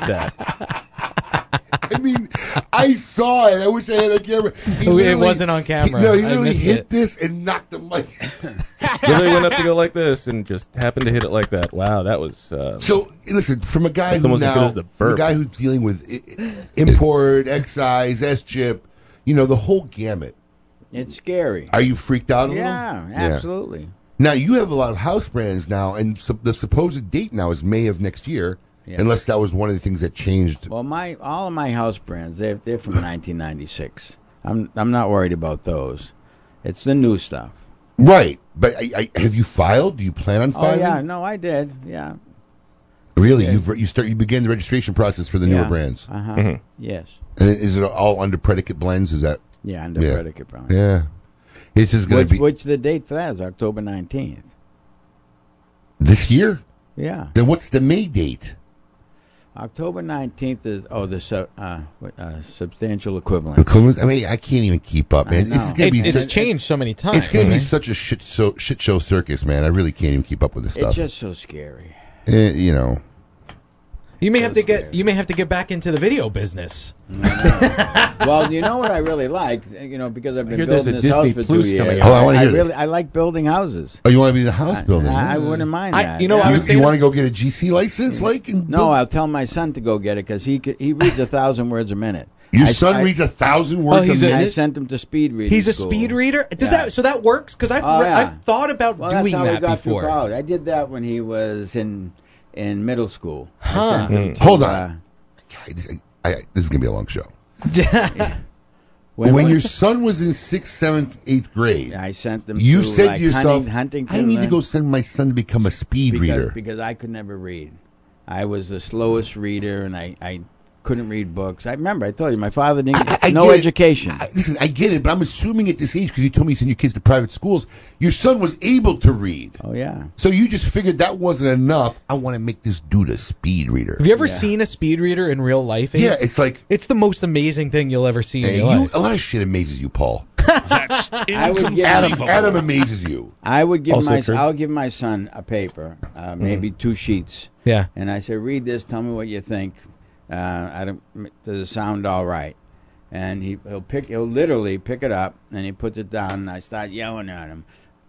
[SPEAKER 3] that.
[SPEAKER 4] I mean, I saw it. I wish I had a camera. He
[SPEAKER 5] It
[SPEAKER 4] literally-
[SPEAKER 5] wasn't on camera.
[SPEAKER 4] He, no, he
[SPEAKER 5] I
[SPEAKER 4] literally
[SPEAKER 5] missed
[SPEAKER 4] hit
[SPEAKER 5] it.
[SPEAKER 4] this and knocked the mic.
[SPEAKER 3] Literally went up to go like this and just happened to hit it like that. Wow. That was. Uh,
[SPEAKER 4] So listen, from a guy
[SPEAKER 3] That's
[SPEAKER 4] who
[SPEAKER 3] almost as good
[SPEAKER 4] now,
[SPEAKER 3] as the
[SPEAKER 4] from a
[SPEAKER 3] burp.
[SPEAKER 4] guy who's dealing with i- i- import, excise, S chip, you know, the whole gamut.
[SPEAKER 7] It's scary.
[SPEAKER 4] Are you freaked out a little?
[SPEAKER 7] Yeah, absolutely.
[SPEAKER 4] Now you have a lot of house brands now, and su- the supposed date now is May of next year,
[SPEAKER 7] Yeah.
[SPEAKER 4] unless that was one of the things that changed.
[SPEAKER 7] Well, my all of my house brands they're they're from 1996. I'm I'm not worried about those. It's the new stuff.
[SPEAKER 4] Right, but I, I, have you filed? Do you plan on
[SPEAKER 7] Oh
[SPEAKER 4] filing?
[SPEAKER 7] yeah, no, I did. Yeah.
[SPEAKER 4] Really, you've re- you start you begin the registration process for the newer
[SPEAKER 7] Yeah.
[SPEAKER 4] brands.
[SPEAKER 7] Uh-huh. Yes.
[SPEAKER 4] And is it all under predicate blends? Is that
[SPEAKER 7] Yeah, under predicate blends.
[SPEAKER 4] Yeah. It's just going
[SPEAKER 7] which,
[SPEAKER 4] to be
[SPEAKER 7] which the date for that is October 19th.
[SPEAKER 4] this year.
[SPEAKER 7] Yeah.
[SPEAKER 4] Then what's the May date?
[SPEAKER 7] October 19th is, oh, the su- uh, what, uh, substantial equivalent.
[SPEAKER 4] Equivalent- I mean, I can't even keep up, man.
[SPEAKER 7] I
[SPEAKER 4] This is
[SPEAKER 7] know.
[SPEAKER 4] gonna
[SPEAKER 7] It-
[SPEAKER 4] be
[SPEAKER 7] it's
[SPEAKER 4] such-
[SPEAKER 7] changed so many times,
[SPEAKER 4] It's going to be
[SPEAKER 7] right?
[SPEAKER 4] such a shit so shit show circus, man. I really can't even keep up with this
[SPEAKER 7] It's
[SPEAKER 4] stuff.
[SPEAKER 7] just so scary.
[SPEAKER 4] Eh, you know,
[SPEAKER 5] You may have to get you may have to get back into the video business.
[SPEAKER 7] well, you know what I really like, you know, because I've
[SPEAKER 5] I
[SPEAKER 7] been
[SPEAKER 5] hear there's
[SPEAKER 7] building
[SPEAKER 5] a
[SPEAKER 7] this house
[SPEAKER 5] Disney
[SPEAKER 7] for two
[SPEAKER 5] Plus coming
[SPEAKER 7] years.
[SPEAKER 4] out. Oh, I wanna hear
[SPEAKER 7] really,
[SPEAKER 4] this.
[SPEAKER 7] I like building houses.
[SPEAKER 4] oh, you want to be the house builder?
[SPEAKER 7] I, I wouldn't mind
[SPEAKER 4] I-
[SPEAKER 7] that.
[SPEAKER 4] you know, I was You- you thinking- wanna
[SPEAKER 7] go
[SPEAKER 4] get a GC license, like?
[SPEAKER 7] no, I'll tell my son to go get it because he could, he reads a thousand words a minute.
[SPEAKER 4] Your
[SPEAKER 7] I-
[SPEAKER 4] son
[SPEAKER 7] I-
[SPEAKER 4] reads a thousand
[SPEAKER 7] Oh,
[SPEAKER 4] words
[SPEAKER 7] he's
[SPEAKER 4] a
[SPEAKER 7] I
[SPEAKER 4] minute.
[SPEAKER 7] sent him to speed reading.
[SPEAKER 5] He's a
[SPEAKER 7] school.
[SPEAKER 5] speed reader. Does
[SPEAKER 7] Yeah.
[SPEAKER 5] that so that works? Because I've
[SPEAKER 7] Oh,
[SPEAKER 5] re-
[SPEAKER 7] yeah.
[SPEAKER 5] I've thought about
[SPEAKER 7] Well,
[SPEAKER 5] doing
[SPEAKER 7] that's how we
[SPEAKER 5] that
[SPEAKER 7] got through
[SPEAKER 5] before.
[SPEAKER 7] college. I did that when he was in in middle school. I
[SPEAKER 5] Huh.
[SPEAKER 7] sent him
[SPEAKER 4] Mm. Hold
[SPEAKER 7] to,
[SPEAKER 4] on.
[SPEAKER 7] uh,
[SPEAKER 4] I, I- this is going to be a long show.
[SPEAKER 7] When-
[SPEAKER 4] when your
[SPEAKER 7] when-
[SPEAKER 4] son was in sixth, seventh, eighth grade,
[SPEAKER 7] I sent them.
[SPEAKER 4] you
[SPEAKER 7] to,
[SPEAKER 4] said
[SPEAKER 7] like,
[SPEAKER 4] to yourself,
[SPEAKER 7] hunting,
[SPEAKER 4] "I need to
[SPEAKER 7] Huntington,
[SPEAKER 4] go send my son to become a speed
[SPEAKER 7] because,
[SPEAKER 4] reader."
[SPEAKER 7] because I could never read. I was the slowest reader, and I, I couldn't read books. I remember I told you my father didn't
[SPEAKER 4] I
[SPEAKER 7] no
[SPEAKER 4] get it.
[SPEAKER 7] education.
[SPEAKER 4] I- listen, I get it, but I'm assuming at this age because you told me you send your kids to private schools, your son was able to read.
[SPEAKER 7] Oh yeah.
[SPEAKER 4] So you just figured that wasn't enough. I want to make this dude a speed reader.
[SPEAKER 5] Have you ever seen a speed reader in real life?
[SPEAKER 4] Yeah, it's like
[SPEAKER 5] it's the most amazing thing you'll ever see in
[SPEAKER 4] Hey,
[SPEAKER 5] your
[SPEAKER 4] you,
[SPEAKER 5] life.
[SPEAKER 4] a lot of shit amazes you, Paul.
[SPEAKER 7] I would give
[SPEAKER 4] Adam, Adam amazes you.
[SPEAKER 7] I would give
[SPEAKER 4] Also
[SPEAKER 7] my
[SPEAKER 4] true.
[SPEAKER 7] I'll give my son a paper, uh, maybe two sheets.
[SPEAKER 5] Mm-hmm. Yeah.
[SPEAKER 7] And I said, read this. Tell me what you think. Uh, I don't. m- Does it sound all right? And he he'll pick he'll literally pick it up and he puts it down and I start yelling at him.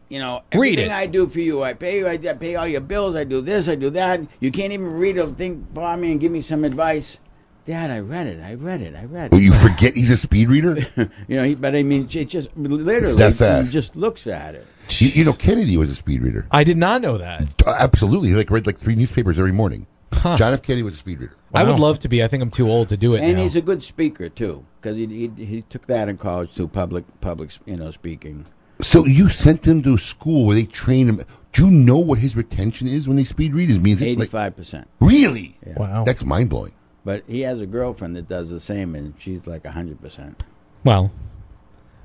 [SPEAKER 7] You know,
[SPEAKER 5] Read
[SPEAKER 7] everything
[SPEAKER 5] it.
[SPEAKER 7] I do for you, I pay you, I I pay all your bills, I do this, I do that. You can't even read a thing for me and give me some advice. Dad, I read it, I read it, I read it.
[SPEAKER 4] Will you forget he's a speed reader?
[SPEAKER 7] You know, he, but I mean, it just literally,
[SPEAKER 4] that fast.
[SPEAKER 7] he just looks at it.
[SPEAKER 4] you, you know, Kennedy was a speed reader.
[SPEAKER 5] I did not know that.
[SPEAKER 4] Absolutely, he like read like three newspapers every morning. John F. Kennedy was a speed reader.
[SPEAKER 5] I would love to be. I think I'm too old to do it
[SPEAKER 7] and
[SPEAKER 5] now.
[SPEAKER 7] he's a good speaker too, because he, he he took that in college too, public public you know speaking.
[SPEAKER 4] So you sent him to a school where they train him. Do you know what his retention is when they speed read? His means
[SPEAKER 7] Eighty five percent.
[SPEAKER 4] Really?
[SPEAKER 7] Yeah.
[SPEAKER 4] Wow. That's mind blowing.
[SPEAKER 7] But he has a girlfriend that does the same, and she's like hundred percent.
[SPEAKER 5] Well,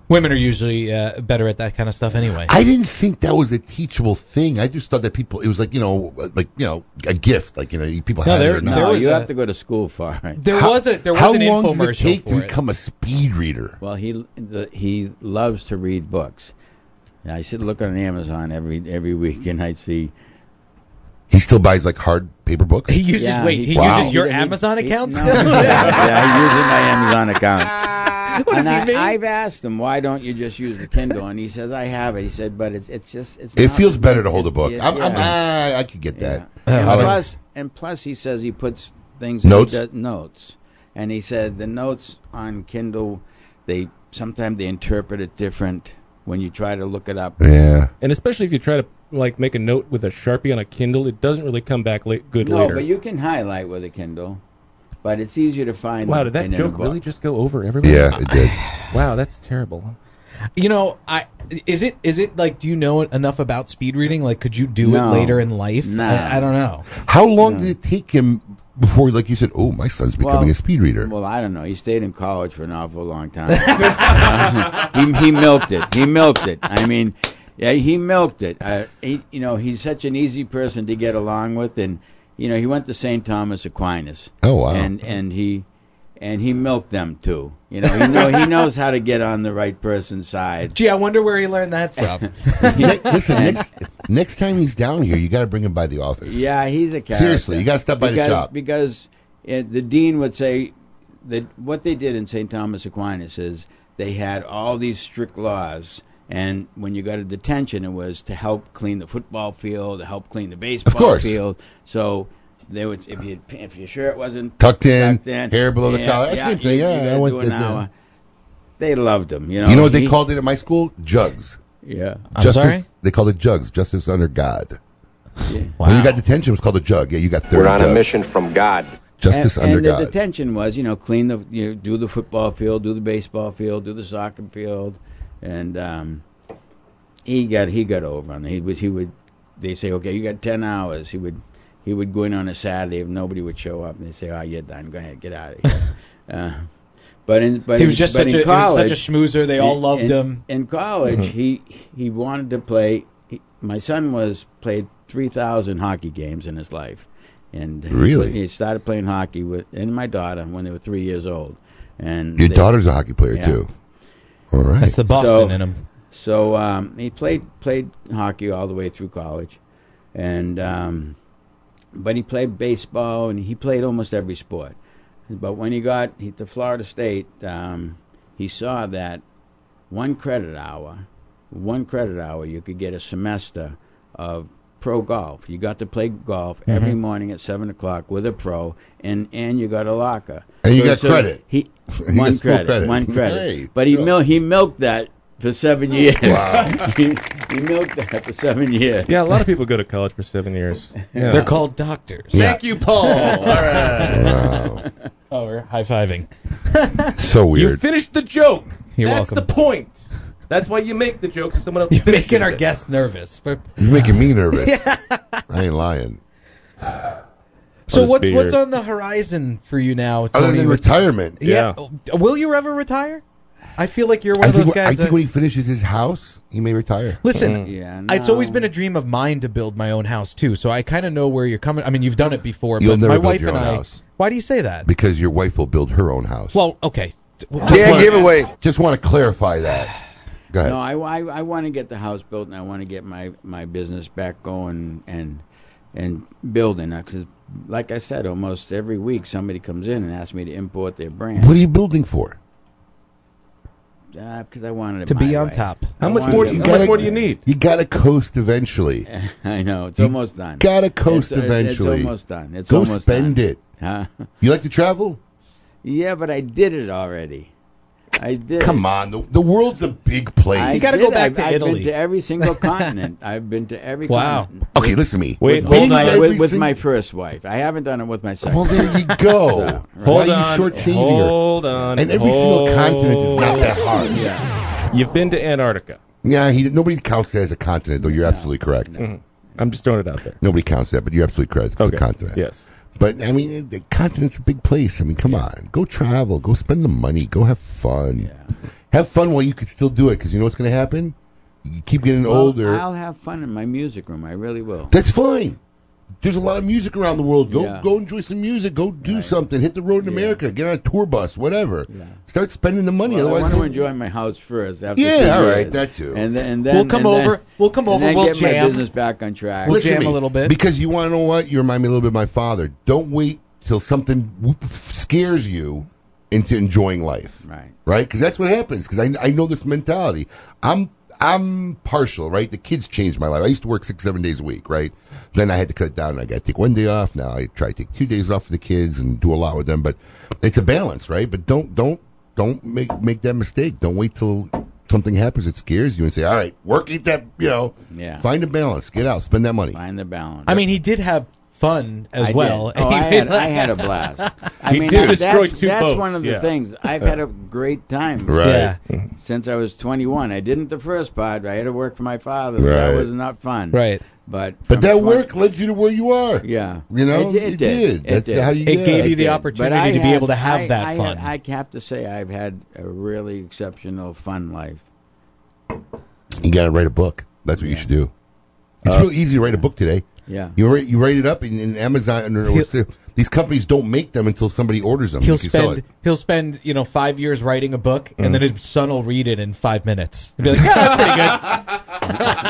[SPEAKER 5] women are usually uh, better at that kind of stuff anyway.
[SPEAKER 4] I didn't think that was a teachable thing. I just thought that people. It was like you know, like you know, a gift. Like you know, people
[SPEAKER 5] No,
[SPEAKER 4] had
[SPEAKER 5] there-
[SPEAKER 4] it. Or not.
[SPEAKER 5] there
[SPEAKER 7] No,
[SPEAKER 5] was
[SPEAKER 7] you
[SPEAKER 5] a-
[SPEAKER 7] have to go to school for it.
[SPEAKER 5] There was a there was
[SPEAKER 4] how
[SPEAKER 5] an
[SPEAKER 4] long
[SPEAKER 5] infomercial
[SPEAKER 4] did it take
[SPEAKER 5] for
[SPEAKER 4] to
[SPEAKER 5] it.
[SPEAKER 4] become a speed reader?
[SPEAKER 7] Well, he the, he loves to read books. And I sit look on Amazon every every week, and I see.
[SPEAKER 4] He still buys like hard paper books.
[SPEAKER 5] He uses
[SPEAKER 7] Yeah,
[SPEAKER 5] wait. He,
[SPEAKER 4] Wow.
[SPEAKER 5] uses your Amazon account.
[SPEAKER 7] No, yeah, he uses my Amazon account.
[SPEAKER 5] What does
[SPEAKER 7] and
[SPEAKER 5] he mean?
[SPEAKER 7] I, I've asked him why don't you just use the Kindle, and he says I have it. He said, but it's it's just it's.
[SPEAKER 4] It
[SPEAKER 7] not-
[SPEAKER 4] feels better to hold a book.
[SPEAKER 7] Yeah,
[SPEAKER 4] I'm, I'm,
[SPEAKER 7] yeah.
[SPEAKER 4] I, I could get that.
[SPEAKER 7] And
[SPEAKER 4] I like-
[SPEAKER 7] plus, and plus, he says he puts things
[SPEAKER 4] Notes?
[SPEAKER 7] He does, notes, and he said the notes on Kindle, they sometimes they interpret it different when you try to look it up.
[SPEAKER 4] Yeah.
[SPEAKER 27] And especially if you try to like make a note with a sharpie on a Kindle, it doesn't really come back late, good
[SPEAKER 7] no,
[SPEAKER 27] later.
[SPEAKER 7] but you can highlight with a Kindle, but it's easier to find.
[SPEAKER 27] wow, did that
[SPEAKER 7] in a
[SPEAKER 27] joke
[SPEAKER 7] book.
[SPEAKER 27] really just go over everybody?
[SPEAKER 4] Yeah, it did.
[SPEAKER 27] wow, that's terrible.
[SPEAKER 5] You know, I is it is it like do you know enough about speed reading? Like, could you do
[SPEAKER 7] No.
[SPEAKER 5] it later in life?
[SPEAKER 7] No.
[SPEAKER 5] I, I don't know.
[SPEAKER 4] How long did it take him before, like you said, oh, my son's becoming
[SPEAKER 7] Well-
[SPEAKER 4] a speed reader?
[SPEAKER 7] Well, I don't know. He stayed in college for an awful long time. he, he milked it. He milked it. I mean, yeah, he milked it. Uh, he, you know, he's such an easy person to get along with, and you know, he went to St. Thomas Aquinas.
[SPEAKER 4] Oh, wow.
[SPEAKER 7] And and he and he milked them too. You know, he know he knows how to get on the right person's side.
[SPEAKER 5] Gee, I wonder where he learned that from.
[SPEAKER 4] Ne- Listen, next next time he's down here, you got to bring him by the office.
[SPEAKER 7] Yeah, he's a character.
[SPEAKER 4] Seriously, you gotta stop by the
[SPEAKER 7] Because-
[SPEAKER 4] shop.
[SPEAKER 7] because uh the dean would say that what they did in St. Thomas Aquinas is they had all these strict laws. And when you got a detention, it was to help clean the football field, to help clean the baseball
[SPEAKER 4] course.
[SPEAKER 7] field. So they would, if you if your shirt wasn't
[SPEAKER 4] Tucked in, hair below the collar. That's same thing.
[SPEAKER 7] you- you
[SPEAKER 4] Yeah,
[SPEAKER 7] gotta
[SPEAKER 4] I went
[SPEAKER 7] do
[SPEAKER 4] this
[SPEAKER 7] an
[SPEAKER 4] in.
[SPEAKER 7] hour. They loved him. You know.
[SPEAKER 4] You know what they
[SPEAKER 7] He-
[SPEAKER 4] called it at my school? Jugs.
[SPEAKER 7] Yeah.
[SPEAKER 5] I'm
[SPEAKER 4] justice.
[SPEAKER 5] sorry?
[SPEAKER 4] They called it jugs. Justice under God.
[SPEAKER 7] Yeah.
[SPEAKER 4] When you got detention, it was called a jug. Yeah, you got 30 jugs.
[SPEAKER 9] from God.
[SPEAKER 4] Justice
[SPEAKER 7] and,
[SPEAKER 4] under
[SPEAKER 7] and
[SPEAKER 4] God.
[SPEAKER 7] the detention was, you know, clean the, you know, do the football field, do the baseball field, do the soccer field, and um, he got he got over on it. He was he would, they say, okay, you got ten hours. He would he would go in on a Saturday if nobody would show up, and they say, oh, you're done. Go ahead, get out of here. uh, But in but
[SPEAKER 5] He
[SPEAKER 7] in-
[SPEAKER 5] was just
[SPEAKER 7] but
[SPEAKER 5] such
[SPEAKER 7] in
[SPEAKER 5] a- he was
[SPEAKER 7] college,
[SPEAKER 5] such a schmoozer. They all
[SPEAKER 7] in-
[SPEAKER 5] loved
[SPEAKER 7] in-
[SPEAKER 5] him.
[SPEAKER 7] In college,
[SPEAKER 4] Mm-hmm.
[SPEAKER 5] Mhm.
[SPEAKER 7] he he wanted to play. He, my son was played three thousand hockey games in his life, and
[SPEAKER 4] Really?
[SPEAKER 7] he started playing hockey with and my daughter when they were three years old. And
[SPEAKER 4] Your
[SPEAKER 7] they-
[SPEAKER 4] daughter's a hockey player
[SPEAKER 7] Yeah.
[SPEAKER 4] too. All right,
[SPEAKER 7] So- So um, he played played hockey all the way through college, and um, but he played baseball and he played almost every sport. But when he got he, to Florida State, um, he saw that one credit hour, one credit hour, you could get a semester of pro golf. You got to play golf every
[SPEAKER 4] Mhm.
[SPEAKER 7] morning at seven o'clock with a pro, and and you got a locker.
[SPEAKER 4] And you got credit.
[SPEAKER 7] He
[SPEAKER 4] You got
[SPEAKER 7] one
[SPEAKER 4] school
[SPEAKER 7] credit,
[SPEAKER 4] credit.
[SPEAKER 7] one credit.
[SPEAKER 4] Hey,
[SPEAKER 7] but he mil- he milked that for seven years.
[SPEAKER 3] Wow.
[SPEAKER 7] he, he milked that for seven years.
[SPEAKER 3] Yeah, a lot of people go to college for seven years. Yeah.
[SPEAKER 5] They're called doctors.
[SPEAKER 3] Thank you, Paul. All
[SPEAKER 5] right. Oh, we're high fiving.
[SPEAKER 4] so
[SPEAKER 3] You
[SPEAKER 4] weird.
[SPEAKER 3] finished the joke.
[SPEAKER 5] You're
[SPEAKER 3] That's
[SPEAKER 5] welcome.
[SPEAKER 3] the point. That's why you make the joke. so Someone else. You're
[SPEAKER 5] making our guests nervous. But
[SPEAKER 4] He's making me nervous. I ain't lying.
[SPEAKER 5] so what's what's on the horizon for you now?
[SPEAKER 4] Other
[SPEAKER 5] Tony?
[SPEAKER 4] than retirement.
[SPEAKER 5] yeah. Will you ever retire? I feel like you're one
[SPEAKER 4] I
[SPEAKER 5] of
[SPEAKER 4] think,
[SPEAKER 5] those
[SPEAKER 4] wh- I
[SPEAKER 5] guys.
[SPEAKER 4] think
[SPEAKER 5] That,
[SPEAKER 4] when he finishes his house, he may retire.
[SPEAKER 5] listen,
[SPEAKER 3] Mm.
[SPEAKER 7] Mm.
[SPEAKER 5] it's always been a dream of mine to build my own house too. So I kind of know where you're coming. I mean, you've done it before.
[SPEAKER 4] You'll
[SPEAKER 5] but
[SPEAKER 4] never
[SPEAKER 5] my
[SPEAKER 4] build
[SPEAKER 5] wife
[SPEAKER 4] your
[SPEAKER 5] and
[SPEAKER 4] own
[SPEAKER 5] I.
[SPEAKER 4] house.
[SPEAKER 5] Why do you say that?
[SPEAKER 4] because your wife will build her own house.
[SPEAKER 5] Well, okay.
[SPEAKER 4] Just
[SPEAKER 5] Just wanna-
[SPEAKER 4] wanna- Just want to clarify that. Go ahead.
[SPEAKER 7] No, I, I, I want to get the house built, and I want to get my, my business back going and and building. Because, like I said, almost every week somebody comes in and asks me to import their brand.
[SPEAKER 4] What are you building for?
[SPEAKER 7] Because Uh, I wanted it
[SPEAKER 4] To be
[SPEAKER 7] my
[SPEAKER 4] on
[SPEAKER 7] way.
[SPEAKER 4] top.
[SPEAKER 7] I
[SPEAKER 3] How much
[SPEAKER 7] wanted
[SPEAKER 3] more
[SPEAKER 7] it
[SPEAKER 3] do you,
[SPEAKER 7] my
[SPEAKER 3] how much
[SPEAKER 7] way.
[SPEAKER 3] more do you need?
[SPEAKER 4] You got to coast eventually.
[SPEAKER 7] I know it's
[SPEAKER 4] You
[SPEAKER 7] almost done.
[SPEAKER 4] Gotta coast
[SPEAKER 7] It's- it's-
[SPEAKER 4] eventually.
[SPEAKER 7] It's almost done. It's
[SPEAKER 4] Go
[SPEAKER 7] almost
[SPEAKER 4] spend
[SPEAKER 7] done.
[SPEAKER 4] it.
[SPEAKER 7] Huh?
[SPEAKER 4] You like to travel?
[SPEAKER 7] Yeah, but I did it already. I did.
[SPEAKER 4] Come on, the, the world's a big place.
[SPEAKER 7] I
[SPEAKER 4] You gotta
[SPEAKER 7] did.
[SPEAKER 4] go back
[SPEAKER 7] I've,
[SPEAKER 4] to
[SPEAKER 7] I've
[SPEAKER 4] Italy.
[SPEAKER 7] Been to every single continent. I've been to every.
[SPEAKER 4] Wow.
[SPEAKER 7] Continent.
[SPEAKER 4] Okay, listen to me.
[SPEAKER 7] Wait,
[SPEAKER 4] With
[SPEAKER 7] hold
[SPEAKER 4] being
[SPEAKER 7] on.
[SPEAKER 4] every
[SPEAKER 7] With, with
[SPEAKER 4] sing-
[SPEAKER 7] my first wife, I haven't done it with my second.
[SPEAKER 4] Well, there you go. Why
[SPEAKER 3] Hold
[SPEAKER 4] are you
[SPEAKER 3] on.
[SPEAKER 4] shortchanging
[SPEAKER 3] Hold
[SPEAKER 4] her?
[SPEAKER 3] on.
[SPEAKER 4] And every
[SPEAKER 3] Hold
[SPEAKER 4] single continent is not that hard.
[SPEAKER 3] Yeah. You've been to Antarctica.
[SPEAKER 4] Yeah, he, nobody counts that as a continent, though. You're absolutely correct.
[SPEAKER 3] Mm-hmm. I'm just throwing it out there.
[SPEAKER 4] Nobody counts that, but you're absolutely correct. It's a continent.
[SPEAKER 3] Yes.
[SPEAKER 4] But I mean, the continent's a big place. I mean, come on, go travel, go spend the money, go have fun. Have fun while you could still do it, because you know what's going to happen. You keep getting
[SPEAKER 7] Well,
[SPEAKER 4] older.
[SPEAKER 7] I'll have fun in my music room. I really will.
[SPEAKER 4] That's fine. There's a lot of music around the world. Go
[SPEAKER 7] Yeah.
[SPEAKER 4] go enjoy some music. Go do something. Hit the road in America. Get on a tour bus. Whatever. Start spending the money.
[SPEAKER 7] Well, I want
[SPEAKER 4] Otherwise,
[SPEAKER 7] to enjoy my house first. After
[SPEAKER 4] Yeah,
[SPEAKER 7] two
[SPEAKER 4] all
[SPEAKER 7] years.
[SPEAKER 4] right, that too.
[SPEAKER 7] And then, and then
[SPEAKER 5] We'll come
[SPEAKER 7] and then-
[SPEAKER 5] over- we'll come
[SPEAKER 7] and
[SPEAKER 5] over,
[SPEAKER 7] then
[SPEAKER 5] we'll
[SPEAKER 7] get
[SPEAKER 5] jam.
[SPEAKER 7] My business back on track.
[SPEAKER 4] Listen to me, because you want to know what you remind me a little bit of my father. Don't wait till something w- scares you into enjoying life.
[SPEAKER 7] Right.
[SPEAKER 4] right? Because that's what happens. Because I, I know this mentality. I'm I'm partial, right? The kids changed my life. I used to work six seven days a week, right? Then I had to cut it down. I got to take one day off. Now I try to take two days off for the kids and do a lot with them. But it's a balance, right? But don't don't don't make make that mistake. Don't wait till something happens that scares you and say, "All right, work eat that." You know,
[SPEAKER 7] Yeah.
[SPEAKER 4] Find a balance. Get out. Spend that money.
[SPEAKER 7] Find the balance.
[SPEAKER 5] I mean, he did have fun
[SPEAKER 7] I
[SPEAKER 5] as
[SPEAKER 7] did.
[SPEAKER 5] well.
[SPEAKER 7] Oh, I, had, I had a blast. I
[SPEAKER 5] He
[SPEAKER 7] mean,
[SPEAKER 5] did
[SPEAKER 7] that's,
[SPEAKER 5] destroy
[SPEAKER 7] that's,
[SPEAKER 5] two
[SPEAKER 7] that's
[SPEAKER 5] boats,
[SPEAKER 7] one of the
[SPEAKER 5] yeah.
[SPEAKER 7] things. I've had a great time.
[SPEAKER 4] Right. Mm-hmm. Yeah.
[SPEAKER 7] Since I was 21. I didn't the first part. I had to work for my father. That
[SPEAKER 4] Right.
[SPEAKER 7] was not fun.
[SPEAKER 4] Right.
[SPEAKER 7] But
[SPEAKER 4] But
[SPEAKER 7] from
[SPEAKER 4] that
[SPEAKER 7] 20
[SPEAKER 4] work led you to where you are.
[SPEAKER 7] Yeah.
[SPEAKER 4] You know,
[SPEAKER 7] it, it
[SPEAKER 4] You
[SPEAKER 7] did.
[SPEAKER 4] That's
[SPEAKER 7] did.
[SPEAKER 4] how you
[SPEAKER 5] It
[SPEAKER 4] got
[SPEAKER 5] gave you
[SPEAKER 4] It
[SPEAKER 5] the
[SPEAKER 4] did.
[SPEAKER 5] opportunity
[SPEAKER 7] But I
[SPEAKER 5] to be
[SPEAKER 7] had-
[SPEAKER 5] able to have
[SPEAKER 7] I-
[SPEAKER 5] that
[SPEAKER 7] I
[SPEAKER 5] fun.
[SPEAKER 7] had- I have to say, I've had a really exceptional fun life.
[SPEAKER 4] You got to write a book. That's what you should do. It's
[SPEAKER 7] Uh,
[SPEAKER 4] real easy to write a book today.
[SPEAKER 7] Yeah.
[SPEAKER 4] You write, you write it up in, in Amazon. Or,
[SPEAKER 5] He'll-
[SPEAKER 4] these companies don't make them until somebody orders them.
[SPEAKER 5] he'll
[SPEAKER 4] They can sell
[SPEAKER 5] spend he'll spend you know five years writing a book,
[SPEAKER 7] Mm.
[SPEAKER 5] and then his son will read it in five minutes. He'll be like, yeah, that's pretty good.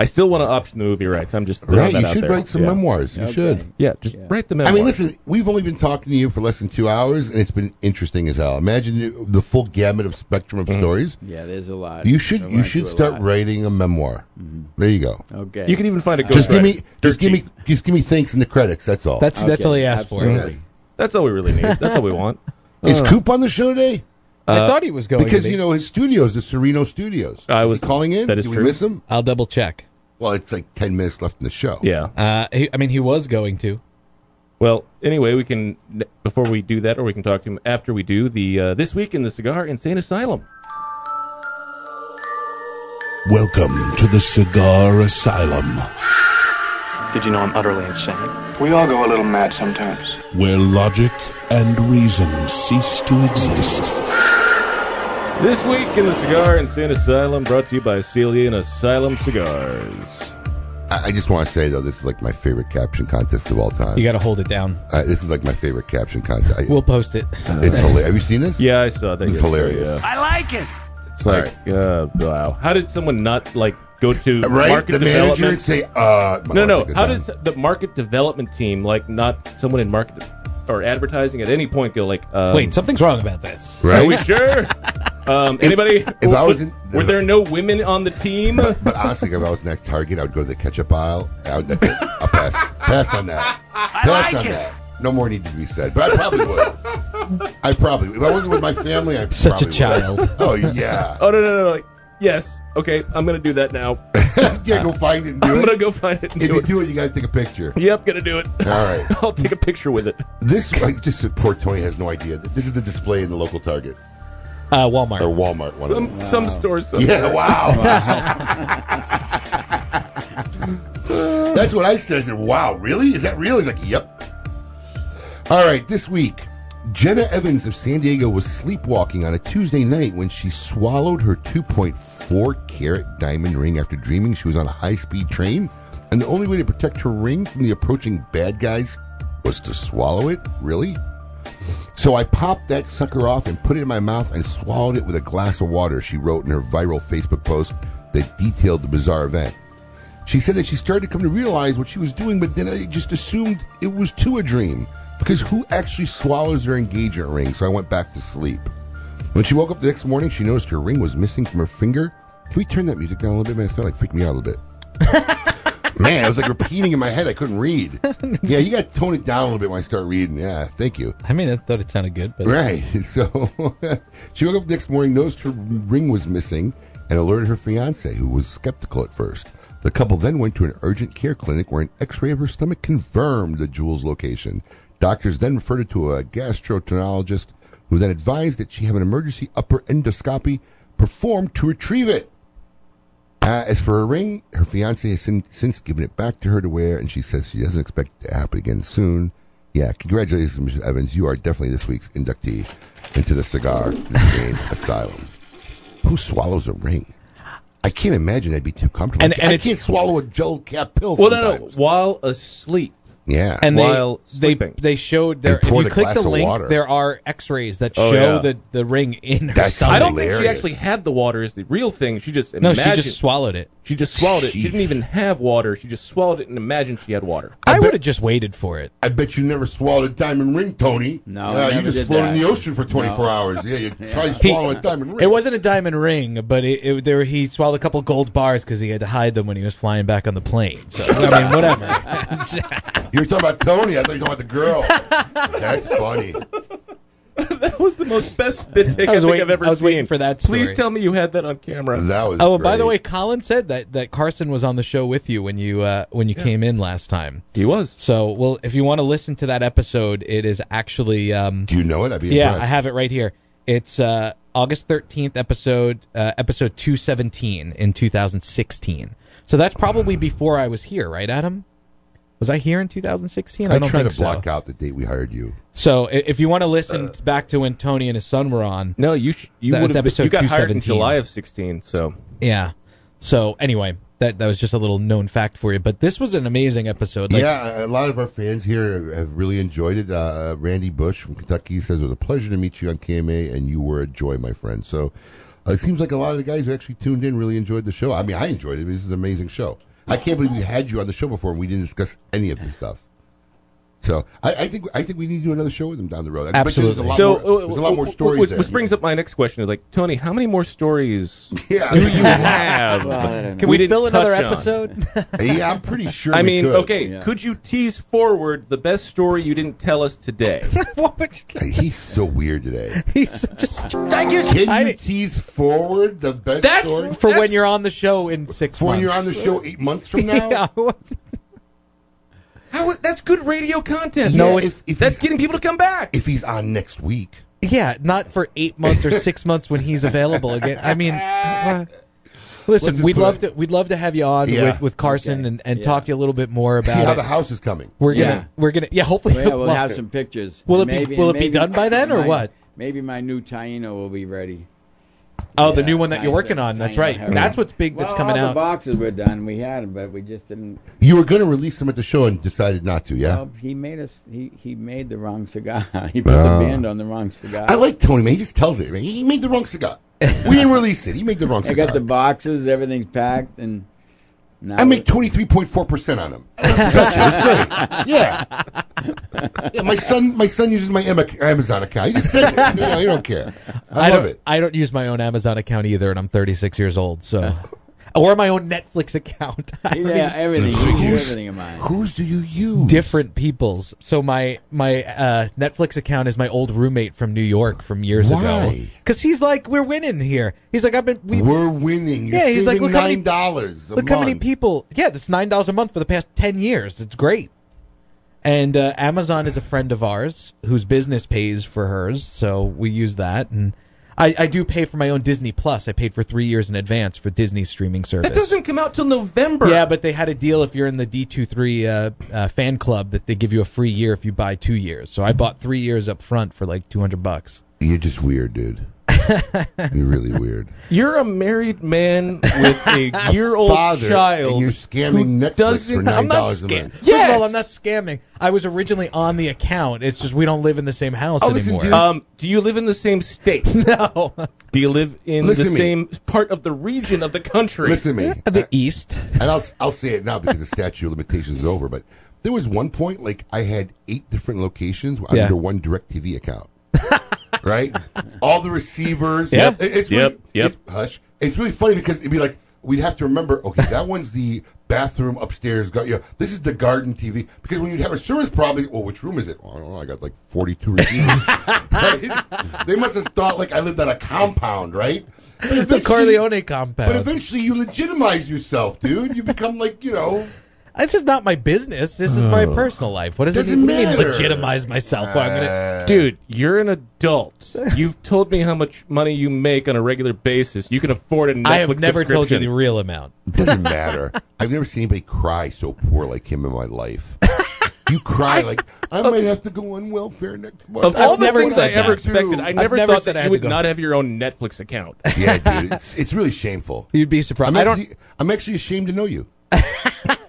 [SPEAKER 3] I still want to option the movie rights. I'm just
[SPEAKER 4] it.
[SPEAKER 3] throwing
[SPEAKER 4] Right,
[SPEAKER 3] that
[SPEAKER 4] you
[SPEAKER 3] out
[SPEAKER 4] should
[SPEAKER 3] there.
[SPEAKER 4] write some
[SPEAKER 3] Yeah.
[SPEAKER 4] memoirs. You should.
[SPEAKER 3] Yeah, just write the memoirs.
[SPEAKER 4] I mean, listen, we've only been talking to you for less than two hours, and it's been interesting as hell. Imagine the full gamut of spectrum of
[SPEAKER 3] Mm.
[SPEAKER 4] stories.
[SPEAKER 7] Yeah, there's a lot.
[SPEAKER 4] You should
[SPEAKER 7] There's a
[SPEAKER 4] you
[SPEAKER 7] lot
[SPEAKER 4] should
[SPEAKER 7] to a
[SPEAKER 4] start
[SPEAKER 7] lot. Mm-hmm.
[SPEAKER 4] writing a memoir. There you go.
[SPEAKER 7] Okay.
[SPEAKER 3] You can even find a
[SPEAKER 4] Just give
[SPEAKER 3] ghostwriter.
[SPEAKER 4] me just give me just give me thanks in the credits. That's all.
[SPEAKER 5] That's that's all he asked for.
[SPEAKER 3] That's all we really need. That's all we want.
[SPEAKER 4] Is
[SPEAKER 3] Uh,
[SPEAKER 4] Coop on the show today?
[SPEAKER 3] I Uh,
[SPEAKER 5] thought he was going
[SPEAKER 4] because
[SPEAKER 5] to be.
[SPEAKER 4] you know his studio is the Sereno Studios.
[SPEAKER 3] I
[SPEAKER 4] Is
[SPEAKER 3] was-
[SPEAKER 4] he calling in.
[SPEAKER 3] that is
[SPEAKER 4] Did
[SPEAKER 3] true.
[SPEAKER 4] we miss him?
[SPEAKER 5] I'll double check.
[SPEAKER 4] Well, it's like ten minutes left in the show.
[SPEAKER 3] Yeah.
[SPEAKER 5] Uh, he, I mean, he was going to.
[SPEAKER 3] Well, anyway, we can before we do that, or we can talk to him after we do the uh, this week in the Cigar Insane Asylum.
[SPEAKER 1] Welcome to the Cigar Asylum.
[SPEAKER 9] Did you know I'm utterly insane? We all go a little mad sometimes.
[SPEAKER 1] where logic and reason cease to exist.
[SPEAKER 3] This week in the Cigar Insane Asylum, brought to you by Celia and Asylum Cigars.
[SPEAKER 4] I, I just want to say though, this is like my favorite caption contest of all time.
[SPEAKER 5] You got to hold it down.
[SPEAKER 4] Uh, this is like my favorite caption contest. I-
[SPEAKER 5] We'll post it.
[SPEAKER 4] it's hilarious. Have you seen this?
[SPEAKER 3] Yeah, I saw that.
[SPEAKER 4] It's
[SPEAKER 3] yesterday,
[SPEAKER 4] hilarious.
[SPEAKER 3] yeah.
[SPEAKER 2] I like it.
[SPEAKER 3] It's like, uh, wow. How did someone not like go to
[SPEAKER 4] Right?
[SPEAKER 3] market
[SPEAKER 4] The manager
[SPEAKER 3] development?
[SPEAKER 4] and say, uh,
[SPEAKER 3] no,
[SPEAKER 4] I'll
[SPEAKER 3] no.
[SPEAKER 4] take it
[SPEAKER 3] How
[SPEAKER 4] down.
[SPEAKER 3] does the market development team, like, not someone in market or advertising at any point, go like, um,
[SPEAKER 5] Wait, something's wrong about this.
[SPEAKER 3] Are we sure? um, anybody?
[SPEAKER 4] if I was
[SPEAKER 3] w-
[SPEAKER 4] in-
[SPEAKER 3] were there no women on the team?
[SPEAKER 4] But honestly, if I was in that Target, I would go to the ketchup aisle. I would, that's it. I'll pass. Pass on that. Pass
[SPEAKER 2] like
[SPEAKER 4] on
[SPEAKER 2] it.
[SPEAKER 4] that. No more need to be said. But I probably would. I probably. If I wasn't with my family, I
[SPEAKER 5] Such a
[SPEAKER 4] probably would.
[SPEAKER 5] child.
[SPEAKER 4] Oh yeah.
[SPEAKER 3] Oh no, no, no, no. like, Yes. Okay, I'm gonna do that now.
[SPEAKER 4] yeah, go find it and do
[SPEAKER 3] I'm
[SPEAKER 4] it.
[SPEAKER 3] gonna go find it. And
[SPEAKER 4] if
[SPEAKER 3] do
[SPEAKER 4] you
[SPEAKER 3] it.
[SPEAKER 4] do it, you got to take a picture.
[SPEAKER 3] Yep, gonna do it.
[SPEAKER 4] All right.
[SPEAKER 3] I'll take a picture with it.
[SPEAKER 4] This like, just so poor Tony has no idea. This is the display in the local Target
[SPEAKER 5] Uh, Walmart.
[SPEAKER 4] or Walmart. One of
[SPEAKER 3] Some
[SPEAKER 4] them.
[SPEAKER 3] some stores. Somewhere.
[SPEAKER 4] Yeah. Wow. That's what I said. I said, wow, really? Is that real? He's like, yep. All right, this week, Jenna Evans of San Diego was sleepwalking on a Tuesday night when she swallowed her 2.4 carat diamond ring after dreaming she was on a high speed train. And the only way to protect her ring from the approaching bad guys was to swallow it? Really? So I popped that sucker off and put it in my mouth and swallowed it with a glass of water, she wrote in her viral Facebook post that detailed the bizarre event. She said that she started to come to realize what she was doing, but then I just assumed it was to a dream because who actually swallows their engagement ring? So I went back to sleep. When she woke up the next morning, she noticed her ring was missing from her finger. Can we turn that music down a little bit, man? It's not like freaked me out a little bit. man, I was like repeating in my head. I couldn't read. Yeah, you got to tone it down a little bit when I start reading. Yeah, thank you.
[SPEAKER 5] I mean, I thought it sounded good, but uh,
[SPEAKER 4] Right. So she woke up the next morning, noticed her ring was missing, and alerted her fiance, who was skeptical at first. The couple then went to an urgent care clinic where an x ray of her stomach confirmed the jewel's location. Doctors then referred it to a gastroenterologist, who then advised that she have an emergency upper endoscopy performed to retrieve it. Uh, as for her ring, her fiance has sin- since given it back to her to wear, and she says she doesn't expect it to happen again soon. Yeah, congratulations, Mrs. Evans. You are definitely this week's inductee into the Cigar Insane Asylum. Who swallows a ring? I can't imagine that'd be too comfortable.
[SPEAKER 5] And-
[SPEAKER 4] I,
[SPEAKER 5] and
[SPEAKER 4] I
[SPEAKER 5] it's-
[SPEAKER 4] can't swallow a Joel Cap pill.
[SPEAKER 3] Well, no, no.
[SPEAKER 4] sometimes.
[SPEAKER 3] While asleep.
[SPEAKER 4] Yeah.
[SPEAKER 5] and
[SPEAKER 3] While
[SPEAKER 5] they, they they showed
[SPEAKER 4] They
[SPEAKER 5] their. if
[SPEAKER 4] poured
[SPEAKER 5] you
[SPEAKER 4] a
[SPEAKER 5] click
[SPEAKER 4] glass
[SPEAKER 5] the
[SPEAKER 4] of
[SPEAKER 5] link,
[SPEAKER 4] water.
[SPEAKER 5] there are X-rays that
[SPEAKER 3] Oh,
[SPEAKER 5] show
[SPEAKER 3] yeah.
[SPEAKER 5] the the ring in her
[SPEAKER 4] That's
[SPEAKER 5] stomach.
[SPEAKER 3] I don't think she
[SPEAKER 4] Hilarious.
[SPEAKER 3] actually had the water. Is the real thing? She just
[SPEAKER 5] no,
[SPEAKER 3] imagined.
[SPEAKER 5] she just swallowed it.
[SPEAKER 3] She just swallowed it. She didn't
[SPEAKER 4] Jeez.
[SPEAKER 3] even have water. She just swallowed it and imagined she had water.
[SPEAKER 5] I, would have just waited for it.
[SPEAKER 4] I bet you never swallowed a diamond ring, Tony.
[SPEAKER 7] No,
[SPEAKER 4] Uh,
[SPEAKER 7] I
[SPEAKER 4] you
[SPEAKER 7] never
[SPEAKER 4] just
[SPEAKER 7] did
[SPEAKER 4] floated in
[SPEAKER 7] that.
[SPEAKER 4] the ocean for 24
[SPEAKER 7] No.
[SPEAKER 4] hours. Yeah, you try to
[SPEAKER 5] He-
[SPEAKER 4] swallow a diamond ring.
[SPEAKER 5] It wasn't a diamond ring, but it, it there he swallowed a couple gold bars because he had to hide them when he was flying back on the plane. So I mean, whatever.
[SPEAKER 4] You were talking about Tony. I thought you were talking about the girl. That's funny.
[SPEAKER 3] That was the most best bit take
[SPEAKER 5] I
[SPEAKER 3] I,
[SPEAKER 5] was
[SPEAKER 3] think
[SPEAKER 5] waiting-
[SPEAKER 3] I've ever
[SPEAKER 5] I was
[SPEAKER 3] seen.
[SPEAKER 5] waiting for that
[SPEAKER 3] Please
[SPEAKER 5] story.
[SPEAKER 3] tell me you had that on camera.
[SPEAKER 4] That was.
[SPEAKER 5] Oh, and by the
[SPEAKER 4] great.
[SPEAKER 5] way, Colin said that that Carson was on the show with you when you uh, when you came in last time.
[SPEAKER 3] He was.
[SPEAKER 5] So, well, if you want to listen to that episode, it is actually um,
[SPEAKER 4] Do you know it? I'd be
[SPEAKER 5] yeah,
[SPEAKER 4] impressed.
[SPEAKER 5] I have it right here. It's uh, August thirteenth episode uh, episode two seventeen in two thousand sixteen. So that's probably before I was here, right, Adam? Was I here in two thousand sixteen? I,
[SPEAKER 4] I
[SPEAKER 5] don't
[SPEAKER 4] try
[SPEAKER 5] think
[SPEAKER 4] to block Uh,
[SPEAKER 5] so.
[SPEAKER 4] out the date we hired you.
[SPEAKER 5] So i- if you want to listen back to when Tony and his son were on,
[SPEAKER 3] No, you sh- you
[SPEAKER 5] That was
[SPEAKER 3] would have
[SPEAKER 5] episode
[SPEAKER 3] you got hired in
[SPEAKER 5] 217.
[SPEAKER 3] July of sixteen. So
[SPEAKER 5] yeah. So anyway, that that was just a little known fact for you. But this was an amazing episode. Like,
[SPEAKER 4] yeah, a lot of our fans here have really enjoyed it. Uh, Randy Bush from Kentucky says it was a pleasure to meet you on KMA, and you were a joy, my friend. So uh, it seems like a lot of the guys who actually tuned in really enjoyed the show. I mean, I enjoyed it. This is an amazing show. I can't believe we had you on the show before and we didn't discuss any of this stuff. So I, I think I think we need to do another show with them down the road. I bet you There's a
[SPEAKER 5] Absolutely.
[SPEAKER 4] lot
[SPEAKER 3] so uh,
[SPEAKER 4] more, there's a lot more stories.
[SPEAKER 3] Which,
[SPEAKER 4] there.
[SPEAKER 3] which brings up my next question: is like Tony, how many more stories
[SPEAKER 4] yeah,
[SPEAKER 3] do you have?
[SPEAKER 5] can we,
[SPEAKER 3] didn't
[SPEAKER 5] fill another
[SPEAKER 3] touch on?
[SPEAKER 5] episode?
[SPEAKER 4] yeah, I'm pretty sure.
[SPEAKER 3] I
[SPEAKER 4] we
[SPEAKER 3] mean,
[SPEAKER 4] could.
[SPEAKER 3] okay, could you tease forward the best story you didn't tell us today?
[SPEAKER 5] What?
[SPEAKER 4] He's so weird today.
[SPEAKER 5] He's such a str-
[SPEAKER 2] Thank you.
[SPEAKER 4] Can you
[SPEAKER 5] I-
[SPEAKER 4] tease forward the best
[SPEAKER 3] That's-
[SPEAKER 4] story?
[SPEAKER 5] for
[SPEAKER 3] That's-
[SPEAKER 5] when you're on the show in six
[SPEAKER 4] For when
[SPEAKER 5] months.
[SPEAKER 4] you're on the show eight months from now?
[SPEAKER 5] Yeah, I was-
[SPEAKER 3] How that's good radio content.
[SPEAKER 4] Yeah,
[SPEAKER 5] No, it's-
[SPEAKER 4] if, if,
[SPEAKER 3] that's
[SPEAKER 4] he's,
[SPEAKER 3] getting people to come back.
[SPEAKER 4] if he's on next week.
[SPEAKER 5] Yeah, not for eight months or six months when he's available again. I mean, uh, Listen,
[SPEAKER 4] Let's just
[SPEAKER 5] we'd
[SPEAKER 4] put
[SPEAKER 5] love
[SPEAKER 4] it-
[SPEAKER 5] to we'd love to have you on
[SPEAKER 4] Yeah.
[SPEAKER 5] with, with Carson and, and talk to you a little bit more about
[SPEAKER 4] See how
[SPEAKER 5] it.
[SPEAKER 4] the house is coming.
[SPEAKER 5] We're gonna
[SPEAKER 7] Yeah.
[SPEAKER 5] we're gonna yeah. Hopefully,
[SPEAKER 7] Well, yeah, we'll
[SPEAKER 5] well,
[SPEAKER 7] have some pictures.
[SPEAKER 5] Will it
[SPEAKER 7] And
[SPEAKER 5] be Will it be
[SPEAKER 7] maybe-
[SPEAKER 5] done by then or
[SPEAKER 7] my-
[SPEAKER 5] what?
[SPEAKER 7] Maybe my new Taino will be ready.
[SPEAKER 5] Oh, the new one that you're working on. That's right. That's what's big.
[SPEAKER 7] Well,
[SPEAKER 5] That's coming
[SPEAKER 7] all The
[SPEAKER 5] out.
[SPEAKER 7] boxes were done. We had them, but we just didn't.
[SPEAKER 4] You were going to release them at the show and decided not to, yeah?
[SPEAKER 7] Well, he made us. He, he made the wrong cigar. he put
[SPEAKER 4] Ah.
[SPEAKER 7] the band on the wrong cigar.
[SPEAKER 4] I like Tony, man. He just tells it, man. He made the wrong cigar. we didn't release it. He made the wrong
[SPEAKER 7] I
[SPEAKER 4] cigar.
[SPEAKER 7] got the boxes. Everything's packed, and now
[SPEAKER 4] I make 23.4% on them. That's great. Yeah. Yeah, my son my son uses my Ama- Amazon account. He just says it. You, know, you don't care. I, love
[SPEAKER 5] don't,
[SPEAKER 4] it.
[SPEAKER 5] I don't use my own Amazon account either, and I'm 36 years old. So, or my own Netflix account. I
[SPEAKER 7] Yeah,
[SPEAKER 5] mean,
[SPEAKER 7] everything. You do everything of mine.
[SPEAKER 4] Whose do you use?
[SPEAKER 5] Different people's. So my my uh, Netflix account is my old roommate from New York from years ago.
[SPEAKER 4] Why?
[SPEAKER 5] Because he's like, we're winning here. He's like, I've been. We,
[SPEAKER 4] We're winning. You're
[SPEAKER 5] yeah, he's like,
[SPEAKER 4] saving
[SPEAKER 5] look how many
[SPEAKER 4] $9 a
[SPEAKER 5] Look how many
[SPEAKER 4] month.
[SPEAKER 5] people. Yeah, that's nine dollars a month for the past ten years. It's great. And uh, Amazon is a friend of ours whose business pays for hers, so we use that. And I, I do pay for my own Disney Plus. I paid for three years in advance for Disney streaming service.
[SPEAKER 3] That doesn't come out till November.
[SPEAKER 5] Yeah, but they had a deal if you're in the D23 uh, uh, fan club that they give you a free year if you buy two years. So I bought three years up front for like 200 bucks.
[SPEAKER 4] You're just weird, dude. You're really weird.
[SPEAKER 3] You're a married man with a year-old
[SPEAKER 4] father,
[SPEAKER 3] child.
[SPEAKER 4] and you're scamming
[SPEAKER 3] who
[SPEAKER 4] Netflix
[SPEAKER 3] doesn't-
[SPEAKER 4] for
[SPEAKER 3] I'm not
[SPEAKER 4] $9 a
[SPEAKER 3] scam-
[SPEAKER 4] month.
[SPEAKER 5] Yes! First of all, I'm not scamming. I was originally on the account. It's just we don't live in the same house anymore.
[SPEAKER 3] Um, do you live in the same state?
[SPEAKER 5] No.
[SPEAKER 3] Do you live in
[SPEAKER 4] Listen
[SPEAKER 3] the
[SPEAKER 4] to me.
[SPEAKER 3] same part of the region of the country?
[SPEAKER 4] Listen to me.
[SPEAKER 5] The East.
[SPEAKER 4] And I'll, I'll say it now because the statute of limitations is over. But there was one point, like, I had eight different locations
[SPEAKER 5] Yeah.
[SPEAKER 4] under one DirecTV account. right? All the receivers.
[SPEAKER 3] Yep.
[SPEAKER 4] It- It's
[SPEAKER 3] Yep.
[SPEAKER 4] Really, It's, hush. It's really funny because it'd be like, we'd have to remember, okay, that one's the bathroom upstairs. Got, you know, this is the garden TV. Because when you'd have a service problem, well, which room is it? Oh, I don't know. I got like 42 receivers. Right? They must have thought, like, I lived on a compound, right? But
[SPEAKER 5] the
[SPEAKER 4] eventually-
[SPEAKER 5] Corleone compound.
[SPEAKER 4] But eventually you legitimize yourself, dude. You become like, you know.
[SPEAKER 5] This is not my business. This is my personal life. What does
[SPEAKER 4] Doesn't
[SPEAKER 5] it mean?
[SPEAKER 4] matter.
[SPEAKER 5] Legitimize myself? Well, I'm
[SPEAKER 4] Uh.
[SPEAKER 5] gonna,
[SPEAKER 3] Dude, you're an adult. You've told me how much money you make on a regular basis. You can afford a Netflix
[SPEAKER 5] I have never told you the
[SPEAKER 3] subscription.
[SPEAKER 5] real amount.
[SPEAKER 4] It doesn't matter. I've never seen anybody cry so poor like him in my life. You cry like I might have to go on welfare next month.
[SPEAKER 3] Of
[SPEAKER 4] I
[SPEAKER 3] all
[SPEAKER 4] don't
[SPEAKER 3] the
[SPEAKER 4] know
[SPEAKER 3] things
[SPEAKER 4] what
[SPEAKER 3] I ever
[SPEAKER 4] do.
[SPEAKER 3] expected, I never thought that, you would not have your own Netflix account.
[SPEAKER 4] Yeah, dude, it's, it's really shameful.
[SPEAKER 5] You'd be surprised.
[SPEAKER 4] I'm
[SPEAKER 3] I don't-
[SPEAKER 4] actually, I'm actually ashamed to know you.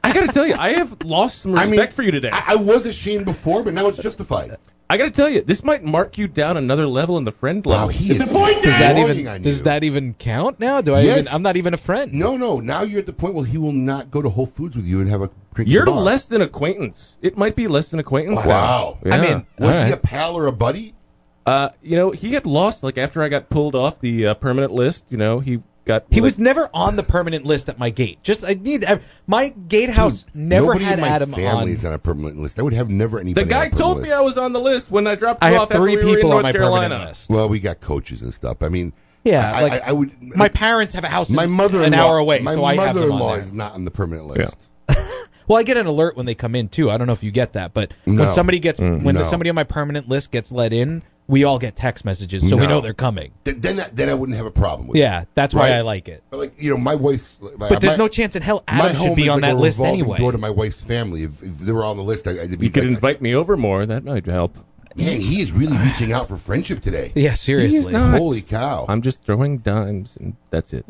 [SPEAKER 3] I got to tell you, I have lost some respect for you today.
[SPEAKER 4] I was ashamed before, but now it's justified.
[SPEAKER 3] I got to tell you, this might mark you down another level in the friend level.
[SPEAKER 4] he is
[SPEAKER 5] Does that
[SPEAKER 4] Working
[SPEAKER 5] even
[SPEAKER 4] on
[SPEAKER 5] does
[SPEAKER 4] you.
[SPEAKER 5] that even count now? Do I?
[SPEAKER 4] Yes.
[SPEAKER 5] Even, I'm not even a friend.
[SPEAKER 4] No, no. Now you're at the point where he will not go to Whole Foods with you and have a drink. at
[SPEAKER 3] You're
[SPEAKER 4] the bar.
[SPEAKER 3] less than acquaintance. It might be less than acquaintance.
[SPEAKER 4] Wow.
[SPEAKER 3] now.
[SPEAKER 4] I
[SPEAKER 3] Yeah.
[SPEAKER 4] mean, was
[SPEAKER 3] All
[SPEAKER 4] he a
[SPEAKER 3] right.
[SPEAKER 4] pal or a buddy?
[SPEAKER 3] Uh, you know, he had lost like after I got pulled off the uh, permanent list. You know, he got
[SPEAKER 5] He was never on the permanent list at my gate. Just I need I- my gatehouse never
[SPEAKER 4] Nobody
[SPEAKER 5] had
[SPEAKER 4] in my
[SPEAKER 5] Adam on.
[SPEAKER 4] family's on. a permanent list. I would have never
[SPEAKER 3] The
[SPEAKER 4] anybody. on
[SPEAKER 3] guy
[SPEAKER 4] a permanent
[SPEAKER 3] told
[SPEAKER 4] list.
[SPEAKER 3] me I was on the list when I dropped.
[SPEAKER 5] I
[SPEAKER 3] you
[SPEAKER 5] have
[SPEAKER 3] off after
[SPEAKER 5] three
[SPEAKER 3] we were in
[SPEAKER 5] people
[SPEAKER 3] North
[SPEAKER 5] on my permanent
[SPEAKER 3] Carolina.
[SPEAKER 5] list.
[SPEAKER 4] Well, we got coaches and stuff. I mean,
[SPEAKER 5] Yeah,
[SPEAKER 4] I,
[SPEAKER 5] like
[SPEAKER 4] I, I would.
[SPEAKER 5] my parents have a house
[SPEAKER 4] My
[SPEAKER 5] in-
[SPEAKER 4] mother,
[SPEAKER 5] an hour away,
[SPEAKER 4] My
[SPEAKER 5] so I have them on
[SPEAKER 4] mother-in-law
[SPEAKER 5] there.
[SPEAKER 4] is not on the permanent list.
[SPEAKER 5] Well, I get an alert when they come in too. I don't know if you get that, but
[SPEAKER 4] No.
[SPEAKER 5] when somebody gets
[SPEAKER 4] Mm.
[SPEAKER 5] when the-
[SPEAKER 4] No.
[SPEAKER 5] somebody on my permanent list gets let in, we all get text messages, so we
[SPEAKER 4] No.
[SPEAKER 5] know they're coming.
[SPEAKER 4] Th- then, I, then I wouldn't have a problem with.
[SPEAKER 5] Yeah,
[SPEAKER 4] it,
[SPEAKER 5] that's why I like it.
[SPEAKER 4] But like you know, my wife's. uh,
[SPEAKER 5] But there's no chance in hell Adam should be on that list anyway.
[SPEAKER 4] Go to my wife's family if, if they were on the list. I, I'd be
[SPEAKER 3] You could
[SPEAKER 4] like,
[SPEAKER 3] invite me over more. That might help.
[SPEAKER 4] man, he is really reaching out for friendship today.
[SPEAKER 5] Yeah, seriously.
[SPEAKER 3] He is not.
[SPEAKER 4] Holy cow!
[SPEAKER 3] I'm just throwing dimes, and that's it.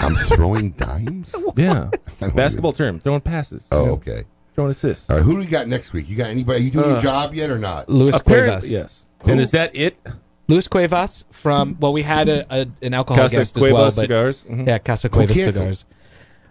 [SPEAKER 4] I'm throwing dimes.
[SPEAKER 3] yeah, basketball term, throwing passes.
[SPEAKER 4] Oh,
[SPEAKER 3] you know,
[SPEAKER 4] okay.
[SPEAKER 3] throwing assists.
[SPEAKER 4] All right, who do we got next week? You got anybody? you doing your
[SPEAKER 3] Uh,
[SPEAKER 4] job yet or not?
[SPEAKER 3] Apparently, Yes. And is that it?
[SPEAKER 5] Luis Cuevas from well, we had a, a an alcohol
[SPEAKER 3] Casa
[SPEAKER 5] guest as
[SPEAKER 3] Cuevas
[SPEAKER 5] well, but
[SPEAKER 3] cigars. Mhm.
[SPEAKER 5] yeah, Casa
[SPEAKER 3] Who
[SPEAKER 5] Cuevas
[SPEAKER 3] canceled?
[SPEAKER 5] cigars.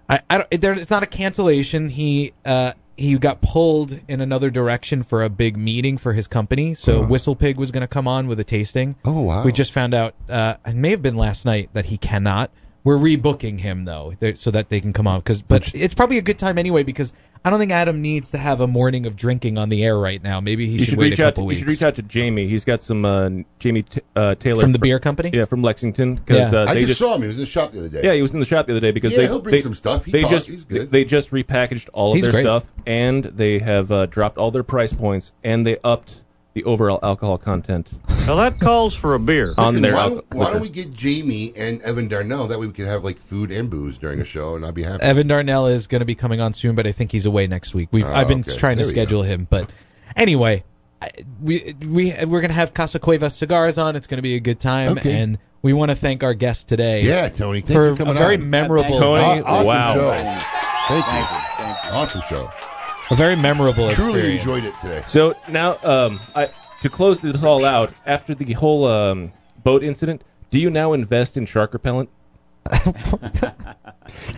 [SPEAKER 5] I, I don't. There, it's not a cancellation. He uh he got pulled in another direction for a big meeting for his company. So Whistle Pig was going to come on with a tasting.
[SPEAKER 4] Uh-huh. Oh wow.
[SPEAKER 5] We just found out. Uh, it may have been last night that he cannot. We're rebooking him though, there- so that they can come on. Because, but it's probably a good time anyway. Because I don't think Adam needs to have a morning of drinking on the air right now. Maybe he
[SPEAKER 3] you
[SPEAKER 5] should,
[SPEAKER 3] should
[SPEAKER 5] wait
[SPEAKER 3] reach
[SPEAKER 5] a
[SPEAKER 3] out. To,
[SPEAKER 5] couple
[SPEAKER 3] you
[SPEAKER 5] weeks.
[SPEAKER 3] should reach out to Jamie. He's got some uh, Jamie T- uh, Taylor
[SPEAKER 5] From the
[SPEAKER 3] fr-
[SPEAKER 5] beer company?
[SPEAKER 3] Yeah, from Lexington. 'cause,
[SPEAKER 5] Yeah.
[SPEAKER 3] uh,
[SPEAKER 4] I
[SPEAKER 3] they
[SPEAKER 4] just, saw him. He was in the shop the other day.
[SPEAKER 3] Yeah, he was in the shop the other day because
[SPEAKER 4] Yeah,
[SPEAKER 3] they
[SPEAKER 4] he'll bring
[SPEAKER 3] they-
[SPEAKER 4] some stuff. He
[SPEAKER 3] they
[SPEAKER 4] talks.
[SPEAKER 3] just
[SPEAKER 4] He's good.
[SPEAKER 3] they just repackaged all of
[SPEAKER 5] He's
[SPEAKER 3] their
[SPEAKER 5] great.
[SPEAKER 3] stuff and they have uh, dropped all their price points and they upped the overall alcohol content.
[SPEAKER 15] Well, that calls for a beer
[SPEAKER 3] on
[SPEAKER 4] Listen,
[SPEAKER 3] their
[SPEAKER 4] why,
[SPEAKER 3] alcohol.
[SPEAKER 4] don't, why don't we get Jamie and Evan Darnell? That way we can have like food and booze during a show, and I'd be happy.
[SPEAKER 5] Evan Darnell is going to be coming on soon, but I think he's away next week. We've,
[SPEAKER 4] Oh,
[SPEAKER 5] I've been
[SPEAKER 4] okay.
[SPEAKER 5] trying to
[SPEAKER 4] There we go.
[SPEAKER 5] schedule him, but anyway, I, we we we're going to have Casa Cuevas cigars on. It's going to be a good time,
[SPEAKER 4] Okay.
[SPEAKER 5] and we want to thank our guest today.
[SPEAKER 4] Yeah, Tony, thanks
[SPEAKER 5] for,
[SPEAKER 4] for coming
[SPEAKER 5] a very
[SPEAKER 4] on.
[SPEAKER 5] memorable.
[SPEAKER 4] Aw- awesome show. Thank, you. Awesome show.
[SPEAKER 5] A very memorable.
[SPEAKER 4] Truly
[SPEAKER 5] experience.
[SPEAKER 4] enjoyed it today.
[SPEAKER 3] So now, um, I, to close this all out, after the whole um, boat incident, do you now invest in shark repellent?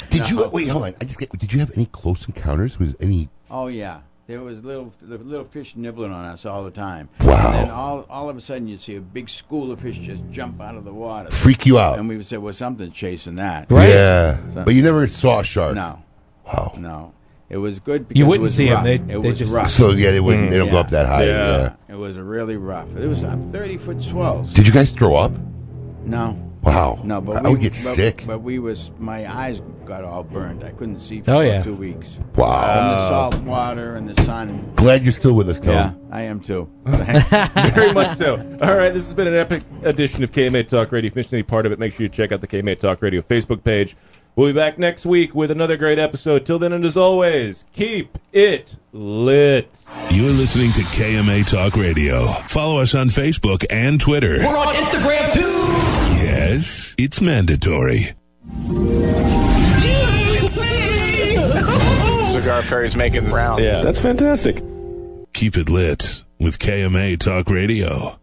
[SPEAKER 4] Did you wait? Hold on. I just get. Did you have any close encounters with any?
[SPEAKER 7] Oh yeah, there was little the little fish nibbling on us all the time. Wow! And then all all of a sudden you see a big school of fish just jump out of the water,
[SPEAKER 4] Freak you out.
[SPEAKER 7] and we would say, "Well, something's chasing that."
[SPEAKER 4] Yeah,
[SPEAKER 7] So-
[SPEAKER 4] but you never saw a shark.
[SPEAKER 7] No.
[SPEAKER 4] Wow.
[SPEAKER 7] No. It was good because
[SPEAKER 4] You
[SPEAKER 7] it
[SPEAKER 4] wouldn't
[SPEAKER 7] was
[SPEAKER 4] see 'em.
[SPEAKER 7] rough.
[SPEAKER 4] They-
[SPEAKER 7] it
[SPEAKER 4] they
[SPEAKER 7] was
[SPEAKER 4] just-
[SPEAKER 7] rough.
[SPEAKER 4] So, yeah, they wouldn't- they don't go up that high,
[SPEAKER 7] It was really rough. It was uh, 30 foot swells.
[SPEAKER 4] Did you guys throw up?
[SPEAKER 7] No.
[SPEAKER 4] Wow.
[SPEAKER 7] No, but
[SPEAKER 4] I
[SPEAKER 7] we,
[SPEAKER 4] would get
[SPEAKER 7] but,
[SPEAKER 4] sick.
[SPEAKER 7] But we was my eyes got all burned. I couldn't see for
[SPEAKER 4] Oh,
[SPEAKER 7] about
[SPEAKER 4] yeah.
[SPEAKER 7] two weeks.
[SPEAKER 4] Wow.
[SPEAKER 7] And the salt water and the sun.
[SPEAKER 4] Glad you're still with us, Tony.
[SPEAKER 7] Yeah, I am too.
[SPEAKER 3] Very much so. All right, this has been an epic edition of KMA Talk Radio. If you missed any part of it, make sure you check out the KMA Talk Radio Facebook page. We'll be back next week with another great episode. Till then, and as always, keep it lit.
[SPEAKER 1] You're listening to KMA Talk Radio. Follow us on Facebook and Twitter.
[SPEAKER 2] We're on Instagram too.
[SPEAKER 1] Yes, it's mandatory.
[SPEAKER 17] Cigar Fairy's making rounds.
[SPEAKER 1] fantastic. Keep it lit with KMA Talk Radio.